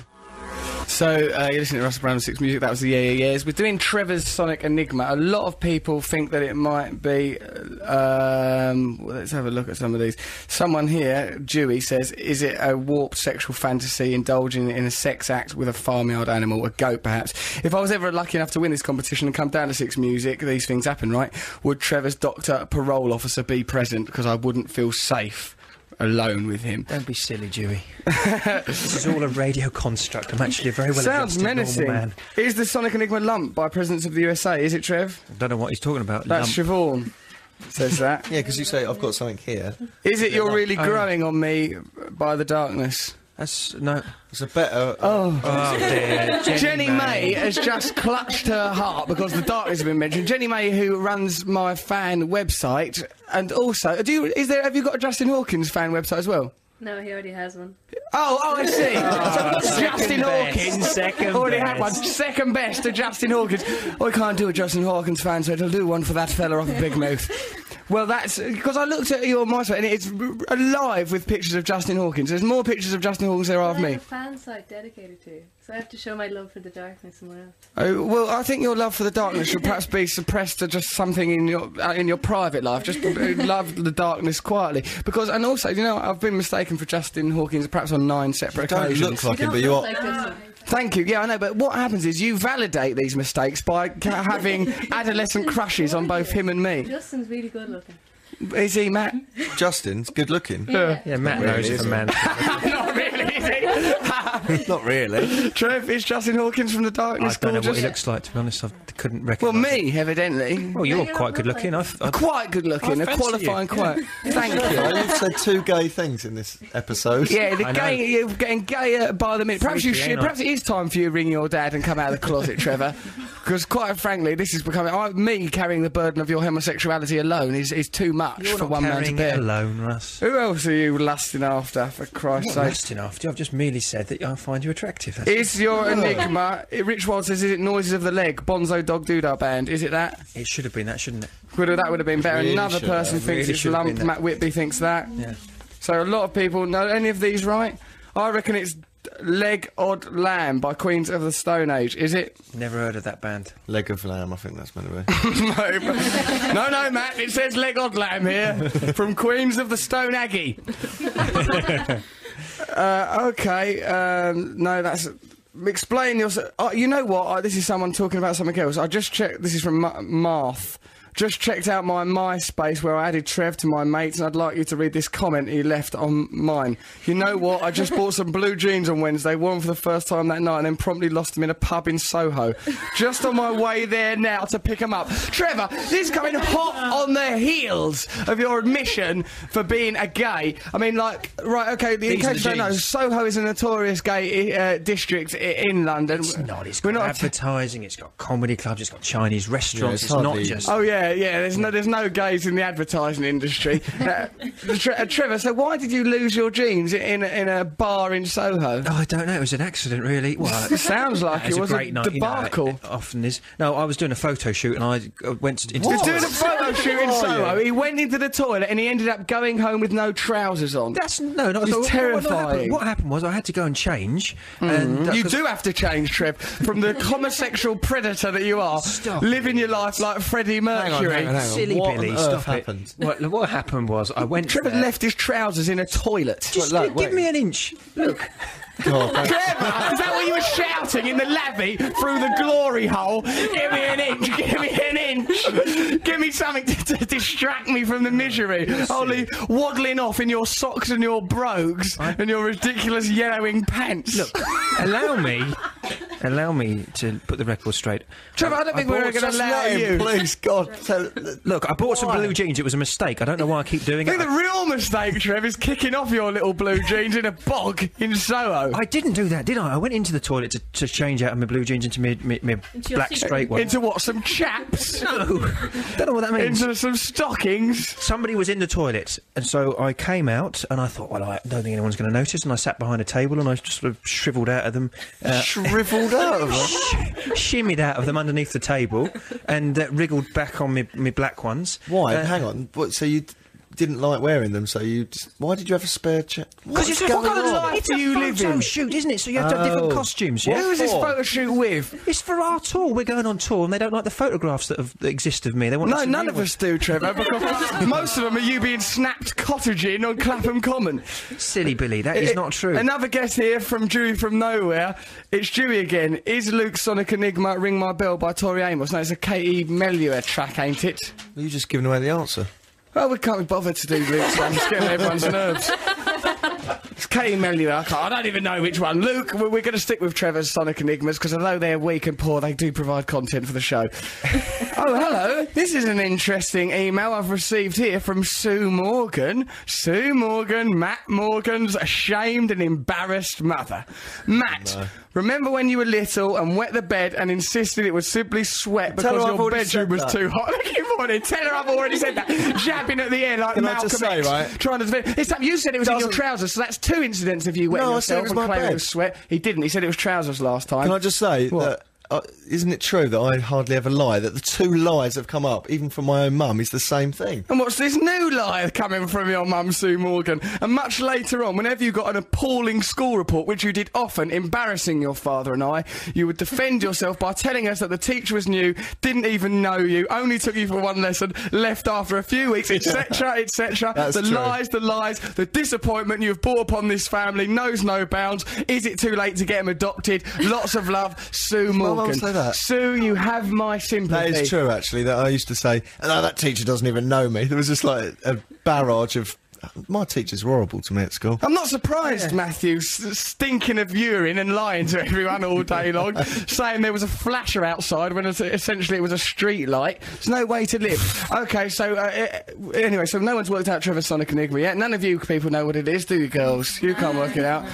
Speaker 4: So uh, you're listening to Russell Brand Six Music. That was the Yeah Yeah Yeahs. We're doing Trevor's Sonic Enigma. A lot of people think that it might be. uh, Um, well, let's have a look at some of these. Someone here, Dewey, says, "Is it a warped sexual fantasy indulging in a sex act with a farmyard animal, a goat, perhaps? If I was ever lucky enough to win this competition and come down to Six Music, these things happen, right? Would Trevor's doctor, parole officer, be present? Because I wouldn't feel safe." Alone with him.
Speaker 19: Don't be silly, Dewey. this is all a radio construct. I'm actually a very well
Speaker 4: Sounds
Speaker 19: adjusted normal
Speaker 4: menacing.
Speaker 19: man.
Speaker 4: Is the Sonic Enigma lump by Presidents of the USA? Is it, Trev?
Speaker 19: I don't know what he's talking about.
Speaker 4: That's
Speaker 19: lump.
Speaker 4: Siobhan. Says that.
Speaker 2: yeah, because you say I've got something here.
Speaker 4: Is it you're really
Speaker 19: Oh, yeah.
Speaker 4: growing on me by the darkness?
Speaker 19: That's no.
Speaker 2: It's a better.
Speaker 4: Oh,
Speaker 19: Oh dear.
Speaker 4: Jenny, May. has just clutched her heart because the darkness has been mentioned. Jenny May, who runs my fan website, and also, do you, is there? Have you got a Justin Hawkins fan website as well?
Speaker 20: No, he already has one.
Speaker 4: Oh, oh, I see.
Speaker 19: Ah,
Speaker 4: so
Speaker 20: second
Speaker 4: Justin
Speaker 20: best,
Speaker 4: Hawkins.
Speaker 20: second
Speaker 4: Already had
Speaker 20: best.
Speaker 4: one. Second best to Justin Hawkins. I can't do a Justin Hawkins fan, so I'll do one for that fella off of Big Mouth. Well, that's because I looked at your MySpace and it's r- alive with pictures of Justin Hawkins. There's more pictures of Justin Hawkins there are
Speaker 20: I
Speaker 4: of
Speaker 20: have
Speaker 4: me.
Speaker 20: a fan site dedicated to, you, so I have to show my love for the darkness somewhere else.
Speaker 4: Oh, well, I think your love for the darkness should perhaps be suppressed to just something in your uh, in your private life. Just b- love the darkness quietly, because and also, you know, I've been mistaken for Justin Hawkins perhaps on nine separate
Speaker 2: don't
Speaker 4: occasions.
Speaker 2: look like You him, don't but you look are- like
Speaker 4: Thank you. Yeah, I know. But what happens is you validate these mistakes by ca- having adolescent crushes on both him and me.
Speaker 20: Justin's really good looking.
Speaker 4: Is he Matt?
Speaker 2: Justin's good looking.
Speaker 20: Yeah.
Speaker 19: Yeah, Matt knows if a man.
Speaker 4: Not really, is he?
Speaker 2: Not really.
Speaker 4: Trev, is Justin Hawkins from the
Speaker 19: I
Speaker 4: darkness
Speaker 19: don't know
Speaker 4: gorgeous?
Speaker 19: what he looks like. To be honest, I couldn't
Speaker 4: Well,
Speaker 19: recognise.
Speaker 4: me, evidently.
Speaker 19: Well, you're quite good looking. I, I
Speaker 4: Quite good looking,
Speaker 19: I
Speaker 4: a
Speaker 19: fancy
Speaker 4: qualifying
Speaker 19: you.
Speaker 4: quite. Thank you.
Speaker 2: You've said two gay things in this episode.
Speaker 4: Yeah, the
Speaker 2: I know.
Speaker 4: gay, you're getting gayer by the minute. Perhaps you
Speaker 2: Freaky,
Speaker 4: should.
Speaker 2: ain't I?
Speaker 4: Perhaps it is time for you to ring your dad and come out of the closet, Trevor. Because quite frankly, this is becoming. I, me carrying the burden of your homosexuality alone is, is too much
Speaker 19: You're
Speaker 4: for
Speaker 19: not
Speaker 4: one man to
Speaker 19: carrying it
Speaker 4: bear.
Speaker 19: alone, Russ.
Speaker 4: Who else are you lusting after? For Christ's
Speaker 19: Not
Speaker 4: sake.
Speaker 19: lusting after you. I've just merely said that I find you attractive. That's
Speaker 4: Is your enigma? Rich Wild says, "Is it noises of the leg?" Bonzo Dog Doodah Band. Is it that?
Speaker 19: It should have been that, shouldn't it?
Speaker 4: Would have, that would have been better.
Speaker 19: Really
Speaker 4: Another
Speaker 19: should
Speaker 4: person
Speaker 19: have.
Speaker 4: thinks
Speaker 19: Really
Speaker 4: it's
Speaker 19: should have been
Speaker 4: lump.
Speaker 19: that.
Speaker 4: Matt Whitby thinks that.
Speaker 19: Yeah.
Speaker 4: So a lot of people know any of these right. I reckon it's Leg Odd Lamb by Queens of the Stone Age. Is it?
Speaker 19: Never heard of that band.
Speaker 2: Leg of lamb, I think that's meant to be.
Speaker 4: no, but- no, no, Matt. It says Leg Odd Lamb here from Queens of the Stone Aggie. uh, okay. Um, no, that's. Explain your. Oh, you know what? Uh, this is someone talking about something else. I just checked. This is from Ma- Marth. Just checked out my MySpace where I added Trev to my mates, and I'd like you to read this comment he left on mine. You know what? I just bought some blue jeans on Wednesday, wore them for the first time that night, and then promptly lost them in a pub in Soho. Just on my way there now to pick them up. Trevor, this is coming hot on the heels of your admission for being a gay. I mean, like, right, okay, the, in
Speaker 19: These are
Speaker 4: case
Speaker 19: the
Speaker 4: you don't know,
Speaker 19: jeans.
Speaker 4: Soho is a notorious gay uh, district i- in London. It's not.
Speaker 19: It's got advertising. it's got comedy clubs. It's got Chinese restaurants.
Speaker 2: it's
Speaker 19: it's not
Speaker 2: hardly-
Speaker 19: just.
Speaker 4: Oh yeah, Yeah, yeah. There's no, there's no gays in the advertising industry. Uh, Tre- uh, Trevor, so why did you lose your jeans in a, in a bar in Soho?
Speaker 5: Oh, I don't know. It was an accident, really. Well,
Speaker 4: It sounds like
Speaker 5: that
Speaker 4: it
Speaker 5: is
Speaker 4: was
Speaker 5: a
Speaker 4: a
Speaker 5: great night. you know, it-
Speaker 4: debacle.
Speaker 5: it often is. No, I was doing a photo shoot and I uh, went into.
Speaker 4: You're
Speaker 5: the
Speaker 4: doing a
Speaker 5: toilet.
Speaker 4: photo shoot in Soho. He went into the toilet and he ended up going home with no trousers on.
Speaker 5: That's no, not
Speaker 4: it's
Speaker 5: so what-
Speaker 4: terrifying.
Speaker 5: What happened, what happened was I had to go and change.
Speaker 4: Mhm.
Speaker 5: And uh,
Speaker 4: you
Speaker 5: 'cause-
Speaker 4: do have to change, Trev, from the homosexual predator that you are, living your life like Freddie
Speaker 5: Hang on,
Speaker 4: Mercury.
Speaker 5: hang on, hang on. Silly What Billy, on stop earth it. happened? What, what happened was I went.
Speaker 4: Trevor left his trousers in a toilet.
Speaker 5: Just gi- give me an inch. Look.
Speaker 4: Trevor, is that what you were shouting in the lavvy through the glory hole? Give me an inch, give me an inch. Give me something to, to distract me from the misery. Only waddling off in your socks and your brogues and your ridiculous yellowing pants. Look,
Speaker 5: allow me. Allow me to put the record straight.
Speaker 4: Trevor, I don't think we
Speaker 5: bought
Speaker 4: were gonna
Speaker 5: some-
Speaker 4: allow you.
Speaker 2: Please, God.
Speaker 5: Look, I bought some blue jeans. It was a mistake. I don't know why I keep
Speaker 4: I
Speaker 5: doing
Speaker 4: think
Speaker 5: it.
Speaker 4: the real mistake, Trev, is kicking off your little blue jeans in a bog in Soho.
Speaker 5: I didn't do that, did I? I went into the toilet to, to change out of my blue jeans into my, my, my
Speaker 4: Into your
Speaker 5: black
Speaker 4: suit.
Speaker 5: straight one.
Speaker 4: Into what? Some chaps?
Speaker 5: No. Don't know what that means.
Speaker 4: Into some stockings.
Speaker 5: Somebody was in the toilet, and so I came out, and I thought, well, I don't think anyone's going to notice. And I sat behind a table, and I just sort of shriveled out of them. Uh,
Speaker 4: Shriveled out of them?
Speaker 5: shimmied out of them underneath the table, and uh, wriggled back on me, me black ones.
Speaker 2: Why?
Speaker 5: Uh,
Speaker 2: Hang on. What, so you d- didn't like wearing them, so you. Just, why did you have a spare chair?
Speaker 5: Because it's
Speaker 2: going
Speaker 5: what kind of
Speaker 2: on?
Speaker 5: life do you live in? shoot, isn't it? So you have to have different
Speaker 2: Oh.
Speaker 5: costumes.
Speaker 2: What
Speaker 5: Yeah?
Speaker 2: Who's this for? photo
Speaker 4: shoot with?
Speaker 5: It's for our tour. We're going on tour, and they don't like the photographs that, have, that exist of me. They want
Speaker 4: No,
Speaker 5: us to
Speaker 4: none
Speaker 5: read
Speaker 4: of
Speaker 5: one.
Speaker 4: us do, Trevor, because most of them are you being snapped cottaging on Clapham Common.
Speaker 5: Silly Billy, that is not true.
Speaker 4: Another guess here from Dewey from Nowhere. It's Dewey again. Is Luke Sonic Enigma Ring My Bell by Tori Amos? No, it's a Katie Melua track, ain't it?
Speaker 2: You just giving away the answer.
Speaker 4: Well, we can't be bothered to do Luke's one. It's getting everyone's nerves. It's Katie Melua. I, can't- I don't even know which one. Luke, we're, we're going to stick with Trevor's Sonic Enigmas because although they're weak and poor, they do provide content for the show. oh, hello. This is an interesting email I've received here from Sue Morgan. Sue Morgan, Matt Morgan's ashamed and embarrassed mother. Matt. Remember when you were little and wet the bed and insisted it was simply sweat
Speaker 2: Tell her
Speaker 4: because
Speaker 2: I've
Speaker 4: your
Speaker 2: already
Speaker 4: bedroom
Speaker 2: said
Speaker 4: was
Speaker 2: that.
Speaker 4: too hot? Look, you've already- Tell her I've already said that. Jabbing at the air like
Speaker 2: Can I
Speaker 4: Malcolm
Speaker 2: just say,
Speaker 4: X,
Speaker 2: right?
Speaker 4: Trying to defend. It's up. You said it was in your
Speaker 2: Doesn't-
Speaker 4: trousers, so that's two incidents of you wetting
Speaker 2: No, I said it
Speaker 4: yourself
Speaker 2: was
Speaker 4: and
Speaker 2: my
Speaker 4: claiming it
Speaker 2: bed.
Speaker 4: was sweat. He didn't. He said it was trousers last time.
Speaker 2: Can I just say that? Uh, isn't it true that I hardly ever lie? That the two lies that have come up, even from my own mum, is the same thing.
Speaker 4: And what's this new lie coming from your mum, Sue Morgan? And much later on, whenever you got an appalling school report, which you did often, embarrassing your father and I, you would defend yourself by telling us that the teacher was new, didn't even know you, only took you for one lesson, left after a few weeks, etc., etc.
Speaker 2: That's
Speaker 4: The
Speaker 2: true.
Speaker 4: lies, the lies, the disappointment you've brought upon this family knows no bounds. Is it too late to get him adopted? Lots of love, Sue
Speaker 2: mum
Speaker 4: Morgan.
Speaker 2: say that?
Speaker 4: Sue, you have my
Speaker 2: That
Speaker 4: sympathy.
Speaker 2: is true, actually. That I used to say, "No, that teacher doesn't even know me." There was just like a barrage of. My teachers were horrible to me at school.
Speaker 4: I'm not surprised, Matthew, s- stinking of urine and lying to everyone all day long, saying there was a flasher outside when es- essentially it was a street light. There's no way to live. Okay, so uh, eh, anyway, so no one's worked out Trevor Sonic Enigma yet. None of you people know what it is, do you, girls? You can't work it out.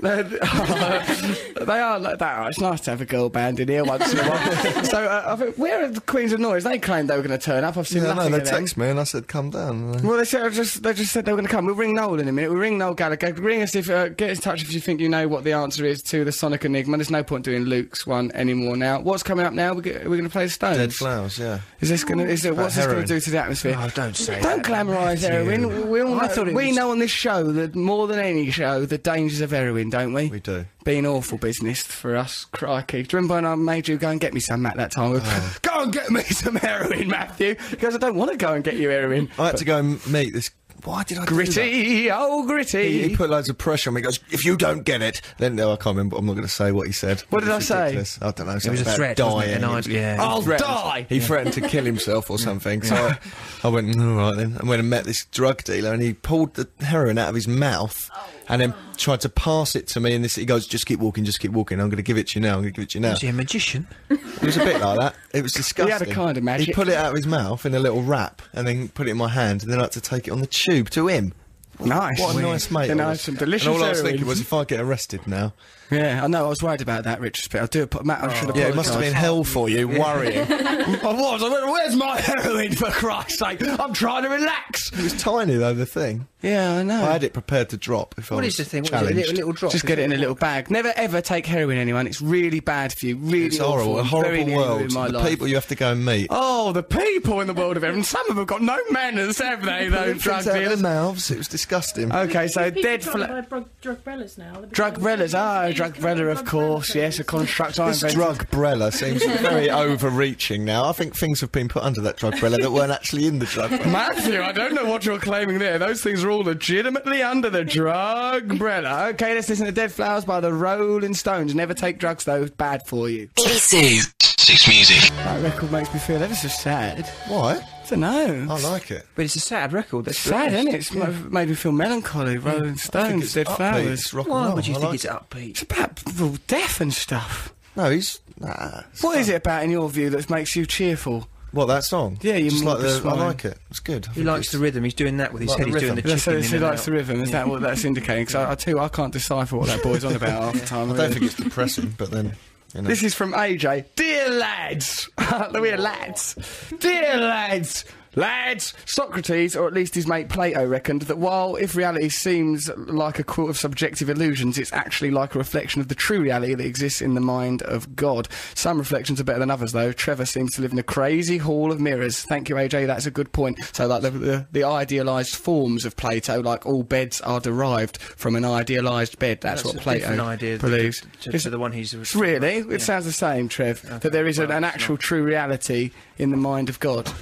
Speaker 4: they are like that. It's nice to have a girl band in here once in a while. so, uh, I think, where are the Queens of Noise? They claimed they were going to turn up. I've seen eh?
Speaker 2: Yeah, no,
Speaker 4: nothing
Speaker 2: they
Speaker 4: of them.
Speaker 2: texted me and I said, "Come down."
Speaker 4: Well, they said I just they just said they were going to come. We'll ring Noel in a minute. We'll ring Noel Gallagher. Ring us if uh, get in touch if you think you know what the answer is to the Sonic Enigma. There's no point doing Luke's one anymore now. What's coming up now? We're, go- we're going to play the Stones.
Speaker 2: Dead flowers, yeah.
Speaker 4: Is this going to is it,
Speaker 2: About
Speaker 4: what's this going
Speaker 2: heroin.
Speaker 4: to do to the atmosphere?
Speaker 2: Oh, don't say
Speaker 4: Don't
Speaker 2: that.
Speaker 4: glamorise
Speaker 2: Matthew.
Speaker 4: heroin. We all
Speaker 2: I
Speaker 4: know,
Speaker 2: thought it
Speaker 4: we
Speaker 2: was-
Speaker 4: know on this show that more than any show the dangers of heroin, don't we? We
Speaker 2: do.
Speaker 4: Being awful business for us, crikey. Do you remember when I made you go and get me some Matt that time? I
Speaker 2: Oh,
Speaker 4: was, Go and get me some heroin, Matthew. Because I don't want to go and get you heroin.
Speaker 2: I had to go and meet this. Why did I do
Speaker 4: Gritty, oh
Speaker 2: that?
Speaker 4: gritty.
Speaker 2: He, he put loads of pressure on me. He goes, "If you don't get it, then no, I can't remember. I'm not going to say what he said."
Speaker 4: What did I
Speaker 2: It's
Speaker 4: say?
Speaker 2: ridiculous. I don't know. something
Speaker 5: was a
Speaker 2: about
Speaker 5: threat,
Speaker 2: Dying.
Speaker 5: wasn't it? And I- yeah.
Speaker 2: He
Speaker 4: I'll
Speaker 2: threatened-
Speaker 4: die!
Speaker 2: He threatened to kill himself or something. So I, I went, "All right then." I went and met this drug dealer, and he pulled the heroin out of his mouth, and then tried to pass it to me. And this, he goes, "Just keep walking, just keep walking. I'm going to give it to you now. I'm going to give it to you now."
Speaker 5: Was he a magician?
Speaker 2: It was a bit like that. It was disgusting.
Speaker 4: He had a kind of magic.
Speaker 2: He put it out of his mouth in a little wrap and then put it in my hand and then I had to take it on the tube to him.
Speaker 4: Nice.
Speaker 2: What a nice mate.
Speaker 4: Then
Speaker 2: I
Speaker 4: I had
Speaker 2: was.
Speaker 4: some delicious
Speaker 2: And all I was
Speaker 4: heroin.
Speaker 2: thinking was if I get arrested now.
Speaker 4: Yeah, I know. I was worried about that, Richard. But I do. ap- Matt, I should have.
Speaker 2: Yeah, it must have been hell for you, worrying.
Speaker 4: I was. I went, Where's my heroin? For Christ's sake, I'm trying to relax.
Speaker 2: It was tiny though, the thing.
Speaker 4: Yeah, I know.
Speaker 2: I had it prepared to drop if I
Speaker 4: What
Speaker 2: was
Speaker 4: is the thing? What is it, a
Speaker 2: Challenged.
Speaker 4: little- little
Speaker 2: drop.
Speaker 4: Just get it in a little bag. Never ever take heroin, anyone. It's really bad for you. Really
Speaker 2: It's horrible.
Speaker 4: awful.
Speaker 2: A
Speaker 4: Very
Speaker 2: horrible
Speaker 4: nearly
Speaker 2: world.
Speaker 4: ruined My
Speaker 2: The
Speaker 4: life.
Speaker 2: people you have to go and meet.
Speaker 4: Oh, the people in the world of heaven. Some of them have got no manners, have they? Those
Speaker 2: Things
Speaker 4: drug
Speaker 2: out of their
Speaker 4: dealers.
Speaker 2: mouths. It was disgusting.
Speaker 4: Okay, so
Speaker 20: People
Speaker 4: dead.
Speaker 20: trying to
Speaker 4: Fl-
Speaker 20: buy drug, drug brellas now. they're
Speaker 4: drug
Speaker 20: becoming-
Speaker 4: brellas. Oh, drug brella, of course. Yes, a construct I
Speaker 2: This
Speaker 4: invented.
Speaker 2: drug brella seems very overreaching now. I think things have been put under that drug brella that weren't actually in the drug brella.
Speaker 4: Matthew, I don't know what you're claiming there. Those things are all legitimately under the drug umbrella. Okay, let's listen to Dead Flowers by the Rolling Stones. Never take drugs though; bad for you.
Speaker 11: BBC Six Music.
Speaker 4: That record makes me feel ever so sad.
Speaker 2: What?
Speaker 4: I don't know.
Speaker 2: I like it.
Speaker 19: But it's a sad record. That's
Speaker 4: Sad, isn't it? It's ma- made me feel melancholy. Rolling Stones,
Speaker 2: Mm. it's
Speaker 4: Dead
Speaker 2: upbeat,
Speaker 4: Flowers.
Speaker 2: it's rock and
Speaker 19: Why
Speaker 2: roll,
Speaker 19: would you
Speaker 2: I
Speaker 19: think
Speaker 2: like
Speaker 19: it's
Speaker 2: it.
Speaker 19: upbeat?
Speaker 4: It's about well, death and stuff.
Speaker 2: No, he's nah.
Speaker 4: What is it about, in your view, that makes you cheerful?
Speaker 2: What that song?
Speaker 4: Yeah, you
Speaker 2: Just like
Speaker 4: morbid
Speaker 2: the-
Speaker 4: swine.
Speaker 2: I like it. It's good. I
Speaker 19: He
Speaker 2: think
Speaker 19: likes the rhythm. He's doing that with his
Speaker 2: Like
Speaker 19: head.
Speaker 2: the
Speaker 19: He's doing the chicken.
Speaker 2: rhythm.
Speaker 4: Yeah, so
Speaker 19: in
Speaker 4: it's- he
Speaker 19: and
Speaker 4: likes
Speaker 19: out.
Speaker 4: the rhythm. Is that what that's indicating? Because I, I tell you, I can't decipher what that boy's on about half the time.
Speaker 2: I don't think it's depressing, but then you know.
Speaker 4: This is from AJ. Dear lads, we're lads. Dear lads, lads. Socrates, or at least his mate Plato, reckoned that while if reality seems like a quilt of subjective illusions, it's actually like a reflection of the true reality that exists in the mind of God. Some reflections are better than others, though. Trevor seems to live in a crazy hall of mirrors. Thank you, AJ. That's a good point. So, like the the, the idealized forms of Plato, like all beds are derived from an idealized bed. That's,
Speaker 19: That's
Speaker 4: what
Speaker 19: a
Speaker 4: Plato
Speaker 19: different idea than-
Speaker 4: believes.
Speaker 19: to,
Speaker 4: Is
Speaker 19: to the one he's
Speaker 4: it's Really? It sounds the same, Trev. that there is an, an actual true reality in the mind of God.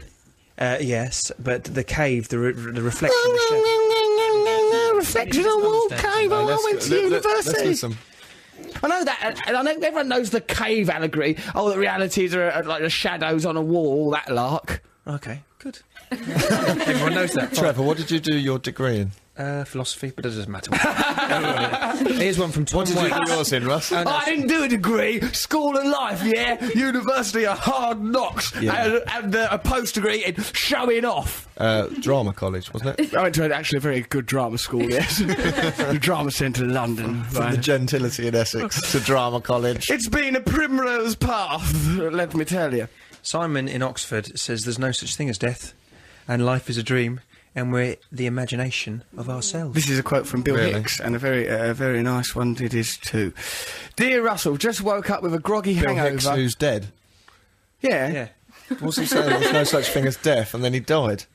Speaker 19: Uh, yes, but the cave, the, re- the reflection. the shadow-
Speaker 4: Reflection on wall cave.
Speaker 2: No,
Speaker 4: I
Speaker 2: let's
Speaker 4: went
Speaker 2: go-
Speaker 4: to
Speaker 2: let- let- let's
Speaker 4: university.
Speaker 2: do some-
Speaker 4: I know that, and I know everyone knows the cave allegory. Oh, the realities are uh, like the shadows on a wall. That lark.
Speaker 19: Okay, good. Everyone knows that.
Speaker 2: Trevor, what did you do your degree in?
Speaker 19: Uh, philosophy, but it doesn't matter. Here's one from Tom
Speaker 2: What did you
Speaker 19: Waits.
Speaker 2: do yours in, Russ?
Speaker 19: Oh, no,
Speaker 4: I didn't do a degree. School and life, yeah. University of hard knocks,
Speaker 2: Yeah.
Speaker 4: and, and uh, a post degree in showing off.
Speaker 2: Uh, drama college, wasn't it?
Speaker 4: I went to an- actually a very good drama school. Yes, the Drama Centre London.
Speaker 2: From the gentility in Essex to drama college.
Speaker 4: It's been a primrose path, let me tell you.
Speaker 19: Simon in Oxford says there's no such thing as death, and life is a dream, and we're the imagination of ourselves.
Speaker 4: This is a quote from Bill
Speaker 2: Really?
Speaker 4: Hicks, and a very, uh, very nice one it is too. Dear Russell, just woke up with a groggy
Speaker 2: Bill
Speaker 4: hangover.
Speaker 2: Hicks, who's dead.
Speaker 4: yeah, yeah,
Speaker 19: Yeah.
Speaker 2: Was he saying there's no such thing as death, and then he died?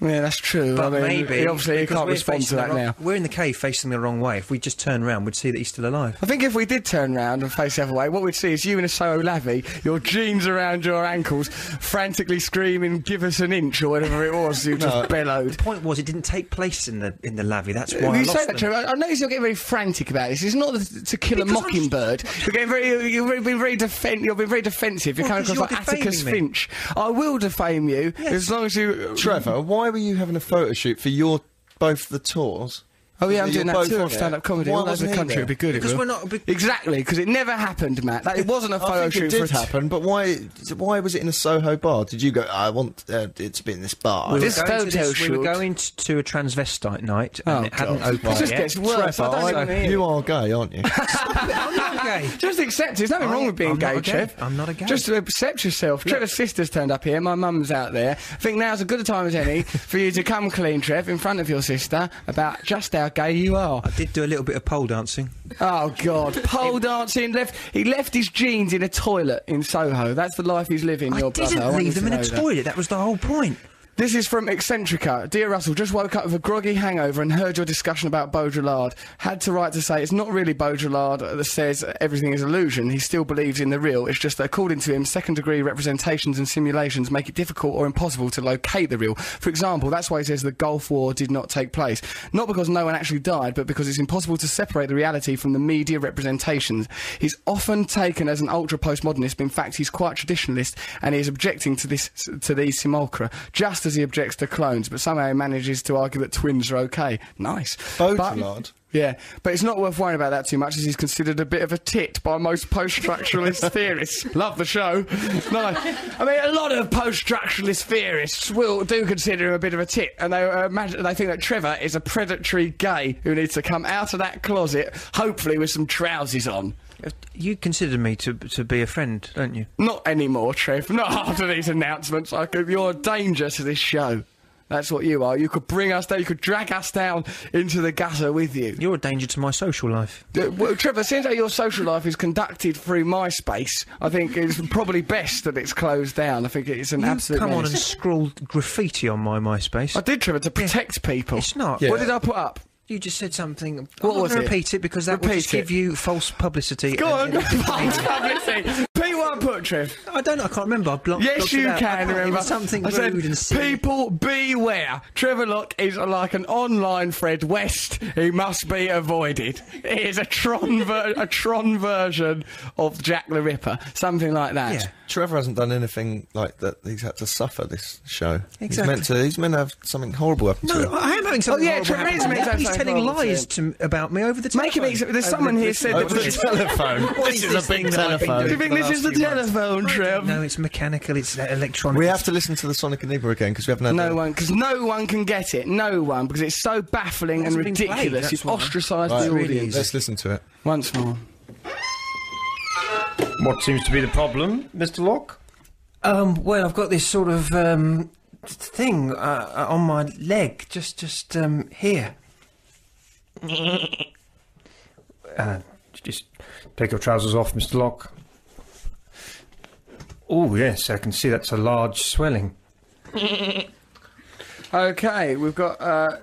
Speaker 4: that's true.
Speaker 19: But
Speaker 4: I mean,
Speaker 19: maybe
Speaker 4: he obviously he
Speaker 19: because
Speaker 4: can't
Speaker 19: we're
Speaker 4: respond to
Speaker 19: facing the
Speaker 4: that
Speaker 19: wrong-
Speaker 4: now.
Speaker 19: We're in the cave facing the wrong way. If we just turn round, we'd see that he's still alive.
Speaker 4: I think if we did turn round and face the other way, what we'd see is you in a Soho lavvy, your jeans around your ankles, frantically screaming, "Give us an inch" or whatever it was you just bellowed. Uh,
Speaker 19: The point was, it didn't take place in the in the lavvy. That's why I
Speaker 4: you
Speaker 19: lost
Speaker 4: say that,
Speaker 19: them.
Speaker 4: Trevor. I I notice you're getting very frantic about this. It's not the, to kill a mockingbird. You're getting very, you're very, being very defen- You're being very defensive. You're
Speaker 19: Well, 'cause
Speaker 4: coming across
Speaker 19: you're
Speaker 4: like Atticus
Speaker 19: defaming me.
Speaker 4: Finch. I will defame you as long as you.
Speaker 2: Trevor, why were you having a photo shoot for your both the tours?
Speaker 4: Oh yeah, I'm
Speaker 2: You're
Speaker 4: doing that
Speaker 2: both
Speaker 4: too
Speaker 2: on
Speaker 4: on
Speaker 2: it.
Speaker 4: stand-up comedy
Speaker 2: Why
Speaker 4: all over
Speaker 2: wasn't
Speaker 4: the
Speaker 2: he
Speaker 4: country.
Speaker 2: there?
Speaker 4: It'd be good. it
Speaker 19: Because
Speaker 4: will.
Speaker 19: we're not a big-
Speaker 4: exactly because it never happened, Matt. That, it wasn't a
Speaker 2: I
Speaker 4: photo
Speaker 2: think
Speaker 4: shoot
Speaker 2: it
Speaker 4: for a
Speaker 2: did happen, but why? Why was it in a Soho bar? Did you go? I want uh, it to be in this bar.
Speaker 19: We were,
Speaker 4: This
Speaker 19: going to
Speaker 4: photo
Speaker 19: this, we were
Speaker 4: shoot-
Speaker 19: going t- to a transvestite night, and
Speaker 4: Oh,
Speaker 19: it hadn't
Speaker 2: God.
Speaker 19: opened
Speaker 4: It just
Speaker 19: yet.
Speaker 4: gets worse.
Speaker 2: Trevor,
Speaker 4: I
Speaker 2: I-
Speaker 4: don't even hear
Speaker 2: you
Speaker 4: it.
Speaker 2: are gay, aren't you?
Speaker 19: I'm not gay.
Speaker 4: Just accept it. There's nothing
Speaker 19: I-
Speaker 4: wrong with being
Speaker 19: I'm not
Speaker 4: gay,
Speaker 19: a gay.
Speaker 4: Trev.
Speaker 19: I'm not a gay.
Speaker 4: Just accept yourself. Trev's sister's turned up here. My mum's out there. I think now's as good a time as any for you to come clean, Trev, in front of your sister about just how gay you are.
Speaker 19: I did do a little bit of pole dancing.
Speaker 4: Oh God! Pole dancing. Left. He left his jeans in a toilet in Soho. That's the life he's living.
Speaker 19: I
Speaker 4: your brother.
Speaker 19: didn't
Speaker 4: want you
Speaker 19: leave
Speaker 4: to
Speaker 19: them in
Speaker 4: know
Speaker 19: a
Speaker 4: that.
Speaker 19: toilet. That was the whole point.
Speaker 4: This is from Eccentrica. Dear Russell, just woke up with a groggy hangover and heard your discussion about Baudrillard. Had to write to say it's not really Baudrillard that says everything is illusion. He still believes in the real. It's just that according to him, second degree representations and simulations make it difficult or impossible to locate the real. For example, that's why he says the Gulf War did not take place. Not because no one actually died, but because it's impossible to separate the reality from the media representations. He's often taken as an ultra postmodernist, but in fact, he's quite traditionalist and he is objecting to this to these simulacra, just as he objects to clones, but somehow he manages to argue that twins are okay. Nice. But-
Speaker 2: Baudrillard.
Speaker 4: Yeah, but it's not worth worrying about that too much, as he's considered a bit of a tit by most post-structuralist theorists. Love the show. No, I mean a lot of post-structuralist theorists will do consider him a bit of a tit, and they uh, imagine they think that Trevor is a predatory gay who needs to come out of that closet, hopefully with some trousers on.
Speaker 19: You consider me to to be a friend, don't you?
Speaker 4: Not anymore, Trev. Not after these announcements. I could, you're a danger to this show. That's what you are. You could bring us down. You could drag us down into the gutter with you.
Speaker 19: You're a danger to my social life.
Speaker 4: Uh, well, Trevor, since how your social life is conducted through MySpace, I think it's probably best that it's closed down. I think it's an absolute.
Speaker 19: Come on and
Speaker 4: menace.
Speaker 19: scrawl graffiti on my MySpace.
Speaker 4: I did, Trevor, to protect people.
Speaker 19: It's not.
Speaker 4: What did I put up?
Speaker 19: You just said something.
Speaker 4: What
Speaker 19: I'm
Speaker 4: was
Speaker 19: to
Speaker 4: it?
Speaker 19: repeat it because that
Speaker 4: Repeat
Speaker 19: will just
Speaker 4: it.
Speaker 19: give you false publicity.
Speaker 4: Go on,
Speaker 19: and-
Speaker 4: false publicity. Pete, what I put, Trev?
Speaker 19: I don't. know, I can't remember. I blocked.
Speaker 4: Yes,
Speaker 19: blocked
Speaker 4: you
Speaker 19: it out. I
Speaker 4: can
Speaker 19: thought it
Speaker 4: remember.
Speaker 19: was something
Speaker 4: I said,
Speaker 19: rude and silly.
Speaker 4: People beware. Trevor Locke is like an online Fred West who must be avoided. It is a Tron, ver- a Tron version of Jack the Ripper, something like that.
Speaker 2: Trevor hasn't done anything like that. He's had to suffer this show. He's
Speaker 19: Exactly.
Speaker 2: meant to. He's meant to have something horrible happen to him.
Speaker 19: No, I am having
Speaker 4: Oh,
Speaker 19: something.
Speaker 4: yeah,
Speaker 19: horrible
Speaker 4: Trevor is
Speaker 19: happen.
Speaker 4: meant to have
Speaker 19: He's
Speaker 4: something
Speaker 19: telling
Speaker 4: horrible to
Speaker 19: lies to, about me over the telephone.
Speaker 4: Make him ex- there's
Speaker 19: Over
Speaker 4: someone
Speaker 19: the-
Speaker 4: here said
Speaker 19: over
Speaker 4: that this-
Speaker 19: What thing that I've been doing
Speaker 4: Do you think
Speaker 19: for
Speaker 4: this is the
Speaker 19: last few months?
Speaker 4: telephone, Trev?
Speaker 19: No, it's mechanical. It's uh, electronic.
Speaker 2: We have to listen to the Sonic Enigma again because we haven't had
Speaker 4: No one, because no one can get it. No one, because it's so baffling and
Speaker 19: hasn't been played,
Speaker 4: ridiculous.
Speaker 19: that's
Speaker 4: You've
Speaker 19: why.
Speaker 4: ostracised
Speaker 2: Right,
Speaker 4: the audience.
Speaker 2: Let's listen to it.
Speaker 4: Once more.
Speaker 15: What seems to be the problem, Mr. Locke?
Speaker 19: Um, well, I've got this sort of um, th- thing uh, uh, on my leg, just just um, here.
Speaker 15: Uh, just take your trousers off, Mr. Locke. Oh, yes, I can see that's a large swelling.
Speaker 4: Okay, we've got. Uh,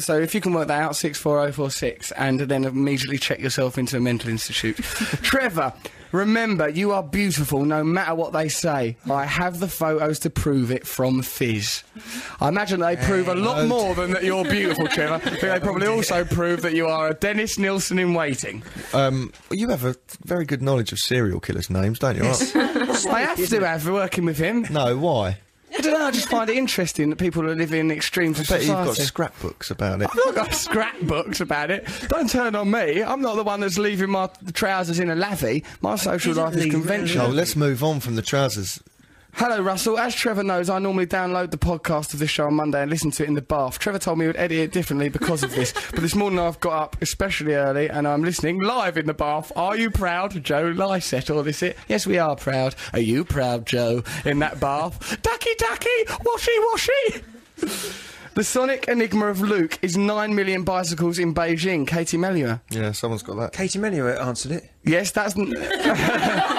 Speaker 4: so if you can work that out, 64046, and then immediately check yourself into a mental institute. Trevor, remember, you are beautiful no matter what they say. I have the photos to prove it from Fizz. I imagine they prove a lot more than that you're beautiful, Trevor. I think
Speaker 19: Oh,
Speaker 4: they
Speaker 8: Oh,
Speaker 4: probably also prove that you are a Dennis Nilsson in waiting.
Speaker 2: Um, well, you have a very good knowledge of serial killers' names, don't you? Right?
Speaker 4: I have to have working with him.
Speaker 2: no, why?
Speaker 4: I don't know, I just find it interesting that people are living in extremes
Speaker 2: I
Speaker 4: of
Speaker 2: bet you've
Speaker 4: society.
Speaker 2: got scrapbooks about it.
Speaker 4: I've not got scrapbooks about it. Don't turn on me. I'm not the one that's leaving my trousers in a lavvy. My social life is
Speaker 2: No,
Speaker 4: conventional.
Speaker 2: Oh, let's move on from the trousers.
Speaker 4: Hello, Russell. As Trevor knows, I normally download the podcast of this show on Monday and listen to it in the bath. Trevor told me he would edit it differently because of this, but this morning I've got up especially early and I'm listening live in the bath. Are you proud, Joe Lysett? Or this it? Yes, we are proud. Are you proud, Joe, in that bath? ducky, ducky, washy, washy. The Sonic Enigma of Luke is 9 million bicycles in Beijing. Katie Melua.
Speaker 2: Yeah, someone's got that.
Speaker 19: Katie Melua answered it.
Speaker 4: Yes, that's.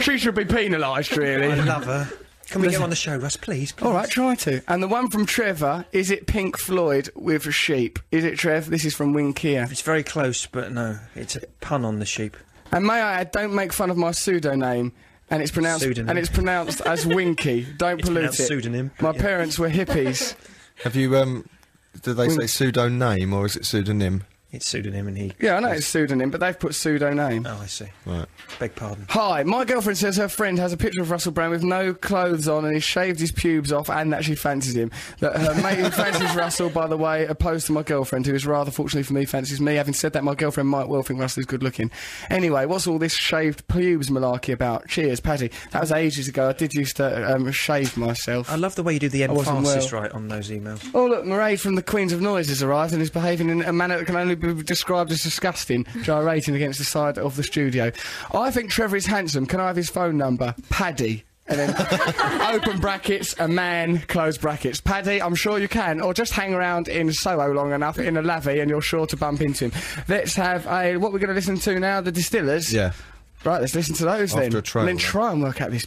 Speaker 4: she should be penalised, really.
Speaker 19: I love her. Can we get her on the show, Russ, please?
Speaker 4: All right, try to. And the one from Trevor is it Pink Floyd with a sheep? Is it Trev? This is from Wing Kia.
Speaker 19: It's very close, but no, it's a pun on the sheep.
Speaker 4: And may I add, don't make fun of my pseudonym. And it's pronounced
Speaker 19: Pseudonym.
Speaker 4: and it's pronounced as Winky. Don't
Speaker 19: It's
Speaker 4: pollute
Speaker 19: pronounced
Speaker 4: it.
Speaker 19: pseudonym,
Speaker 4: My
Speaker 19: yeah.
Speaker 4: parents were hippies.
Speaker 2: Have you? Um, do they
Speaker 4: Well-
Speaker 2: say pseudo name or is it pseudonym?
Speaker 19: It's pseudonym, and he.
Speaker 4: Yeah, I know it's pseudonym, but they've put pseudonym.
Speaker 19: Oh, I see.
Speaker 2: Right.
Speaker 19: Beg pardon.
Speaker 4: Hi, my girlfriend says her friend has a picture of Russell Brand with no clothes on and he shaved his pubes off and that she fancies him. That her mate who fancies Russell, by the way, opposed to my girlfriend, who is rather fortunately for me, fancies me. Having said that, my girlfriend might well think Russell is good looking. Anyway, what's all this shaved pubes malarkey about? Cheers, Paddy. That was ages ago. I did used to um, shave myself.
Speaker 19: I love the way you do the
Speaker 4: I wasn't
Speaker 19: emphasis
Speaker 4: well.
Speaker 19: right on those emails.
Speaker 4: Oh, look, Mairead from the Queens of Noise has arrived and is behaving in a manner that can only be described as disgusting, gyrating against the side of the studio. I think Trevor is handsome. Can I have his phone number? Paddy. And then open brackets, a man, close brackets. Paddy, I'm sure you can. Or just hang around in Soho long enough in a lavvy and you're sure to bump into him. Let's have a. What we're going to listen to now? The Distillers?
Speaker 2: Yeah.
Speaker 4: Right, let's listen to those
Speaker 2: After
Speaker 4: then.
Speaker 2: a trail,
Speaker 4: and then
Speaker 2: then.
Speaker 4: try and work out this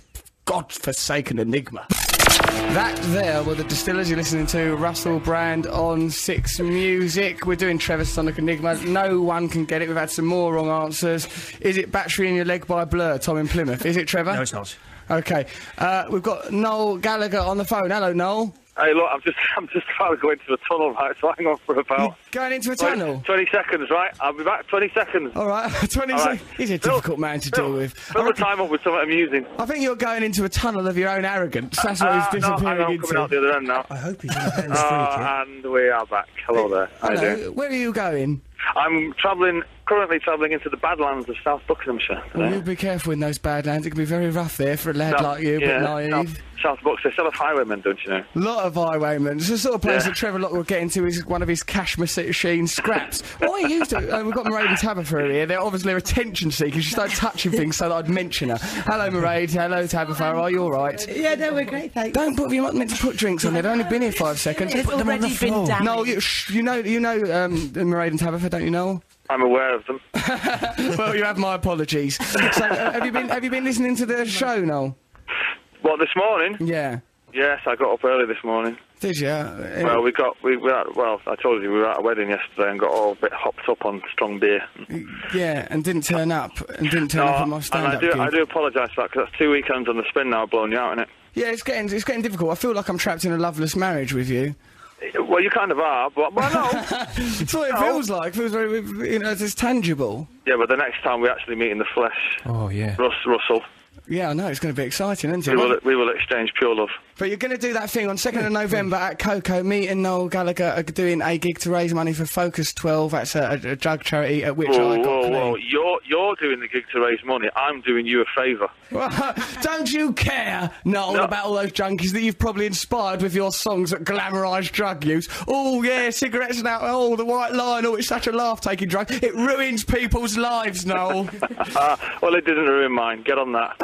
Speaker 4: godforsaken enigma. That there were the distillers you're listening to, Russell Brand on Six Music. We're doing Trevor Sonic Enigma. No one can get it. We've had some more wrong answers. Is it Battery in Your Leg by Blur, Tom in Plymouth? Is it Trevor?
Speaker 19: No, it's not.
Speaker 4: Okay. Uh, we've got Noel Gallagher on the phone. Hello, Noel.
Speaker 18: Hey, look, I'm just, I'm just trying to go into a tunnel, right? So hang on for about
Speaker 4: Going into a
Speaker 18: Right,
Speaker 4: tunnel. Oh.
Speaker 18: 20 seconds, right? I'll be back. 20 seconds.
Speaker 4: All right, 20
Speaker 18: All
Speaker 4: seconds. He's a difficult man to deal with.
Speaker 18: Fill the time up with something amusing.
Speaker 4: I think you're going into a tunnel of your own arrogance. That's what
Speaker 18: Uh,
Speaker 4: Oh, he's
Speaker 18: no, hang
Speaker 4: disappearing
Speaker 18: on, I'm coming out
Speaker 4: into.
Speaker 18: the other end now. I
Speaker 4: hope he's
Speaker 18: uh, And we are back. Hello there. How you
Speaker 4: Hello,
Speaker 18: doing?
Speaker 4: where are you going?
Speaker 18: I'm travelling, currently travelling into the Badlands of South Buckinghamshire.
Speaker 4: Well,
Speaker 18: today.
Speaker 4: Oh, you be careful in those badlands. It can be very rough there for a lad
Speaker 18: South-
Speaker 4: like you,
Speaker 18: yeah,
Speaker 4: but naive.
Speaker 18: South, South Bucks, they sell off highwaymen, don't you know?
Speaker 4: Lot of highwaymen. It's the sort of place
Speaker 18: Yeah.
Speaker 4: that Trevor Locke will get into is one of his cash machine scraps. what he used to, uh, we've got Mairead and Tabitha here. They're obviously attention seekers. She started touching things so that I'd mention her. Hello, Mairead. Hello, Tabitha. Are you all right?
Speaker 16: Yeah, no, we're great, thanks.
Speaker 4: Don't put. You're not meant to put drinks on. They've only been here five seconds.
Speaker 16: It's
Speaker 4: put them on the
Speaker 16: already been
Speaker 4: floor.
Speaker 16: damaged.
Speaker 4: No, you, shh, you know, you know, um, Mairead and Tabitha, don't you know?
Speaker 18: I'm aware of them.
Speaker 4: well, you have my apologies. So, uh, have you been have you been listening to the show, Noel?
Speaker 18: What, this morning?
Speaker 4: Yeah.
Speaker 18: Yes, I got up early this morning.
Speaker 4: Did you? Uh,
Speaker 18: Well, we got we were at, well. I told you we were at a wedding yesterday and got all a bit hopped up on strong beer.
Speaker 4: yeah, and didn't turn up, and didn't turn
Speaker 18: No,
Speaker 4: up on my
Speaker 18: and
Speaker 4: stand
Speaker 18: I
Speaker 4: up
Speaker 18: do I do apologise for that because that's two weekends on the spin now, blowing you out, isn't
Speaker 4: Yeah, it's getting it's getting difficult. I feel like I'm trapped in a loveless marriage with you.
Speaker 18: it? Well, you kind of are, but well, no.
Speaker 4: That's what it feels like. feels very, you know, it's, it's tangible.
Speaker 18: yeah, but the next time we actually meet in the flesh.
Speaker 4: Oh yeah.
Speaker 18: Russ Russell,
Speaker 4: Yeah, I know it's going to be exciting, isn't
Speaker 18: we
Speaker 4: it?
Speaker 18: will we will exchange pure love.
Speaker 4: But you're going to do that thing on 2nd of November at Coco. Me and Noel Gallagher are doing a gig to raise money for Focus 12. That's a, a, a drug charity at which I
Speaker 18: whoa,
Speaker 4: got
Speaker 18: whoa,
Speaker 4: clean.
Speaker 18: whoa! You're you're doing the gig to raise money. I'm doing you a favour.
Speaker 4: Don't you care, Noel, about all those junkies that you've probably inspired with your songs that glamorise drug use? Oh, yeah, cigarettes and alcohol, the white line, oh, it's such a laugh taking drug. It ruins people's lives, Noel.
Speaker 18: Ah, well, it didn't ruin mine. Get on that.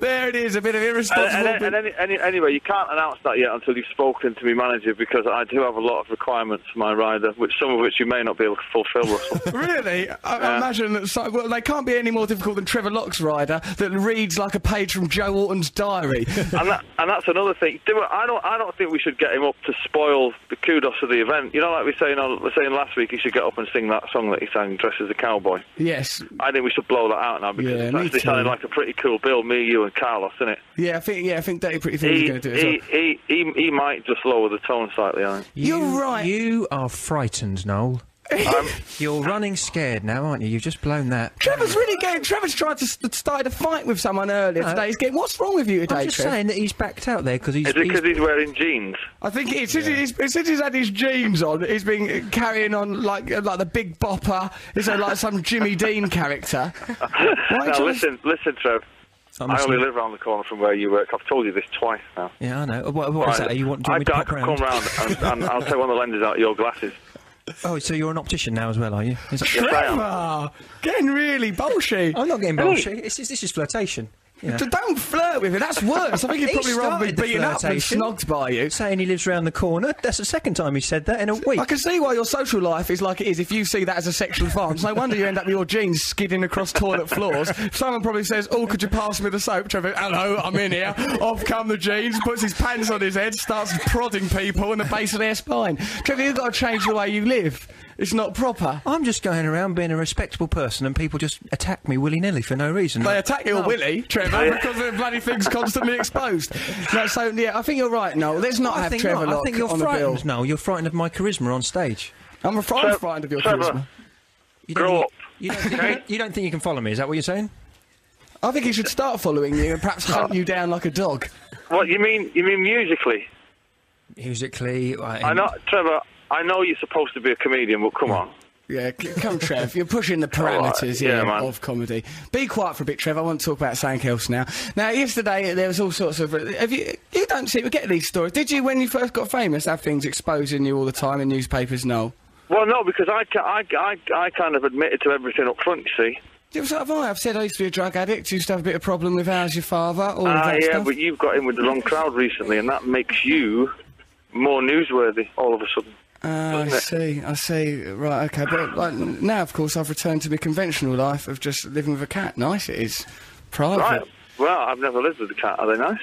Speaker 4: there it is, a bit of
Speaker 18: And,
Speaker 4: irresponsible.
Speaker 18: and, and any, any, anyway, you can't announce that yet until you've spoken to me manager because I do have a lot of requirements for my rider, which some of which you may not be able to fulfil. Russell.
Speaker 4: really? I, I
Speaker 18: Yeah.
Speaker 4: imagine that. So, well, they can't be any more difficult than Trevor Locke's rider that reads like a page from Joe Orton's diary.
Speaker 18: and, that, and that's another thing. Do it- I don't. I don't think we should get him up to spoil the kudos of the event. You know, like we saying on, we were saying last week, he should get up and sing that song that he sang, "Dressed as a Cowboy."
Speaker 4: yes.
Speaker 18: I think we should blow that out now because
Speaker 4: Yeah,
Speaker 18: it's
Speaker 4: me
Speaker 18: actually
Speaker 4: too.
Speaker 18: sounding like a pretty cool bill. Me, you, and Carlos, isn't it?
Speaker 4: Yeah, I think. Yeah, I think Dirty Pretty Things is
Speaker 18: He,
Speaker 4: going to do it. as well.
Speaker 18: he, he, he, he might just lower the tone slightly. I think.
Speaker 4: You're right. You are frightened, Noel. You're running scared now, aren't you? You've just blown that. Trevor's really getting. Trevor's tried to st- start a fight with someone earlier
Speaker 18: No.
Speaker 4: today. He's getting. What's wrong with you today,
Speaker 18: I'm just
Speaker 4: Trev?
Speaker 18: saying
Speaker 4: that he's backed out there because
Speaker 18: Is it because he's wearing jeans?
Speaker 4: I think it, since, he's, since he's had his jeans on, he's been carrying on like like the Big Bopper. Is it like some Jimmy Dean character? Why do
Speaker 18: now
Speaker 4: you-
Speaker 18: listen, listen, Trev.
Speaker 4: I'm
Speaker 18: I only
Speaker 4: listening.
Speaker 18: live around the corner from where you work. I've told you this twice now.
Speaker 4: Yeah, I know. What, what is
Speaker 18: Right.
Speaker 4: that? You want, do you
Speaker 18: I,
Speaker 4: want me to
Speaker 18: I
Speaker 4: pop
Speaker 18: could
Speaker 4: round?
Speaker 18: come round and, and I'll take one of the lenses out of your glasses.
Speaker 4: Oh, so you're an optician now as well, are you? Is that-
Speaker 18: Yes, I am.
Speaker 4: Trevor! Getting really bolshy. I'm not getting
Speaker 18: Hey.
Speaker 4: bolshy. It's, it's, this is flirtation. So don't flirt with him. That's worse. I think you'd
Speaker 18: He
Speaker 4: probably rather be
Speaker 18: started the
Speaker 4: beaten up and
Speaker 18: flirtation.
Speaker 4: snogged by you. Saying he lives round the corner. That's the second time he said that in a week. I can see why your social life is like it is if you see that as a sexual advance. No wonder you end up with your jeans skidding across toilet floors. Someone probably says, Oh, could you pass me the soap, Trevor? Hello, I'm in here. Off come the jeans, puts his pants on his head, starts prodding people in the base of their spine. Trevor, you've got to change the way you live. It's not proper.
Speaker 5: I'm just going around being a respectable person, and people just attack me willy nilly for no reason.
Speaker 4: They attack your willy, Trevor, because the bloody thing's constantly exposed. No, so yeah, I think you're right, Noel. Let's not
Speaker 5: I
Speaker 4: have
Speaker 5: think,
Speaker 4: Trevor
Speaker 5: not. I
Speaker 4: Locke
Speaker 5: think you're
Speaker 4: on the bill.
Speaker 5: frightened. No, you're frightened of my charisma on stage.
Speaker 4: I'm a
Speaker 5: frightened,
Speaker 4: frightened of your
Speaker 5: charisma. You grow up. You don't, think,
Speaker 4: Okay?
Speaker 5: you don't think you can follow me? Is that what you're saying?
Speaker 4: I think he should start following you and perhaps hunt you down like a dog.
Speaker 18: What you mean? You mean musically?
Speaker 5: Musically,
Speaker 18: I know, Trevor. I know you're supposed to be a comedian, but come on.
Speaker 4: Um, Yeah, c- come, Trev. You're pushing the
Speaker 18: right.
Speaker 4: parameters
Speaker 18: Yeah,
Speaker 4: here
Speaker 18: man.
Speaker 4: of comedy. Be quiet for a bit, Trev. I want to talk about something else now. Now, yesterday there was all sorts of. Have you? You don't seem to get these stories, did you? When you first got famous, have things exposing you all the time in newspapers? No.
Speaker 18: Well, no, because I, ca- I, I, I kind of admitted to everything up front. You see.
Speaker 4: Yeah, so have I. "Oh, I've said I used to be a drug addict. Used to have a bit of problem with how's your father, all of
Speaker 18: Ah,
Speaker 4: that
Speaker 18: yeah,
Speaker 4: stuff.
Speaker 18: but you've got in with the wrong crowd recently, and that makes you more newsworthy all of a sudden.
Speaker 4: Ah, I
Speaker 18: doesn't it?
Speaker 4: see. I see. Right. Okay. But like, now, of course, I've returned to my conventional life of just living with a cat. Nice it is. Private.
Speaker 18: Right. Well, I've never lived with a cat. Are they nice?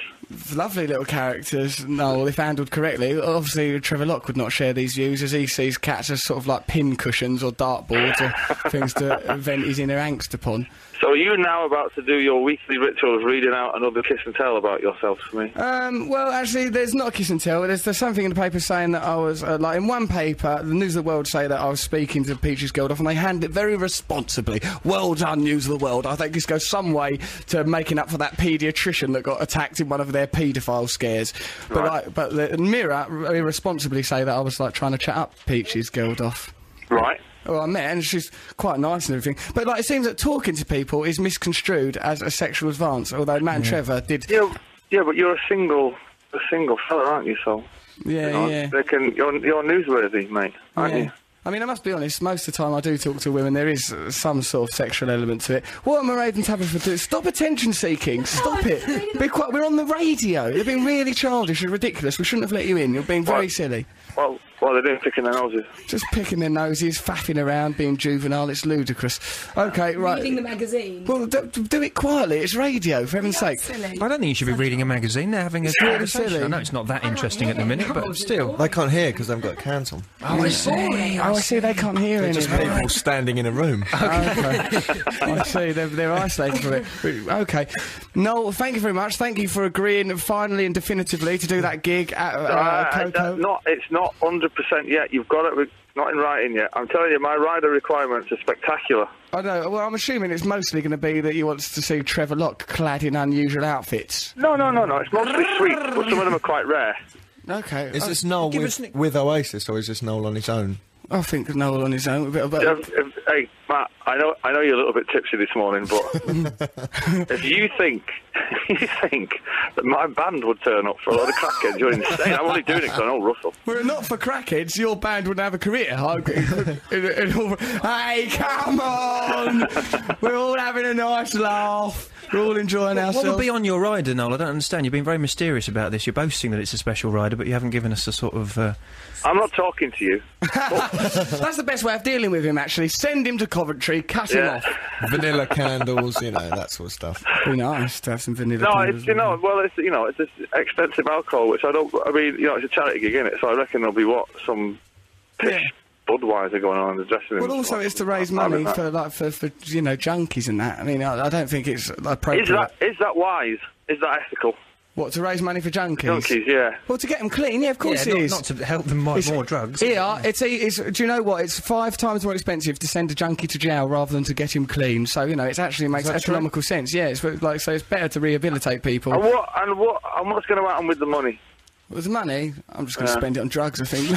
Speaker 4: lovely little characters, Noel, if handled correctly. Obviously, Trevor Locke would not share these views, as he sees cats as sort of like pin cushions or dartboards or things to vent his inner angst upon.
Speaker 18: So are you now about to do your weekly ritual of reading out another kiss and tell about yourselves for me?
Speaker 4: Um, well, actually, there's not a kiss and tell. There's, there's something in the paper saying that I was, uh, like, in one paper, the News of the World say that I was speaking to Peaches Geldof, and they handled it very responsibly. Well done, News of the World. I think this goes some way to making up for that paediatrician that got attacked in one of their paedophile scares. But, like, but the Mirror irresponsibly say that I was, like, trying to chat up Peaches Geldof.
Speaker 18: Right.
Speaker 4: Well, I met her and she's quite nice and everything. But like, it seems that talking to people is misconstrued as a sexual advance. Although Matt and Trevor did.
Speaker 18: Yeah, yeah, but you're a single, a single fella, aren't you? So
Speaker 4: Yeah,
Speaker 18: you know,
Speaker 4: yeah.
Speaker 18: They can. You're, you're newsworthy, mate, aren't
Speaker 4: Yeah.
Speaker 18: you?
Speaker 4: I mean, I must be honest. Most of the time, I do talk to women. There is uh, some sort of sexual element to it. What am I raving Tabitha doing? Stop attention seeking. Stop it. Be quiet. We're on the radio. You're being really childish and ridiculous. We shouldn't have let you in. You're being very silly.
Speaker 18: Well, what are they doing picking their noses?
Speaker 4: Just picking their noses, faffing around, being juvenile. It's ludicrous. Okay, right.
Speaker 21: Reading the magazine.
Speaker 4: Well, do, do it quietly. It's radio, for heaven's sake.
Speaker 21: silly.
Speaker 5: I don't think you should be reading a magazine. They're having a
Speaker 4: It's really
Speaker 5: conversation.
Speaker 4: silly.
Speaker 5: I know it's not that interesting at the minute, but still.
Speaker 2: They can't hear because they've got a cancel.
Speaker 4: Oh, I see. Oh, I see. They can't hear
Speaker 2: They're
Speaker 4: anything.
Speaker 2: just people standing in a room.
Speaker 4: I see, they're, they're isolated from it. Okay. Noel, thank you very much. Thank you for agreeing finally and definitively to do that gig at uh,
Speaker 18: Uh,
Speaker 4: Coco.
Speaker 18: that- not, it's not 100% yet. You've got it. Re- not in writing yet. I'm telling you, my rider requirements are spectacular.
Speaker 4: I know. Well, I'm assuming it's mostly going to be that you want to see Trevor Locke clad in unusual outfits.
Speaker 18: No, no, no, no. It's mostly sweet, but some of them are quite rare.
Speaker 4: Okay.
Speaker 2: Is
Speaker 4: I-
Speaker 2: this Noel
Speaker 4: give us
Speaker 2: with, with Oasis or is this Noel on his own?
Speaker 4: I think Noel on his own. A bit of,
Speaker 18: If- if- hey, Matt, I know, I know you're a little bit tipsy this morning, but if you think, if you think that my band would turn up for a lot of crackheads, you're insane. I'm only doing it 'cause I know Russell.
Speaker 4: We're not for crackheads. Your band wouldn't have a career. Okay. In- in all- hey, come on! We're all having a nice laugh. We're all enjoying
Speaker 5: What would
Speaker 4: ourselves.
Speaker 5: be on your rider, Noel? I don't understand. You've been very mysterious about this. You're boasting that it's a special rider, but you haven't given us a sort of. Uh,
Speaker 18: I'm not talking to you.
Speaker 4: That's the best way of dealing with him, actually. Send him to Coventry, cut him
Speaker 18: Yeah.
Speaker 4: off.
Speaker 2: Vanilla candles, you know, that sort of stuff.
Speaker 4: Be nice to have some vanilla.
Speaker 18: No,
Speaker 4: candles
Speaker 18: it's you
Speaker 4: on.
Speaker 18: know, well, it's you know, it's just expensive alcohol, which I don't. I mean, you know, it's a charity gig, is it? So I reckon there'll be what some pish Budweiser going on in the dressing room.
Speaker 4: Well, also it's to raise
Speaker 18: I
Speaker 4: money
Speaker 18: mean, that-
Speaker 4: for like for, for you know junkies and that. I mean, I, I don't think it's appropriate.
Speaker 18: Is that is that wise? Is that ethical?
Speaker 4: what to raise money for junkies?
Speaker 18: Junkies, yeah.
Speaker 4: Well, to get them clean, yeah, of course
Speaker 5: yeah,
Speaker 4: it
Speaker 5: not,
Speaker 4: is.
Speaker 5: not to help them buy
Speaker 4: It's-
Speaker 5: more drugs.
Speaker 4: Yeah, it's, e- it's. Do you know what? It's five times more expensive to send a junkie to jail rather than to get him clean. So you know, it actually makes
Speaker 18: that true?
Speaker 4: economical sense. Yeah, it's like so. It's better to rehabilitate people.
Speaker 18: And what and what and what's going to happen with the money?
Speaker 4: With the money, I'm just going to
Speaker 18: Yeah.
Speaker 4: spend it on drugs. I think.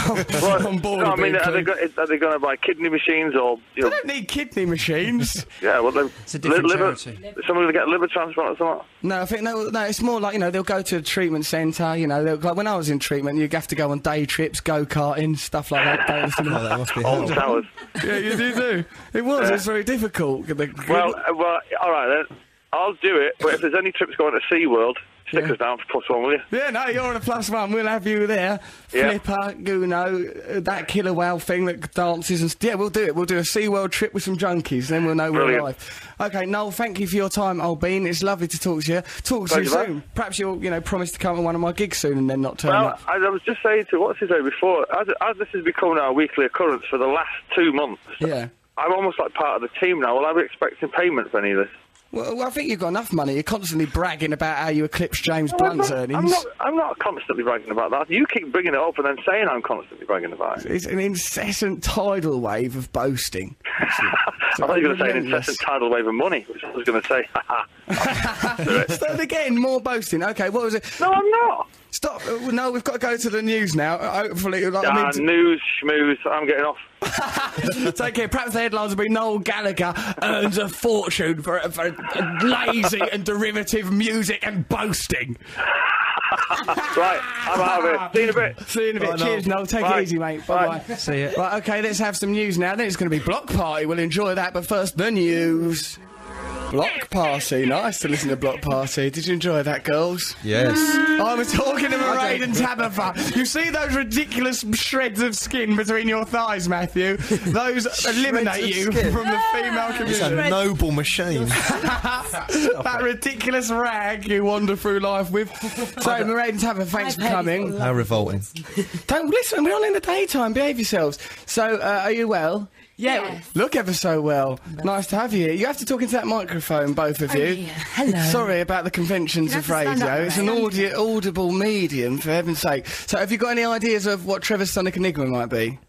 Speaker 18: Well,
Speaker 4: on board.
Speaker 18: no, I
Speaker 4: with
Speaker 18: mean,
Speaker 4: being
Speaker 18: are
Speaker 4: clean.
Speaker 18: they, go, is- are they going to buy kidney machines or? You know,
Speaker 4: I don't need kidney machines.
Speaker 18: yeah, well, they-
Speaker 4: a different
Speaker 18: liver,
Speaker 4: charity.
Speaker 18: Someone's going to get a liver transplant or something.
Speaker 4: No, I think no, no. It's more like you know they'll go to a treatment centre. You know, they'll, like when I was in treatment, you have to go on day trips, go karting, stuff like that. Go to the cinema.
Speaker 2: Oh, that must be
Speaker 18: Old towers.
Speaker 4: yeah, you do do. It was. It's very difficult. The-
Speaker 18: Well, uh, well, all right then. I'll do it, but if there's any trips going to SeaWorld, stick us down for plus one, will you?
Speaker 4: yeah, no, you're on a plus one. We'll have you there.
Speaker 18: Yeah.
Speaker 4: Flipper, Guno, uh, that killer whale thing that dances and st- yeah, we'll do it. We'll do a SeaWorld trip with some junkies, then we'll know we're
Speaker 18: Brilliant.
Speaker 4: alive. Okay, Noel, thank you for your time, old bean. It's lovely to talk to you. Talk to
Speaker 18: Thank
Speaker 4: you
Speaker 18: you, mate.
Speaker 4: soon. Perhaps you'll, you know, promise to come to one of my gigs soon and then not turn
Speaker 18: Well,
Speaker 4: up.
Speaker 18: I, I was just saying to what's his name before, as, as this has become now a weekly occurrence for the last two months,
Speaker 4: Yeah.
Speaker 18: I'm almost like part of the team now. Will I be expecting payment for any of this?
Speaker 4: Well, well, I think you've got enough money. You're constantly bragging about how you eclipse James
Speaker 18: No, I'm
Speaker 4: Blunt's
Speaker 18: not,
Speaker 4: earnings.
Speaker 18: I'm not, I'm not constantly bragging about that. You keep bringing it up and then saying I'm constantly bragging about it.
Speaker 4: It's an incessant tidal wave of boasting.
Speaker 18: I thought you were going to say an
Speaker 4: relentless.
Speaker 18: incessant tidal wave of money, which I was going to say, ha ha.
Speaker 4: Start again, more boasting. Okay, what was it?
Speaker 18: No, I'm not.
Speaker 4: Stop. Uh, well, No, we've got to go to the news now. Uh, Hopefully, like, I
Speaker 18: Ah,
Speaker 4: mean, t-
Speaker 18: news, schmooze, I'm getting off.
Speaker 4: take care. Perhaps the headlines will be Noel Gallagher uh, earns a fortune for, for lazy and derivative music and boasting.
Speaker 18: right, I'm out of here. See you in a bit.
Speaker 4: See you in a bit.
Speaker 18: Bye, Noel.
Speaker 4: Cheers, Noel. Take
Speaker 18: Bye.
Speaker 4: it easy, mate.
Speaker 18: Bye.
Speaker 4: Bye bye. See you. Right, okay, let's have some news now. Then it's going to be Block Party. We'll enjoy that, but first, the news. Block Party. Nice to listen to Block Party. Did you enjoy that, girls?
Speaker 2: Yes.
Speaker 4: I was talking to
Speaker 8: I
Speaker 4: Mairead
Speaker 8: don't-
Speaker 4: and Tabitha. You see those ridiculous shreds of skin between your thighs, Matthew? Those eliminate
Speaker 2: of
Speaker 4: you
Speaker 2: skin.
Speaker 4: from the female
Speaker 2: It's
Speaker 4: community.
Speaker 2: a noble machine.
Speaker 4: that ridiculous rag you wander through life with. So, Mairead and Tabitha, thanks for coming.
Speaker 2: How revolting.
Speaker 4: Don't listen, we're on in the daytime, behave yourselves. So, uh, are you well?
Speaker 16: Yeah.
Speaker 4: Look ever so well. Nice to have you here. You have to talk into that microphone, both of
Speaker 16: Oh,
Speaker 4: you.
Speaker 16: yeah. Hello.
Speaker 4: Sorry about the conventions
Speaker 16: You
Speaker 4: of
Speaker 16: have to stand
Speaker 4: radio.
Speaker 16: up,
Speaker 4: It's an
Speaker 16: right?
Speaker 4: audi- audible medium, for heaven's sake. So, have you got any ideas of what Trevor's Sonic Enigma might be?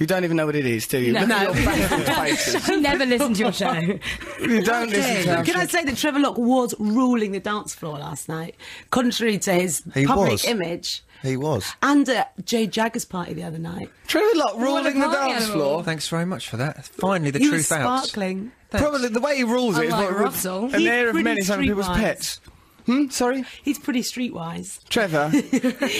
Speaker 4: You don't even know what it is, do you? Look at your baffled faces.
Speaker 16: I never listen to your show.
Speaker 4: You don't listen to our
Speaker 16: Can I
Speaker 4: show.
Speaker 16: say that Trevor Locke was ruling the dance floor last night, contrary to his
Speaker 2: He
Speaker 16: public
Speaker 2: was.
Speaker 16: image,
Speaker 2: He was.
Speaker 16: and at Jay Jagger's party the other night.
Speaker 4: Trevor Locke
Speaker 16: ruling the dance floor.
Speaker 22: Thanks very much for that. Finally, the
Speaker 16: He
Speaker 22: truth
Speaker 16: was
Speaker 22: out.
Speaker 16: sparkling.
Speaker 4: Probably the way he rules it is
Speaker 16: Unlike
Speaker 4: what would-
Speaker 16: Oh, Russell.
Speaker 4: an
Speaker 16: He's
Speaker 4: air of
Speaker 16: pretty
Speaker 4: many some people's
Speaker 16: streetwise.
Speaker 4: pets. Hmm. Sorry.
Speaker 16: He's pretty streetwise.
Speaker 4: Trevor. Well,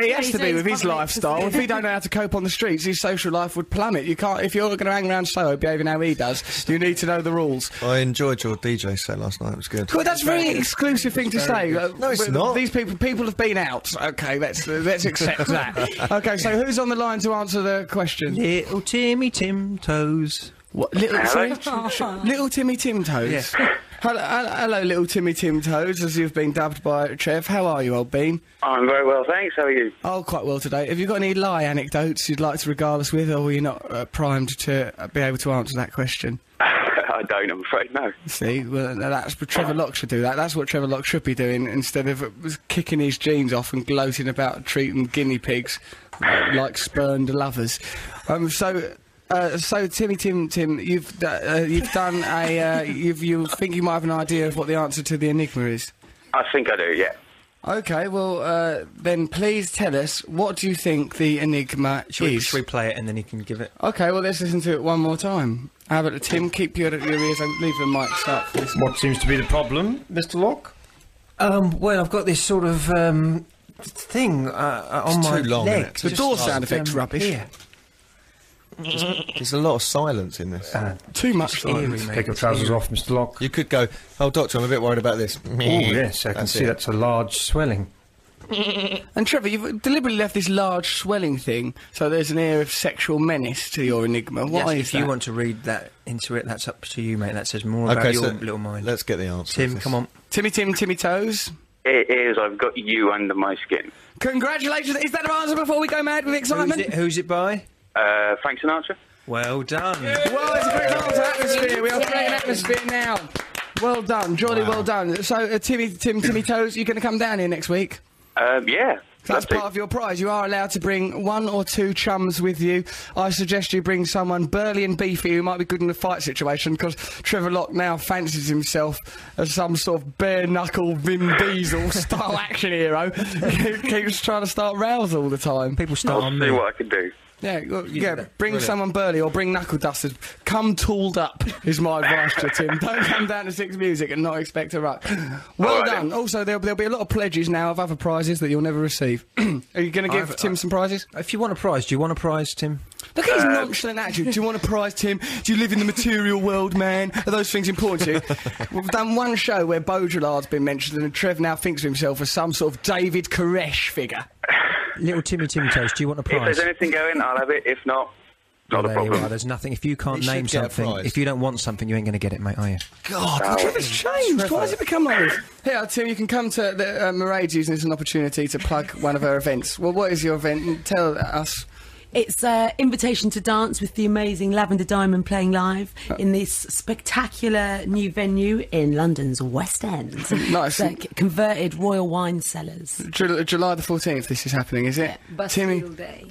Speaker 4: he has to be with his lifestyle. If he
Speaker 16: he
Speaker 4: don't know how to cope on the streets, his social life would plummet. You can't. If you're going to hang around Soho behaving how he does, you need to know the rules.
Speaker 2: I enjoyed your DJ set last night. It was good.
Speaker 4: Well, that's a very exclusive thing to say. Uh,
Speaker 2: No, it's
Speaker 4: well,
Speaker 2: not.
Speaker 4: These people, people have been out. Okay, let's uh, let's accept that. Okay, so who's on the line to answer the question?
Speaker 5: Little Timmy Tim Toes.
Speaker 4: What? Little, sorry, little Timmy Tim Toes.
Speaker 5: Yes.
Speaker 4: Hello, hello, hello, little Timmy Tim Toes, as you've been dubbed by Trev. How are you, old bean?
Speaker 18: I'm very well, thanks. How are you?
Speaker 4: Oh, quite well today. Have you got any lie anecdotes you'd like to regale us with, or you're not uh, primed to uh, be able to answer that question?
Speaker 18: I don't, I'm afraid, no.
Speaker 4: See, well, no, that's what Trevor Locke should do. That. That's what Trevor Locke should be doing instead of uh, kicking his jeans off and gloating about treating guinea pigs uh, like spurned lovers. Um, so. Uh, so Timmy, Tim, Tim, you've d- uh, you've done a uh, you've, you think you might have an idea of what the answer to the enigma is?
Speaker 18: I think I do, yeah.
Speaker 4: Okay, well uh, then please tell us what do you think the enigma
Speaker 5: Should we,
Speaker 4: is?
Speaker 5: should we play it and then he can give it?
Speaker 4: Okay, well let's listen to it one more time. How about Tim? Keep your, your ears and leave the mic start for this.
Speaker 15: What seems to be the problem, Mr. Locke?
Speaker 5: Um, well, I've got this sort of um, thing uh, on
Speaker 15: It's
Speaker 5: my
Speaker 15: too long,
Speaker 5: leg.
Speaker 15: isn't it? The
Speaker 5: just
Speaker 4: door sound
Speaker 5: just, um,
Speaker 4: effect's rubbish.
Speaker 5: here.
Speaker 2: There's a lot of silence in this.
Speaker 15: Ah.
Speaker 4: Too much
Speaker 2: silence.
Speaker 15: Take your trousers off, Mr. Locke.
Speaker 2: You could go, oh, doctor, I'm a bit worried about this.
Speaker 15: Oh, yes, I can see that's a large swelling.
Speaker 4: And Trevor, you've deliberately left this large swelling thing, so there's an air of sexual menace to your enigma. Why
Speaker 5: Yes,
Speaker 4: is
Speaker 5: if
Speaker 4: that?
Speaker 5: you want to read that into it, that's up to you, mate. That says more about
Speaker 2: Okay,
Speaker 5: your
Speaker 2: so
Speaker 5: little mind.
Speaker 2: Let's get the answer.
Speaker 5: Tim, come on.
Speaker 4: Timmy, Tim, Timmy Toes.
Speaker 18: It is, I've got you under my skin.
Speaker 4: Congratulations! Is that our answer before we go mad with
Speaker 5: Who's
Speaker 4: excitement?
Speaker 5: it, who's it by?
Speaker 18: Uh, Frank Sinatra?
Speaker 5: Well done.
Speaker 4: Well, it's a great answer. Atmosphere. We are creating atmosphere now. Well done, jolly well done. So, uh, Timmy, Tim, Timmy Toes, you're going to come down here next week.
Speaker 18: Um, yeah.
Speaker 4: That's part of your prize. You are allowed to bring one or two chums with you. I suggest you bring someone burly and beefy who might be good in a fight situation because Trevor Locke now fancies himself as some sort of bare knuckle Vin Diesel style action hero. He keeps trying to start rows all the time. People
Speaker 18: I'll see what I can do.
Speaker 4: Yeah, well, yeah. Bring someone burly or bring knuckle dusters. Come tooled up is my advice to Tim. Don't come down to Six Music and not expect a ruck. Well
Speaker 8: All right,
Speaker 4: done. Also, there'll, there'll be a lot of pledges now of other prizes that you'll never receive. Are you going to give
Speaker 5: I've- uh,
Speaker 4: Tim some prizes?
Speaker 5: If you want a prize, do you want a prize, Tim?
Speaker 4: Look at his nonchalant attitude. Do you want a prize, Tim? Do you live in the material world, man? Are those things important to you? We've done one show where Baudrillard's been mentioned, and Trev now thinks of himself as some sort of David Koresh figure.
Speaker 5: Little Timmy Tim Toes, do you want a
Speaker 18: If
Speaker 5: prize?
Speaker 18: there's anything going, I'll have it. If not, not
Speaker 5: Well,
Speaker 18: a
Speaker 5: there you
Speaker 18: problem.
Speaker 5: are. There's nothing. If you can't
Speaker 18: He should
Speaker 5: name
Speaker 18: get a
Speaker 5: something,
Speaker 18: prize.
Speaker 5: if you don't want something, you ain't going to get it, mate, are you?
Speaker 4: God,
Speaker 18: Oh.
Speaker 4: Trevor's changed. Why has it become like this? Here, Tim, you can come to the uh, Mairead's using this as an opportunity to plug one of her events. Well, what is your event? Tell us.
Speaker 16: It's an invitation to dance with the amazing Lavender Diamond playing live in this spectacular new venue in London's West End.
Speaker 4: Nice.
Speaker 16: It's like converted Royal Wine Cellars.
Speaker 4: Jul- July the 14th, this is happening, is it? Timmy,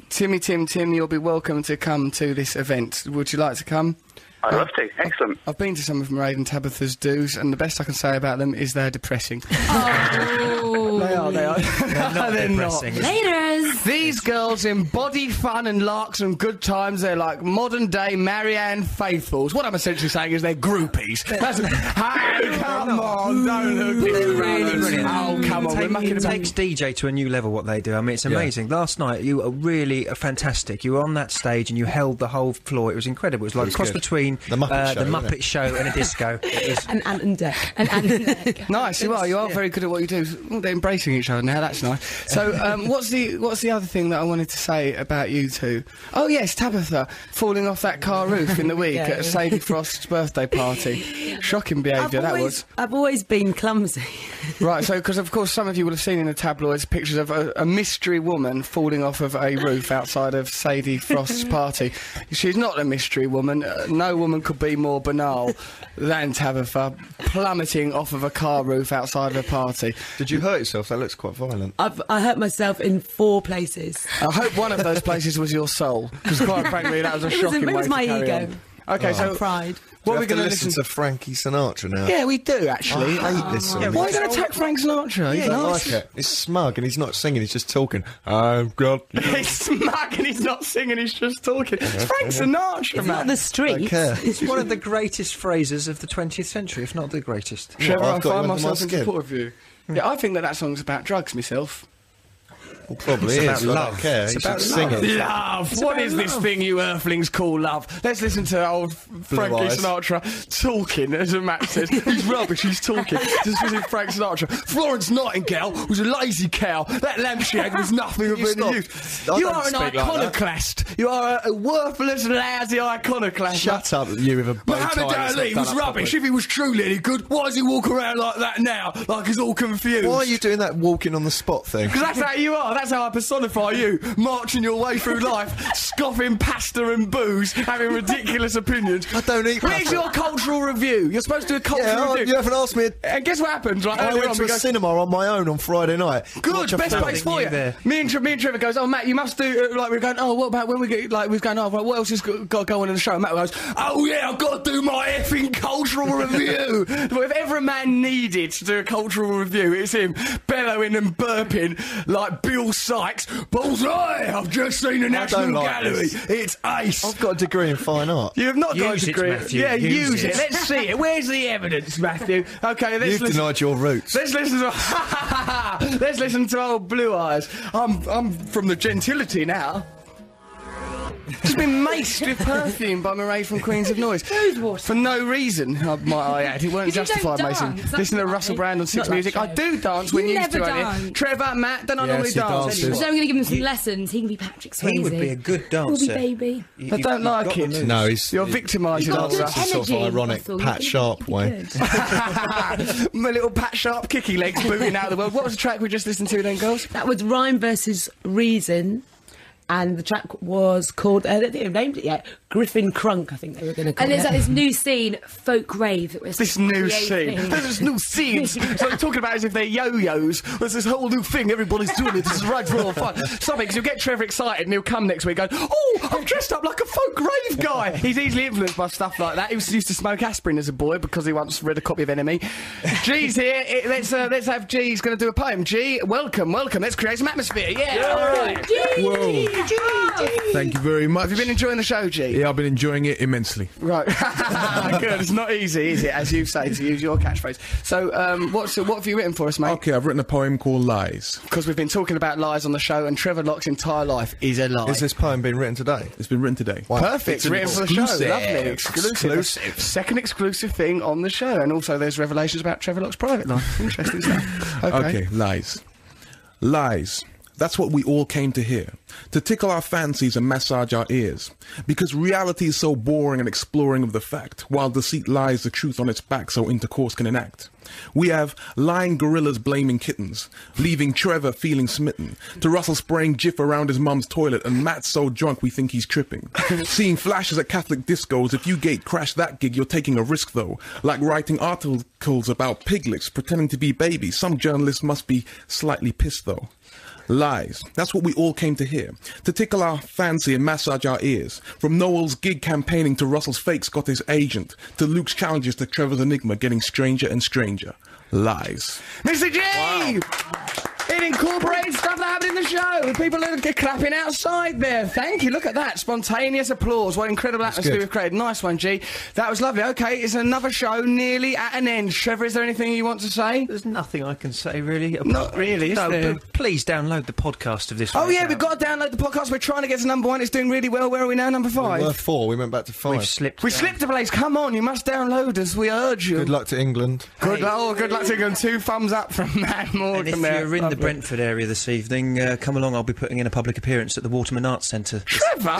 Speaker 4: Timmy, Tim, Tim, you'll be welcome to come to this event. Would you like to come?
Speaker 18: I'd love to. Excellent.
Speaker 4: I've been to some of Mairead and Tabitha's do's, and the best I can say about them is they're depressing.
Speaker 16: Oh.
Speaker 4: they are, they are.
Speaker 5: They're not
Speaker 4: They're not.
Speaker 5: depressing.
Speaker 16: Laters.
Speaker 4: These girls embody fun and larks and good times. They're like modern day Marianne Faithfuls. What I'm essentially saying is they're groupies. That's, hey, come on, don't look at Oh, come on, we're
Speaker 5: Take-
Speaker 4: mucking
Speaker 5: it
Speaker 4: about.
Speaker 5: takes DJ to a new level what they do. I mean, it's amazing. Last night, you were really uh, fantastic. You were on that stage and you held the whole floor. It was incredible. It was like
Speaker 4: was
Speaker 5: a cross
Speaker 4: good.
Speaker 5: between
Speaker 4: The Muppet
Speaker 5: uh,
Speaker 4: Show,
Speaker 5: the
Speaker 4: wasn't
Speaker 5: Muppet
Speaker 4: it?
Speaker 5: Show and a disco. It was
Speaker 16: And Ant and Deck. And Ant and Deck.
Speaker 4: Nice, you are. You are very good at what you do. Mm, They're embracing each other now. That's nice. So, um, what's the what's the other thing that I wanted to say about you two? Oh yes, Tabitha falling off that car roof in the week
Speaker 16: Yeah.
Speaker 4: at Sadie Frost's birthday party. Shocking behaviour that was.
Speaker 16: I've always been clumsy.
Speaker 4: Right, so because of course some of you will have seen in the tabloids pictures of a, a mystery woman falling off of a roof outside of Sadie Frost's party. She's not a mystery woman. Uh, no woman could be more banal than Tabitha plummeting off of a car roof outside of a party.
Speaker 2: Did you hurt yourself? That looks quite violent.
Speaker 16: I've, I hurt myself in four places.
Speaker 4: I hope one of those places was your soul, because quite frankly, that was a
Speaker 16: It was a-
Speaker 4: shocking
Speaker 16: it
Speaker 4: way
Speaker 16: was
Speaker 4: to
Speaker 16: my
Speaker 4: carry
Speaker 16: ego.
Speaker 4: on. Okay,
Speaker 2: Oh.
Speaker 4: so
Speaker 2: And
Speaker 16: pride.
Speaker 2: Do
Speaker 4: What
Speaker 2: you
Speaker 4: are we
Speaker 2: have to
Speaker 4: going to
Speaker 2: listen, to Frankie Sinatra now?
Speaker 4: Yeah, we do actually.
Speaker 2: I hate this song.
Speaker 4: Oh, Why are you going to attack Frank Sinatra?
Speaker 2: I
Speaker 4: He's
Speaker 2: don't
Speaker 4: nice.
Speaker 2: like it. It's smug and he's not singing, he's just talking. I've got.
Speaker 4: He's smug and he's not singing, he's just talking. It's Frank Sinatra, man.
Speaker 2: Don't care.
Speaker 5: It's one of the greatest phrases of the 20th century, if not the greatest.
Speaker 4: Trevor, I find myself in support of you.
Speaker 2: Hmm.
Speaker 4: Yeah, I think that that song's about drugs myself.
Speaker 2: Well, probably
Speaker 4: It's about
Speaker 2: is. I don't
Speaker 4: love.
Speaker 2: care.
Speaker 4: It's
Speaker 2: you
Speaker 4: about
Speaker 2: should
Speaker 4: love.
Speaker 2: sing it.
Speaker 4: Love.
Speaker 2: It's
Speaker 4: what
Speaker 2: about
Speaker 4: is this
Speaker 2: love.
Speaker 4: thing you Earthlings call love? Let's listen to old Frankie
Speaker 2: eyes.
Speaker 4: Sinatra talking, as a Matt says. He's rubbish. He's talking. Just visit Frank Sinatra. Florence Nightingale was a lazy cow. That lampshade was nothing of
Speaker 2: You
Speaker 4: any
Speaker 2: stop.
Speaker 4: use.
Speaker 2: I
Speaker 4: You
Speaker 2: don't
Speaker 4: are an
Speaker 2: speak like that.
Speaker 4: iconoclast. you are a, a worthless, lousy iconoclast.
Speaker 2: Shut up, you with a bow tie.
Speaker 4: Muhammad
Speaker 2: that's
Speaker 4: Ali
Speaker 2: not
Speaker 4: was
Speaker 2: done up
Speaker 4: rubbish.
Speaker 2: properly.
Speaker 4: If he was truly any good, why does he walk around like that now? Like he's all confused.
Speaker 2: Why are you doing that walking on the spot thing?
Speaker 4: Because that's how you are. That's how I personify you. Marching your way through life, scoffing pasta and booze, having ridiculous opinions. I
Speaker 2: don't eat
Speaker 4: Where's
Speaker 2: pasta.
Speaker 4: your cultural review? You're supposed to do a cultural
Speaker 2: Yeah,
Speaker 4: review.
Speaker 2: you haven't asked me.
Speaker 4: And guess what happens, right?
Speaker 2: I
Speaker 4: earlier
Speaker 2: went
Speaker 4: on
Speaker 2: to
Speaker 4: we
Speaker 2: a
Speaker 4: go,
Speaker 2: cinema on my own on Friday night.
Speaker 4: Good,
Speaker 2: Watch a
Speaker 4: best
Speaker 2: film.
Speaker 4: place for you. Me and Tre- me and Trevor goes, oh Matt, you must do uh, like we're going. Oh, what about when we get like we're going? Oh, right, what else has got, got to go on in the show? And Matt goes, oh yeah, I've got to do my effing cultural review. Well, if ever a man needed to do a cultural review, it's him bellowing and burping like Bill Sykes. Bullseye! I've just seen the
Speaker 2: I
Speaker 4: National
Speaker 2: don't like
Speaker 4: Gallery.
Speaker 2: this.
Speaker 4: It's ace.
Speaker 2: I've got a degree in fine art.
Speaker 4: You have not got a
Speaker 2: Use it,
Speaker 4: degree.
Speaker 2: Matthew,
Speaker 4: yeah, use,
Speaker 2: use
Speaker 4: it.
Speaker 2: it.
Speaker 4: Let's see it. Where's the evidence, Matthew? Okay, let's
Speaker 2: You've
Speaker 4: listen.
Speaker 2: denied your roots.
Speaker 4: Let's listen to Let's listen to old Blue Eyes. I'm I'm from the gentility now. Just been maced with perfume by Murray from Queens of Noise. For no reason, uh, I might I add. It weren't
Speaker 23: You don't
Speaker 4: justified, Mason.
Speaker 23: dance, that's
Speaker 4: Listen to
Speaker 23: why.
Speaker 4: Russell Brand on Six
Speaker 23: Not
Speaker 4: Music. I
Speaker 23: like
Speaker 4: do dance when
Speaker 23: You
Speaker 4: you
Speaker 23: never
Speaker 4: do, don't you?
Speaker 23: dance.
Speaker 4: Trevor, Matt, don't I
Speaker 23: Yes,
Speaker 4: normally
Speaker 23: he
Speaker 4: dance?
Speaker 23: dances.
Speaker 8: So I'm going to give him some lessons. He can be Patrick Swayze.
Speaker 5: He would be a good dancer.
Speaker 8: Will be baby.
Speaker 5: You-
Speaker 4: I
Speaker 5: you've-
Speaker 4: don't
Speaker 5: you've
Speaker 4: like
Speaker 5: got
Speaker 4: him.
Speaker 5: the
Speaker 2: No, he's
Speaker 4: You're victimising
Speaker 2: He
Speaker 4: us,
Speaker 2: dances
Speaker 4: Russell.
Speaker 2: in sort of
Speaker 4: Energy,
Speaker 2: ironic
Speaker 4: Russell.
Speaker 2: Pat Sharp way.
Speaker 4: My little Pat Sharp kicky legs booting out of the world. What was the track we just listened to then, girls?
Speaker 16: That was Rhyme versus Reason. And the track was called, uh, I don't think they've named it yet, Griffin Crunk, I think they were going to call
Speaker 8: And there's
Speaker 16: it.
Speaker 8: like this new scene, folk rave that we're
Speaker 4: This new
Speaker 8: creating.
Speaker 4: scene. There's this new scene. so I'm talking about as if they're yo-yos. There's this whole new thing. Everybody's doing it. This is right for all fun. Something, because you'll get Trevor excited and he'll come next week going, oh, I'm dressed up like a folk rave guy. He's easily influenced by stuff like that. He was used to smoke aspirin as a boy because he once read a copy of Enemy. G's here. It- let's, uh, let's have G's going to do a poem. G, welcome, welcome. Let's create some atmosphere. Yeah. all right.
Speaker 12: Whoa. Thank you very much.
Speaker 4: Have you been enjoying the show, G?
Speaker 12: Yeah, I've been enjoying it immensely.
Speaker 4: Right, good. It's not easy, is it? As you say, to use your catchphrase. So, um, what's what have you written for us, mate?
Speaker 12: Okay, I've written a poem called Lies.
Speaker 4: Because we've been talking about lies on the show, and Trevor Locke's entire life is a lie.
Speaker 12: Is this poem being written today? It's been written today.
Speaker 4: Perfect,
Speaker 12: an
Speaker 4: written for the show. Lovely, exclusive. That's Second exclusive thing on the show, and also there's revelations about Trevor Locke's private life. Interesting stuff. Okay.
Speaker 12: Okay. lies. Lies. That's what we all came to hear. To tickle our fancies and massage our ears. Because reality is so boring and exploring of the fact, while deceit lies the truth on its back so intercourse can enact. We have lying gorillas blaming kittens, leaving Trevor feeling smitten, to Russell spraying jiff around his mum's toilet, and Matt so drunk we think he's tripping. Seeing flashes at Catholic discos, if you gate crash that gig, you're taking a risk though. Like writing articles about piglets pretending to be babies, some journalists must be slightly pissed though. Lies. That's what we all came to hear. To tickle our fancy and massage our ears. From Noel's gig campaigning to Russell's fake Scottish agent, to Luke's challenges to Trevor's enigma getting stranger and stranger. Lies.
Speaker 4: Mr. G. It incorporates stuff that happened ending the show with people are clapping outside there. Thank you. Look at that. Spontaneous applause. What incredible atmosphere
Speaker 8: good.
Speaker 4: we've created. Nice one, G. That was lovely. Okay, it's another show nearly at an end. Trevor, is there anything you want to say?
Speaker 5: There's nothing I can say, really.
Speaker 4: Not really, is
Speaker 5: no,
Speaker 4: there?
Speaker 5: but please download the podcast of this.
Speaker 4: Oh,
Speaker 5: right
Speaker 4: yeah,
Speaker 5: now.
Speaker 4: we've got to download the podcast. We're trying to get to number one. It's doing really well. Where are we now? Number five?
Speaker 2: We're four. We went back to five.
Speaker 5: We've slipped.
Speaker 4: We slipped a place. Come on, you must download us. We urge you.
Speaker 2: Good luck to England.
Speaker 4: Good, luck- oh, good luck to you. Two thumbs up from Matt
Speaker 5: And
Speaker 4: Morgan
Speaker 5: if
Speaker 4: there.
Speaker 5: you're in
Speaker 4: Lovely.
Speaker 5: the Brentford area this evening, uh, come along. I'll be putting in a public appearance at the Waterman Arts Centre.
Speaker 4: Trevor?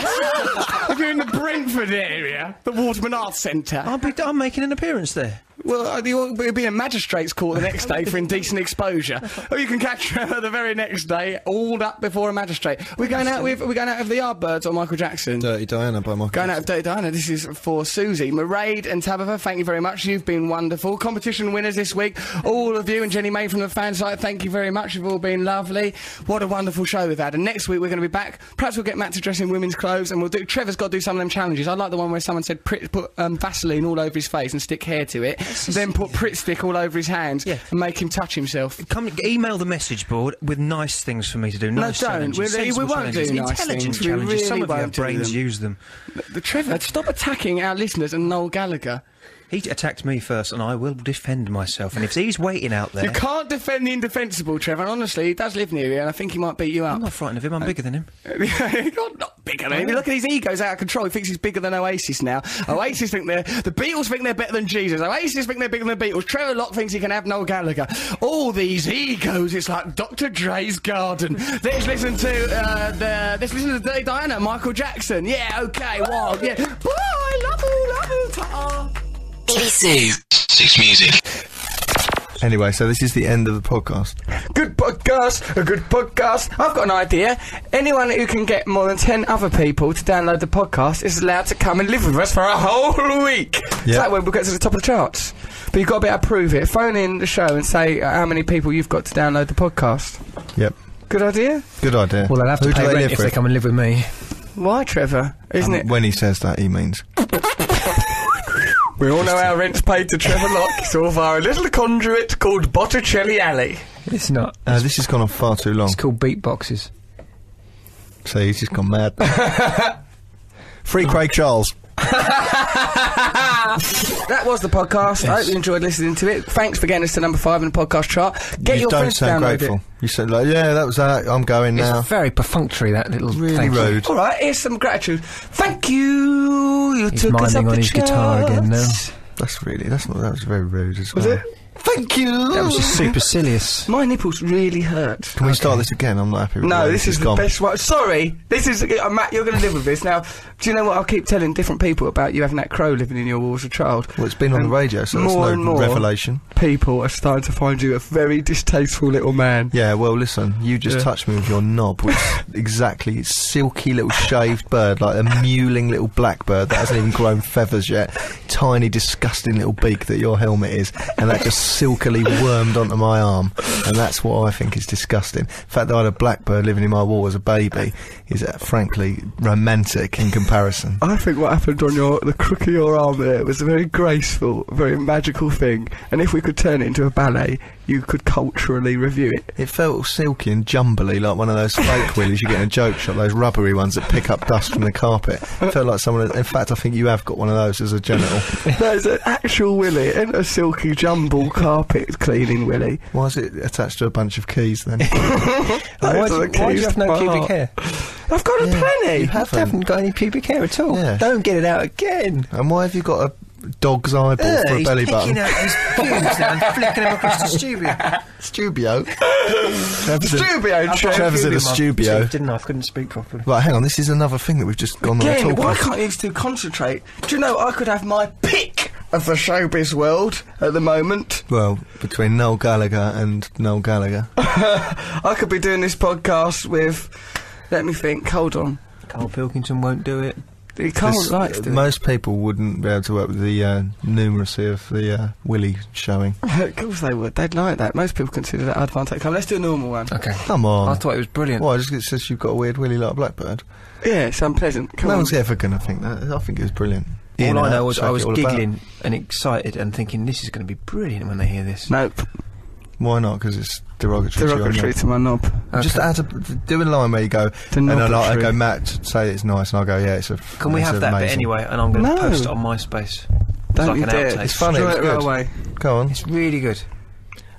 Speaker 4: if you're in the Brentford area, the Waterman Arts Centre. I'll
Speaker 5: be, I'm making an appearance there.
Speaker 4: Well, uh, you'll you'll be in magistrate's court the next day for indecent exposure. Or you can catch her the very next day, all up before a magistrate. We're going out with we're going out of the Yardbirds or Michael Jackson.
Speaker 2: Dirty Diana by Michael.
Speaker 4: Going out of Dirty Diana, this is for Susie. Mairead and Tabitha, thank you very much. You've been wonderful. Competition winners this week. All of you and Jenny May from the fan site, thank you very much. You've all been lovely. What a wonderful show we've had. And next week we're going to be back. Perhaps we'll get Matt to dress in women's clothes and we'll do. Trevor's got to do some of them challenges. I like the one where someone said Prit, put um, Vaseline all over his face and stick hair to it. Then put Prit stick all over his hands and make him touch himself.
Speaker 5: Come email the message board with nice things for me to do.
Speaker 4: No,
Speaker 5: Nice
Speaker 4: don't.
Speaker 5: challenges,
Speaker 4: We'll- we
Speaker 5: sensible
Speaker 4: won't do
Speaker 5: challenges,
Speaker 4: nice
Speaker 5: intelligent
Speaker 4: things. We
Speaker 5: challenges. Some
Speaker 4: really
Speaker 5: of you have
Speaker 4: won't do
Speaker 5: brains.
Speaker 4: them.
Speaker 5: Use them.
Speaker 4: The Trevor, stop attacking our listeners and Noel Gallagher.
Speaker 5: He attacked me first, and I will defend myself. And if he's waiting out there,
Speaker 4: You can't defend the indefensible, Trevor. And honestly, he does live near here, and I think he might beat you up. I'm
Speaker 5: not frightened of him. I'm bigger than him.
Speaker 4: God, not bigger than him. Look at his ego's out of control. He thinks he's bigger than Oasis now. Oasis think they're the Beatles think they're better than Jesus. Oasis think they're bigger than the Beatles. Trevor Locke thinks he can have Noel Gallagher. All these egos. It's like Dr. Dre's garden. Let's listen to uh, the. Let's listen to Dirty Diana, Michael Jackson. Yeah, okay, wild. Yeah. Woo, I love you, love you, ta.
Speaker 24: BBC Six Music.
Speaker 2: Anyway, so this is the end of the podcast.
Speaker 4: Good podcast, a good podcast. I've got an idea. Anyone who can get more than 10 other people to download the podcast is allowed to come and live with us for a whole week. So that way we'll get to the top of the charts. But you've got to be able to prove it. Phone in the show and say uh, how many people you've got to download the podcast.
Speaker 2: Yep.
Speaker 4: Good idea?
Speaker 2: Good idea.
Speaker 4: Well, they'll have to
Speaker 2: Who do
Speaker 4: pay
Speaker 2: they
Speaker 4: rent
Speaker 2: live
Speaker 4: if
Speaker 2: with?
Speaker 4: they come
Speaker 5: and live with me.
Speaker 4: Why, Trevor? Isn't
Speaker 2: Um,
Speaker 4: it?
Speaker 2: When he says that, he means.
Speaker 4: We all know how rent's paid to Trevor Locke. It's all via a little conduit called Botticelli Alley.
Speaker 2: It's not. Uh, this has gone on far too long. It's
Speaker 5: called beatboxes.
Speaker 2: So he's just gone mad. Free Craig Charles. Ah!
Speaker 4: That was the podcast. I hope you enjoyed listening to it. Thanks for getting us to number five in the podcast chart. Get
Speaker 2: you
Speaker 4: your
Speaker 2: don't
Speaker 4: friends to
Speaker 2: sound
Speaker 4: download
Speaker 2: grateful.
Speaker 4: it.
Speaker 2: You sound like, yeah, that was that. I'm going now.
Speaker 25: very perfunctory, that little
Speaker 2: really rude.
Speaker 4: All right, here's some gratitude. Thank you. You
Speaker 25: He's
Speaker 4: took us
Speaker 25: miming
Speaker 4: up the
Speaker 25: on his guitar
Speaker 4: charts.
Speaker 25: again now.
Speaker 2: That's really. That's not. That was very rude as well.
Speaker 4: Thank you.
Speaker 25: That was just supercilious.
Speaker 4: My nipples really hurt.
Speaker 2: Can we start this again? I'm not happy. with the
Speaker 4: No,
Speaker 2: way
Speaker 4: this is
Speaker 2: has
Speaker 4: the
Speaker 2: gone.
Speaker 4: best one. Sorry, this is uh, Matt. You're going to live with this now. Do you know what? I'll keep telling different people about you having that crow living in your wall as a child.
Speaker 2: Well, it's been on
Speaker 4: And
Speaker 2: the radio, so it's
Speaker 4: more
Speaker 2: no
Speaker 4: and more
Speaker 2: revelation.
Speaker 4: People are starting to find you a very distasteful little man.
Speaker 2: Yeah, well, listen, you just
Speaker 4: Yeah.
Speaker 2: touched me with your knob, which is exactly it's silky little shaved bird, like a mewling little blackbird that hasn't even grown feathers yet. Tiny, disgusting little beak that your helmet is, and that just silkily wormed onto my arm. And that's what I think is disgusting. The fact that I had a blackbird living in my wall as a baby is, uh, frankly, romantic in comparison.
Speaker 4: I think what happened on your the crook of your arm there was a very graceful, very magical thing. And if we could turn it into a ballet, you could culturally review it.
Speaker 2: It felt silky and jumbly, like one of those fake wheelies you get in a joke shop, those rubbery ones that pick up dust from the carpet. It felt like someone. In fact, I think you have got one of those as a genital.
Speaker 4: that is an actual willy, it ain't a silky jumble carpet cleaning willy.
Speaker 2: Why is it attached to a bunch of keys then?
Speaker 4: Why do- why do you have no pubic hair? I've got a plenty.
Speaker 2: You haven't. got any pubic hair at all. Don't get it out again. And why have you got a dog's eyeball
Speaker 5: Uh,
Speaker 2: for a
Speaker 5: he's
Speaker 2: belly
Speaker 5: picking
Speaker 2: button?
Speaker 5: out his pubes now and flicking them across the studio.
Speaker 2: Studio.
Speaker 5: Trevor's
Speaker 2: in- Studio, Trev. Trevor's in the studio.
Speaker 5: Didn't I? I couldn't speak properly.
Speaker 2: Right, hang on. This is another thing that we've just gone on
Speaker 4: Again,
Speaker 2: a talk
Speaker 4: why
Speaker 2: of.
Speaker 4: can't these two concentrate? Do you know I could have my pick of the showbiz world at the moment?
Speaker 2: Well, between Noel Gallagher and Noel Gallagher.
Speaker 4: I could be doing this podcast with. Let me think. Hold on.
Speaker 5: Carl Pilkington won't do it. uh,
Speaker 4: He can't
Speaker 2: This- uh,
Speaker 4: like to do it.
Speaker 2: most people wouldn't be able to work with the uh, numeracy of the uh, Willy showing.
Speaker 4: of course they would. They'd like that. Most people consider that advantage. Come, let's do a normal one.
Speaker 2: Okay. Come on.
Speaker 4: I thought it was brilliant.
Speaker 2: Why? Just 'cause it says you've got a weird Willy like a blackbird.
Speaker 4: Yeah, it's unpleasant. Come
Speaker 2: no
Speaker 4: on.
Speaker 2: one's ever going to think that. I think it was brilliant. In
Speaker 5: all
Speaker 2: and
Speaker 5: I
Speaker 2: out,
Speaker 5: know was I
Speaker 2: shake
Speaker 5: was
Speaker 2: it all about.
Speaker 5: giggling and excited and thinking this is going to be brilliant when they hear this.
Speaker 4: Nope.
Speaker 2: Why not? Because it's derogatory,
Speaker 4: Derogatory to my knob.
Speaker 2: Just add a, do a line where you go, and I, like, I go, Matt, say it's nice, and I go, yeah, it's a.
Speaker 5: Can we
Speaker 2: it's
Speaker 5: have that bit
Speaker 2: amazing."
Speaker 5: anyway? And I'm going to
Speaker 2: No.
Speaker 5: post it on MySpace. It's
Speaker 2: Don't
Speaker 5: like
Speaker 2: you
Speaker 5: an
Speaker 2: dare.
Speaker 5: outtake.
Speaker 2: It's funny, Throw it's it good. away. Go on.
Speaker 5: It's really good.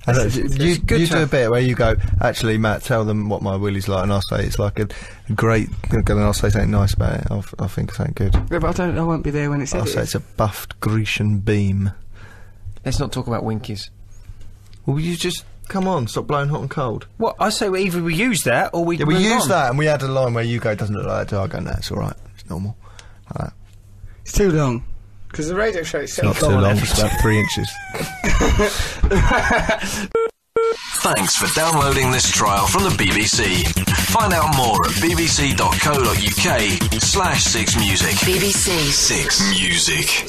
Speaker 2: And
Speaker 5: It's-
Speaker 2: uh,
Speaker 5: it's-
Speaker 2: you
Speaker 5: it's good
Speaker 2: you
Speaker 5: to
Speaker 2: do a
Speaker 5: have-
Speaker 2: bit where you go, actually, Matt, tell them what my willie's like, and I'll say it's like a great. And I'll say something nice about it. I'll, I think something good.
Speaker 4: Yeah, but I don't. I won't be there when it's
Speaker 2: I'll say it's a buffed Grecian beam.
Speaker 5: Let's not talk about winkies.
Speaker 2: Well, you just come on, stop blowing hot and cold.
Speaker 5: What I say, we either we use that or we
Speaker 2: Yeah, we
Speaker 5: move
Speaker 2: used
Speaker 5: on.
Speaker 2: that, and we had a line where you go, doesn't look like that. do I go, no, it's all right, it's normal. Like that.
Speaker 4: It's too long. Because the radio show
Speaker 2: It's not
Speaker 4: itself.
Speaker 2: too long, it's about three inches.
Speaker 8: Thanks for downloading this trial from the BBC. Find out more at bbc.co.uk slash 6music. BBC 6music.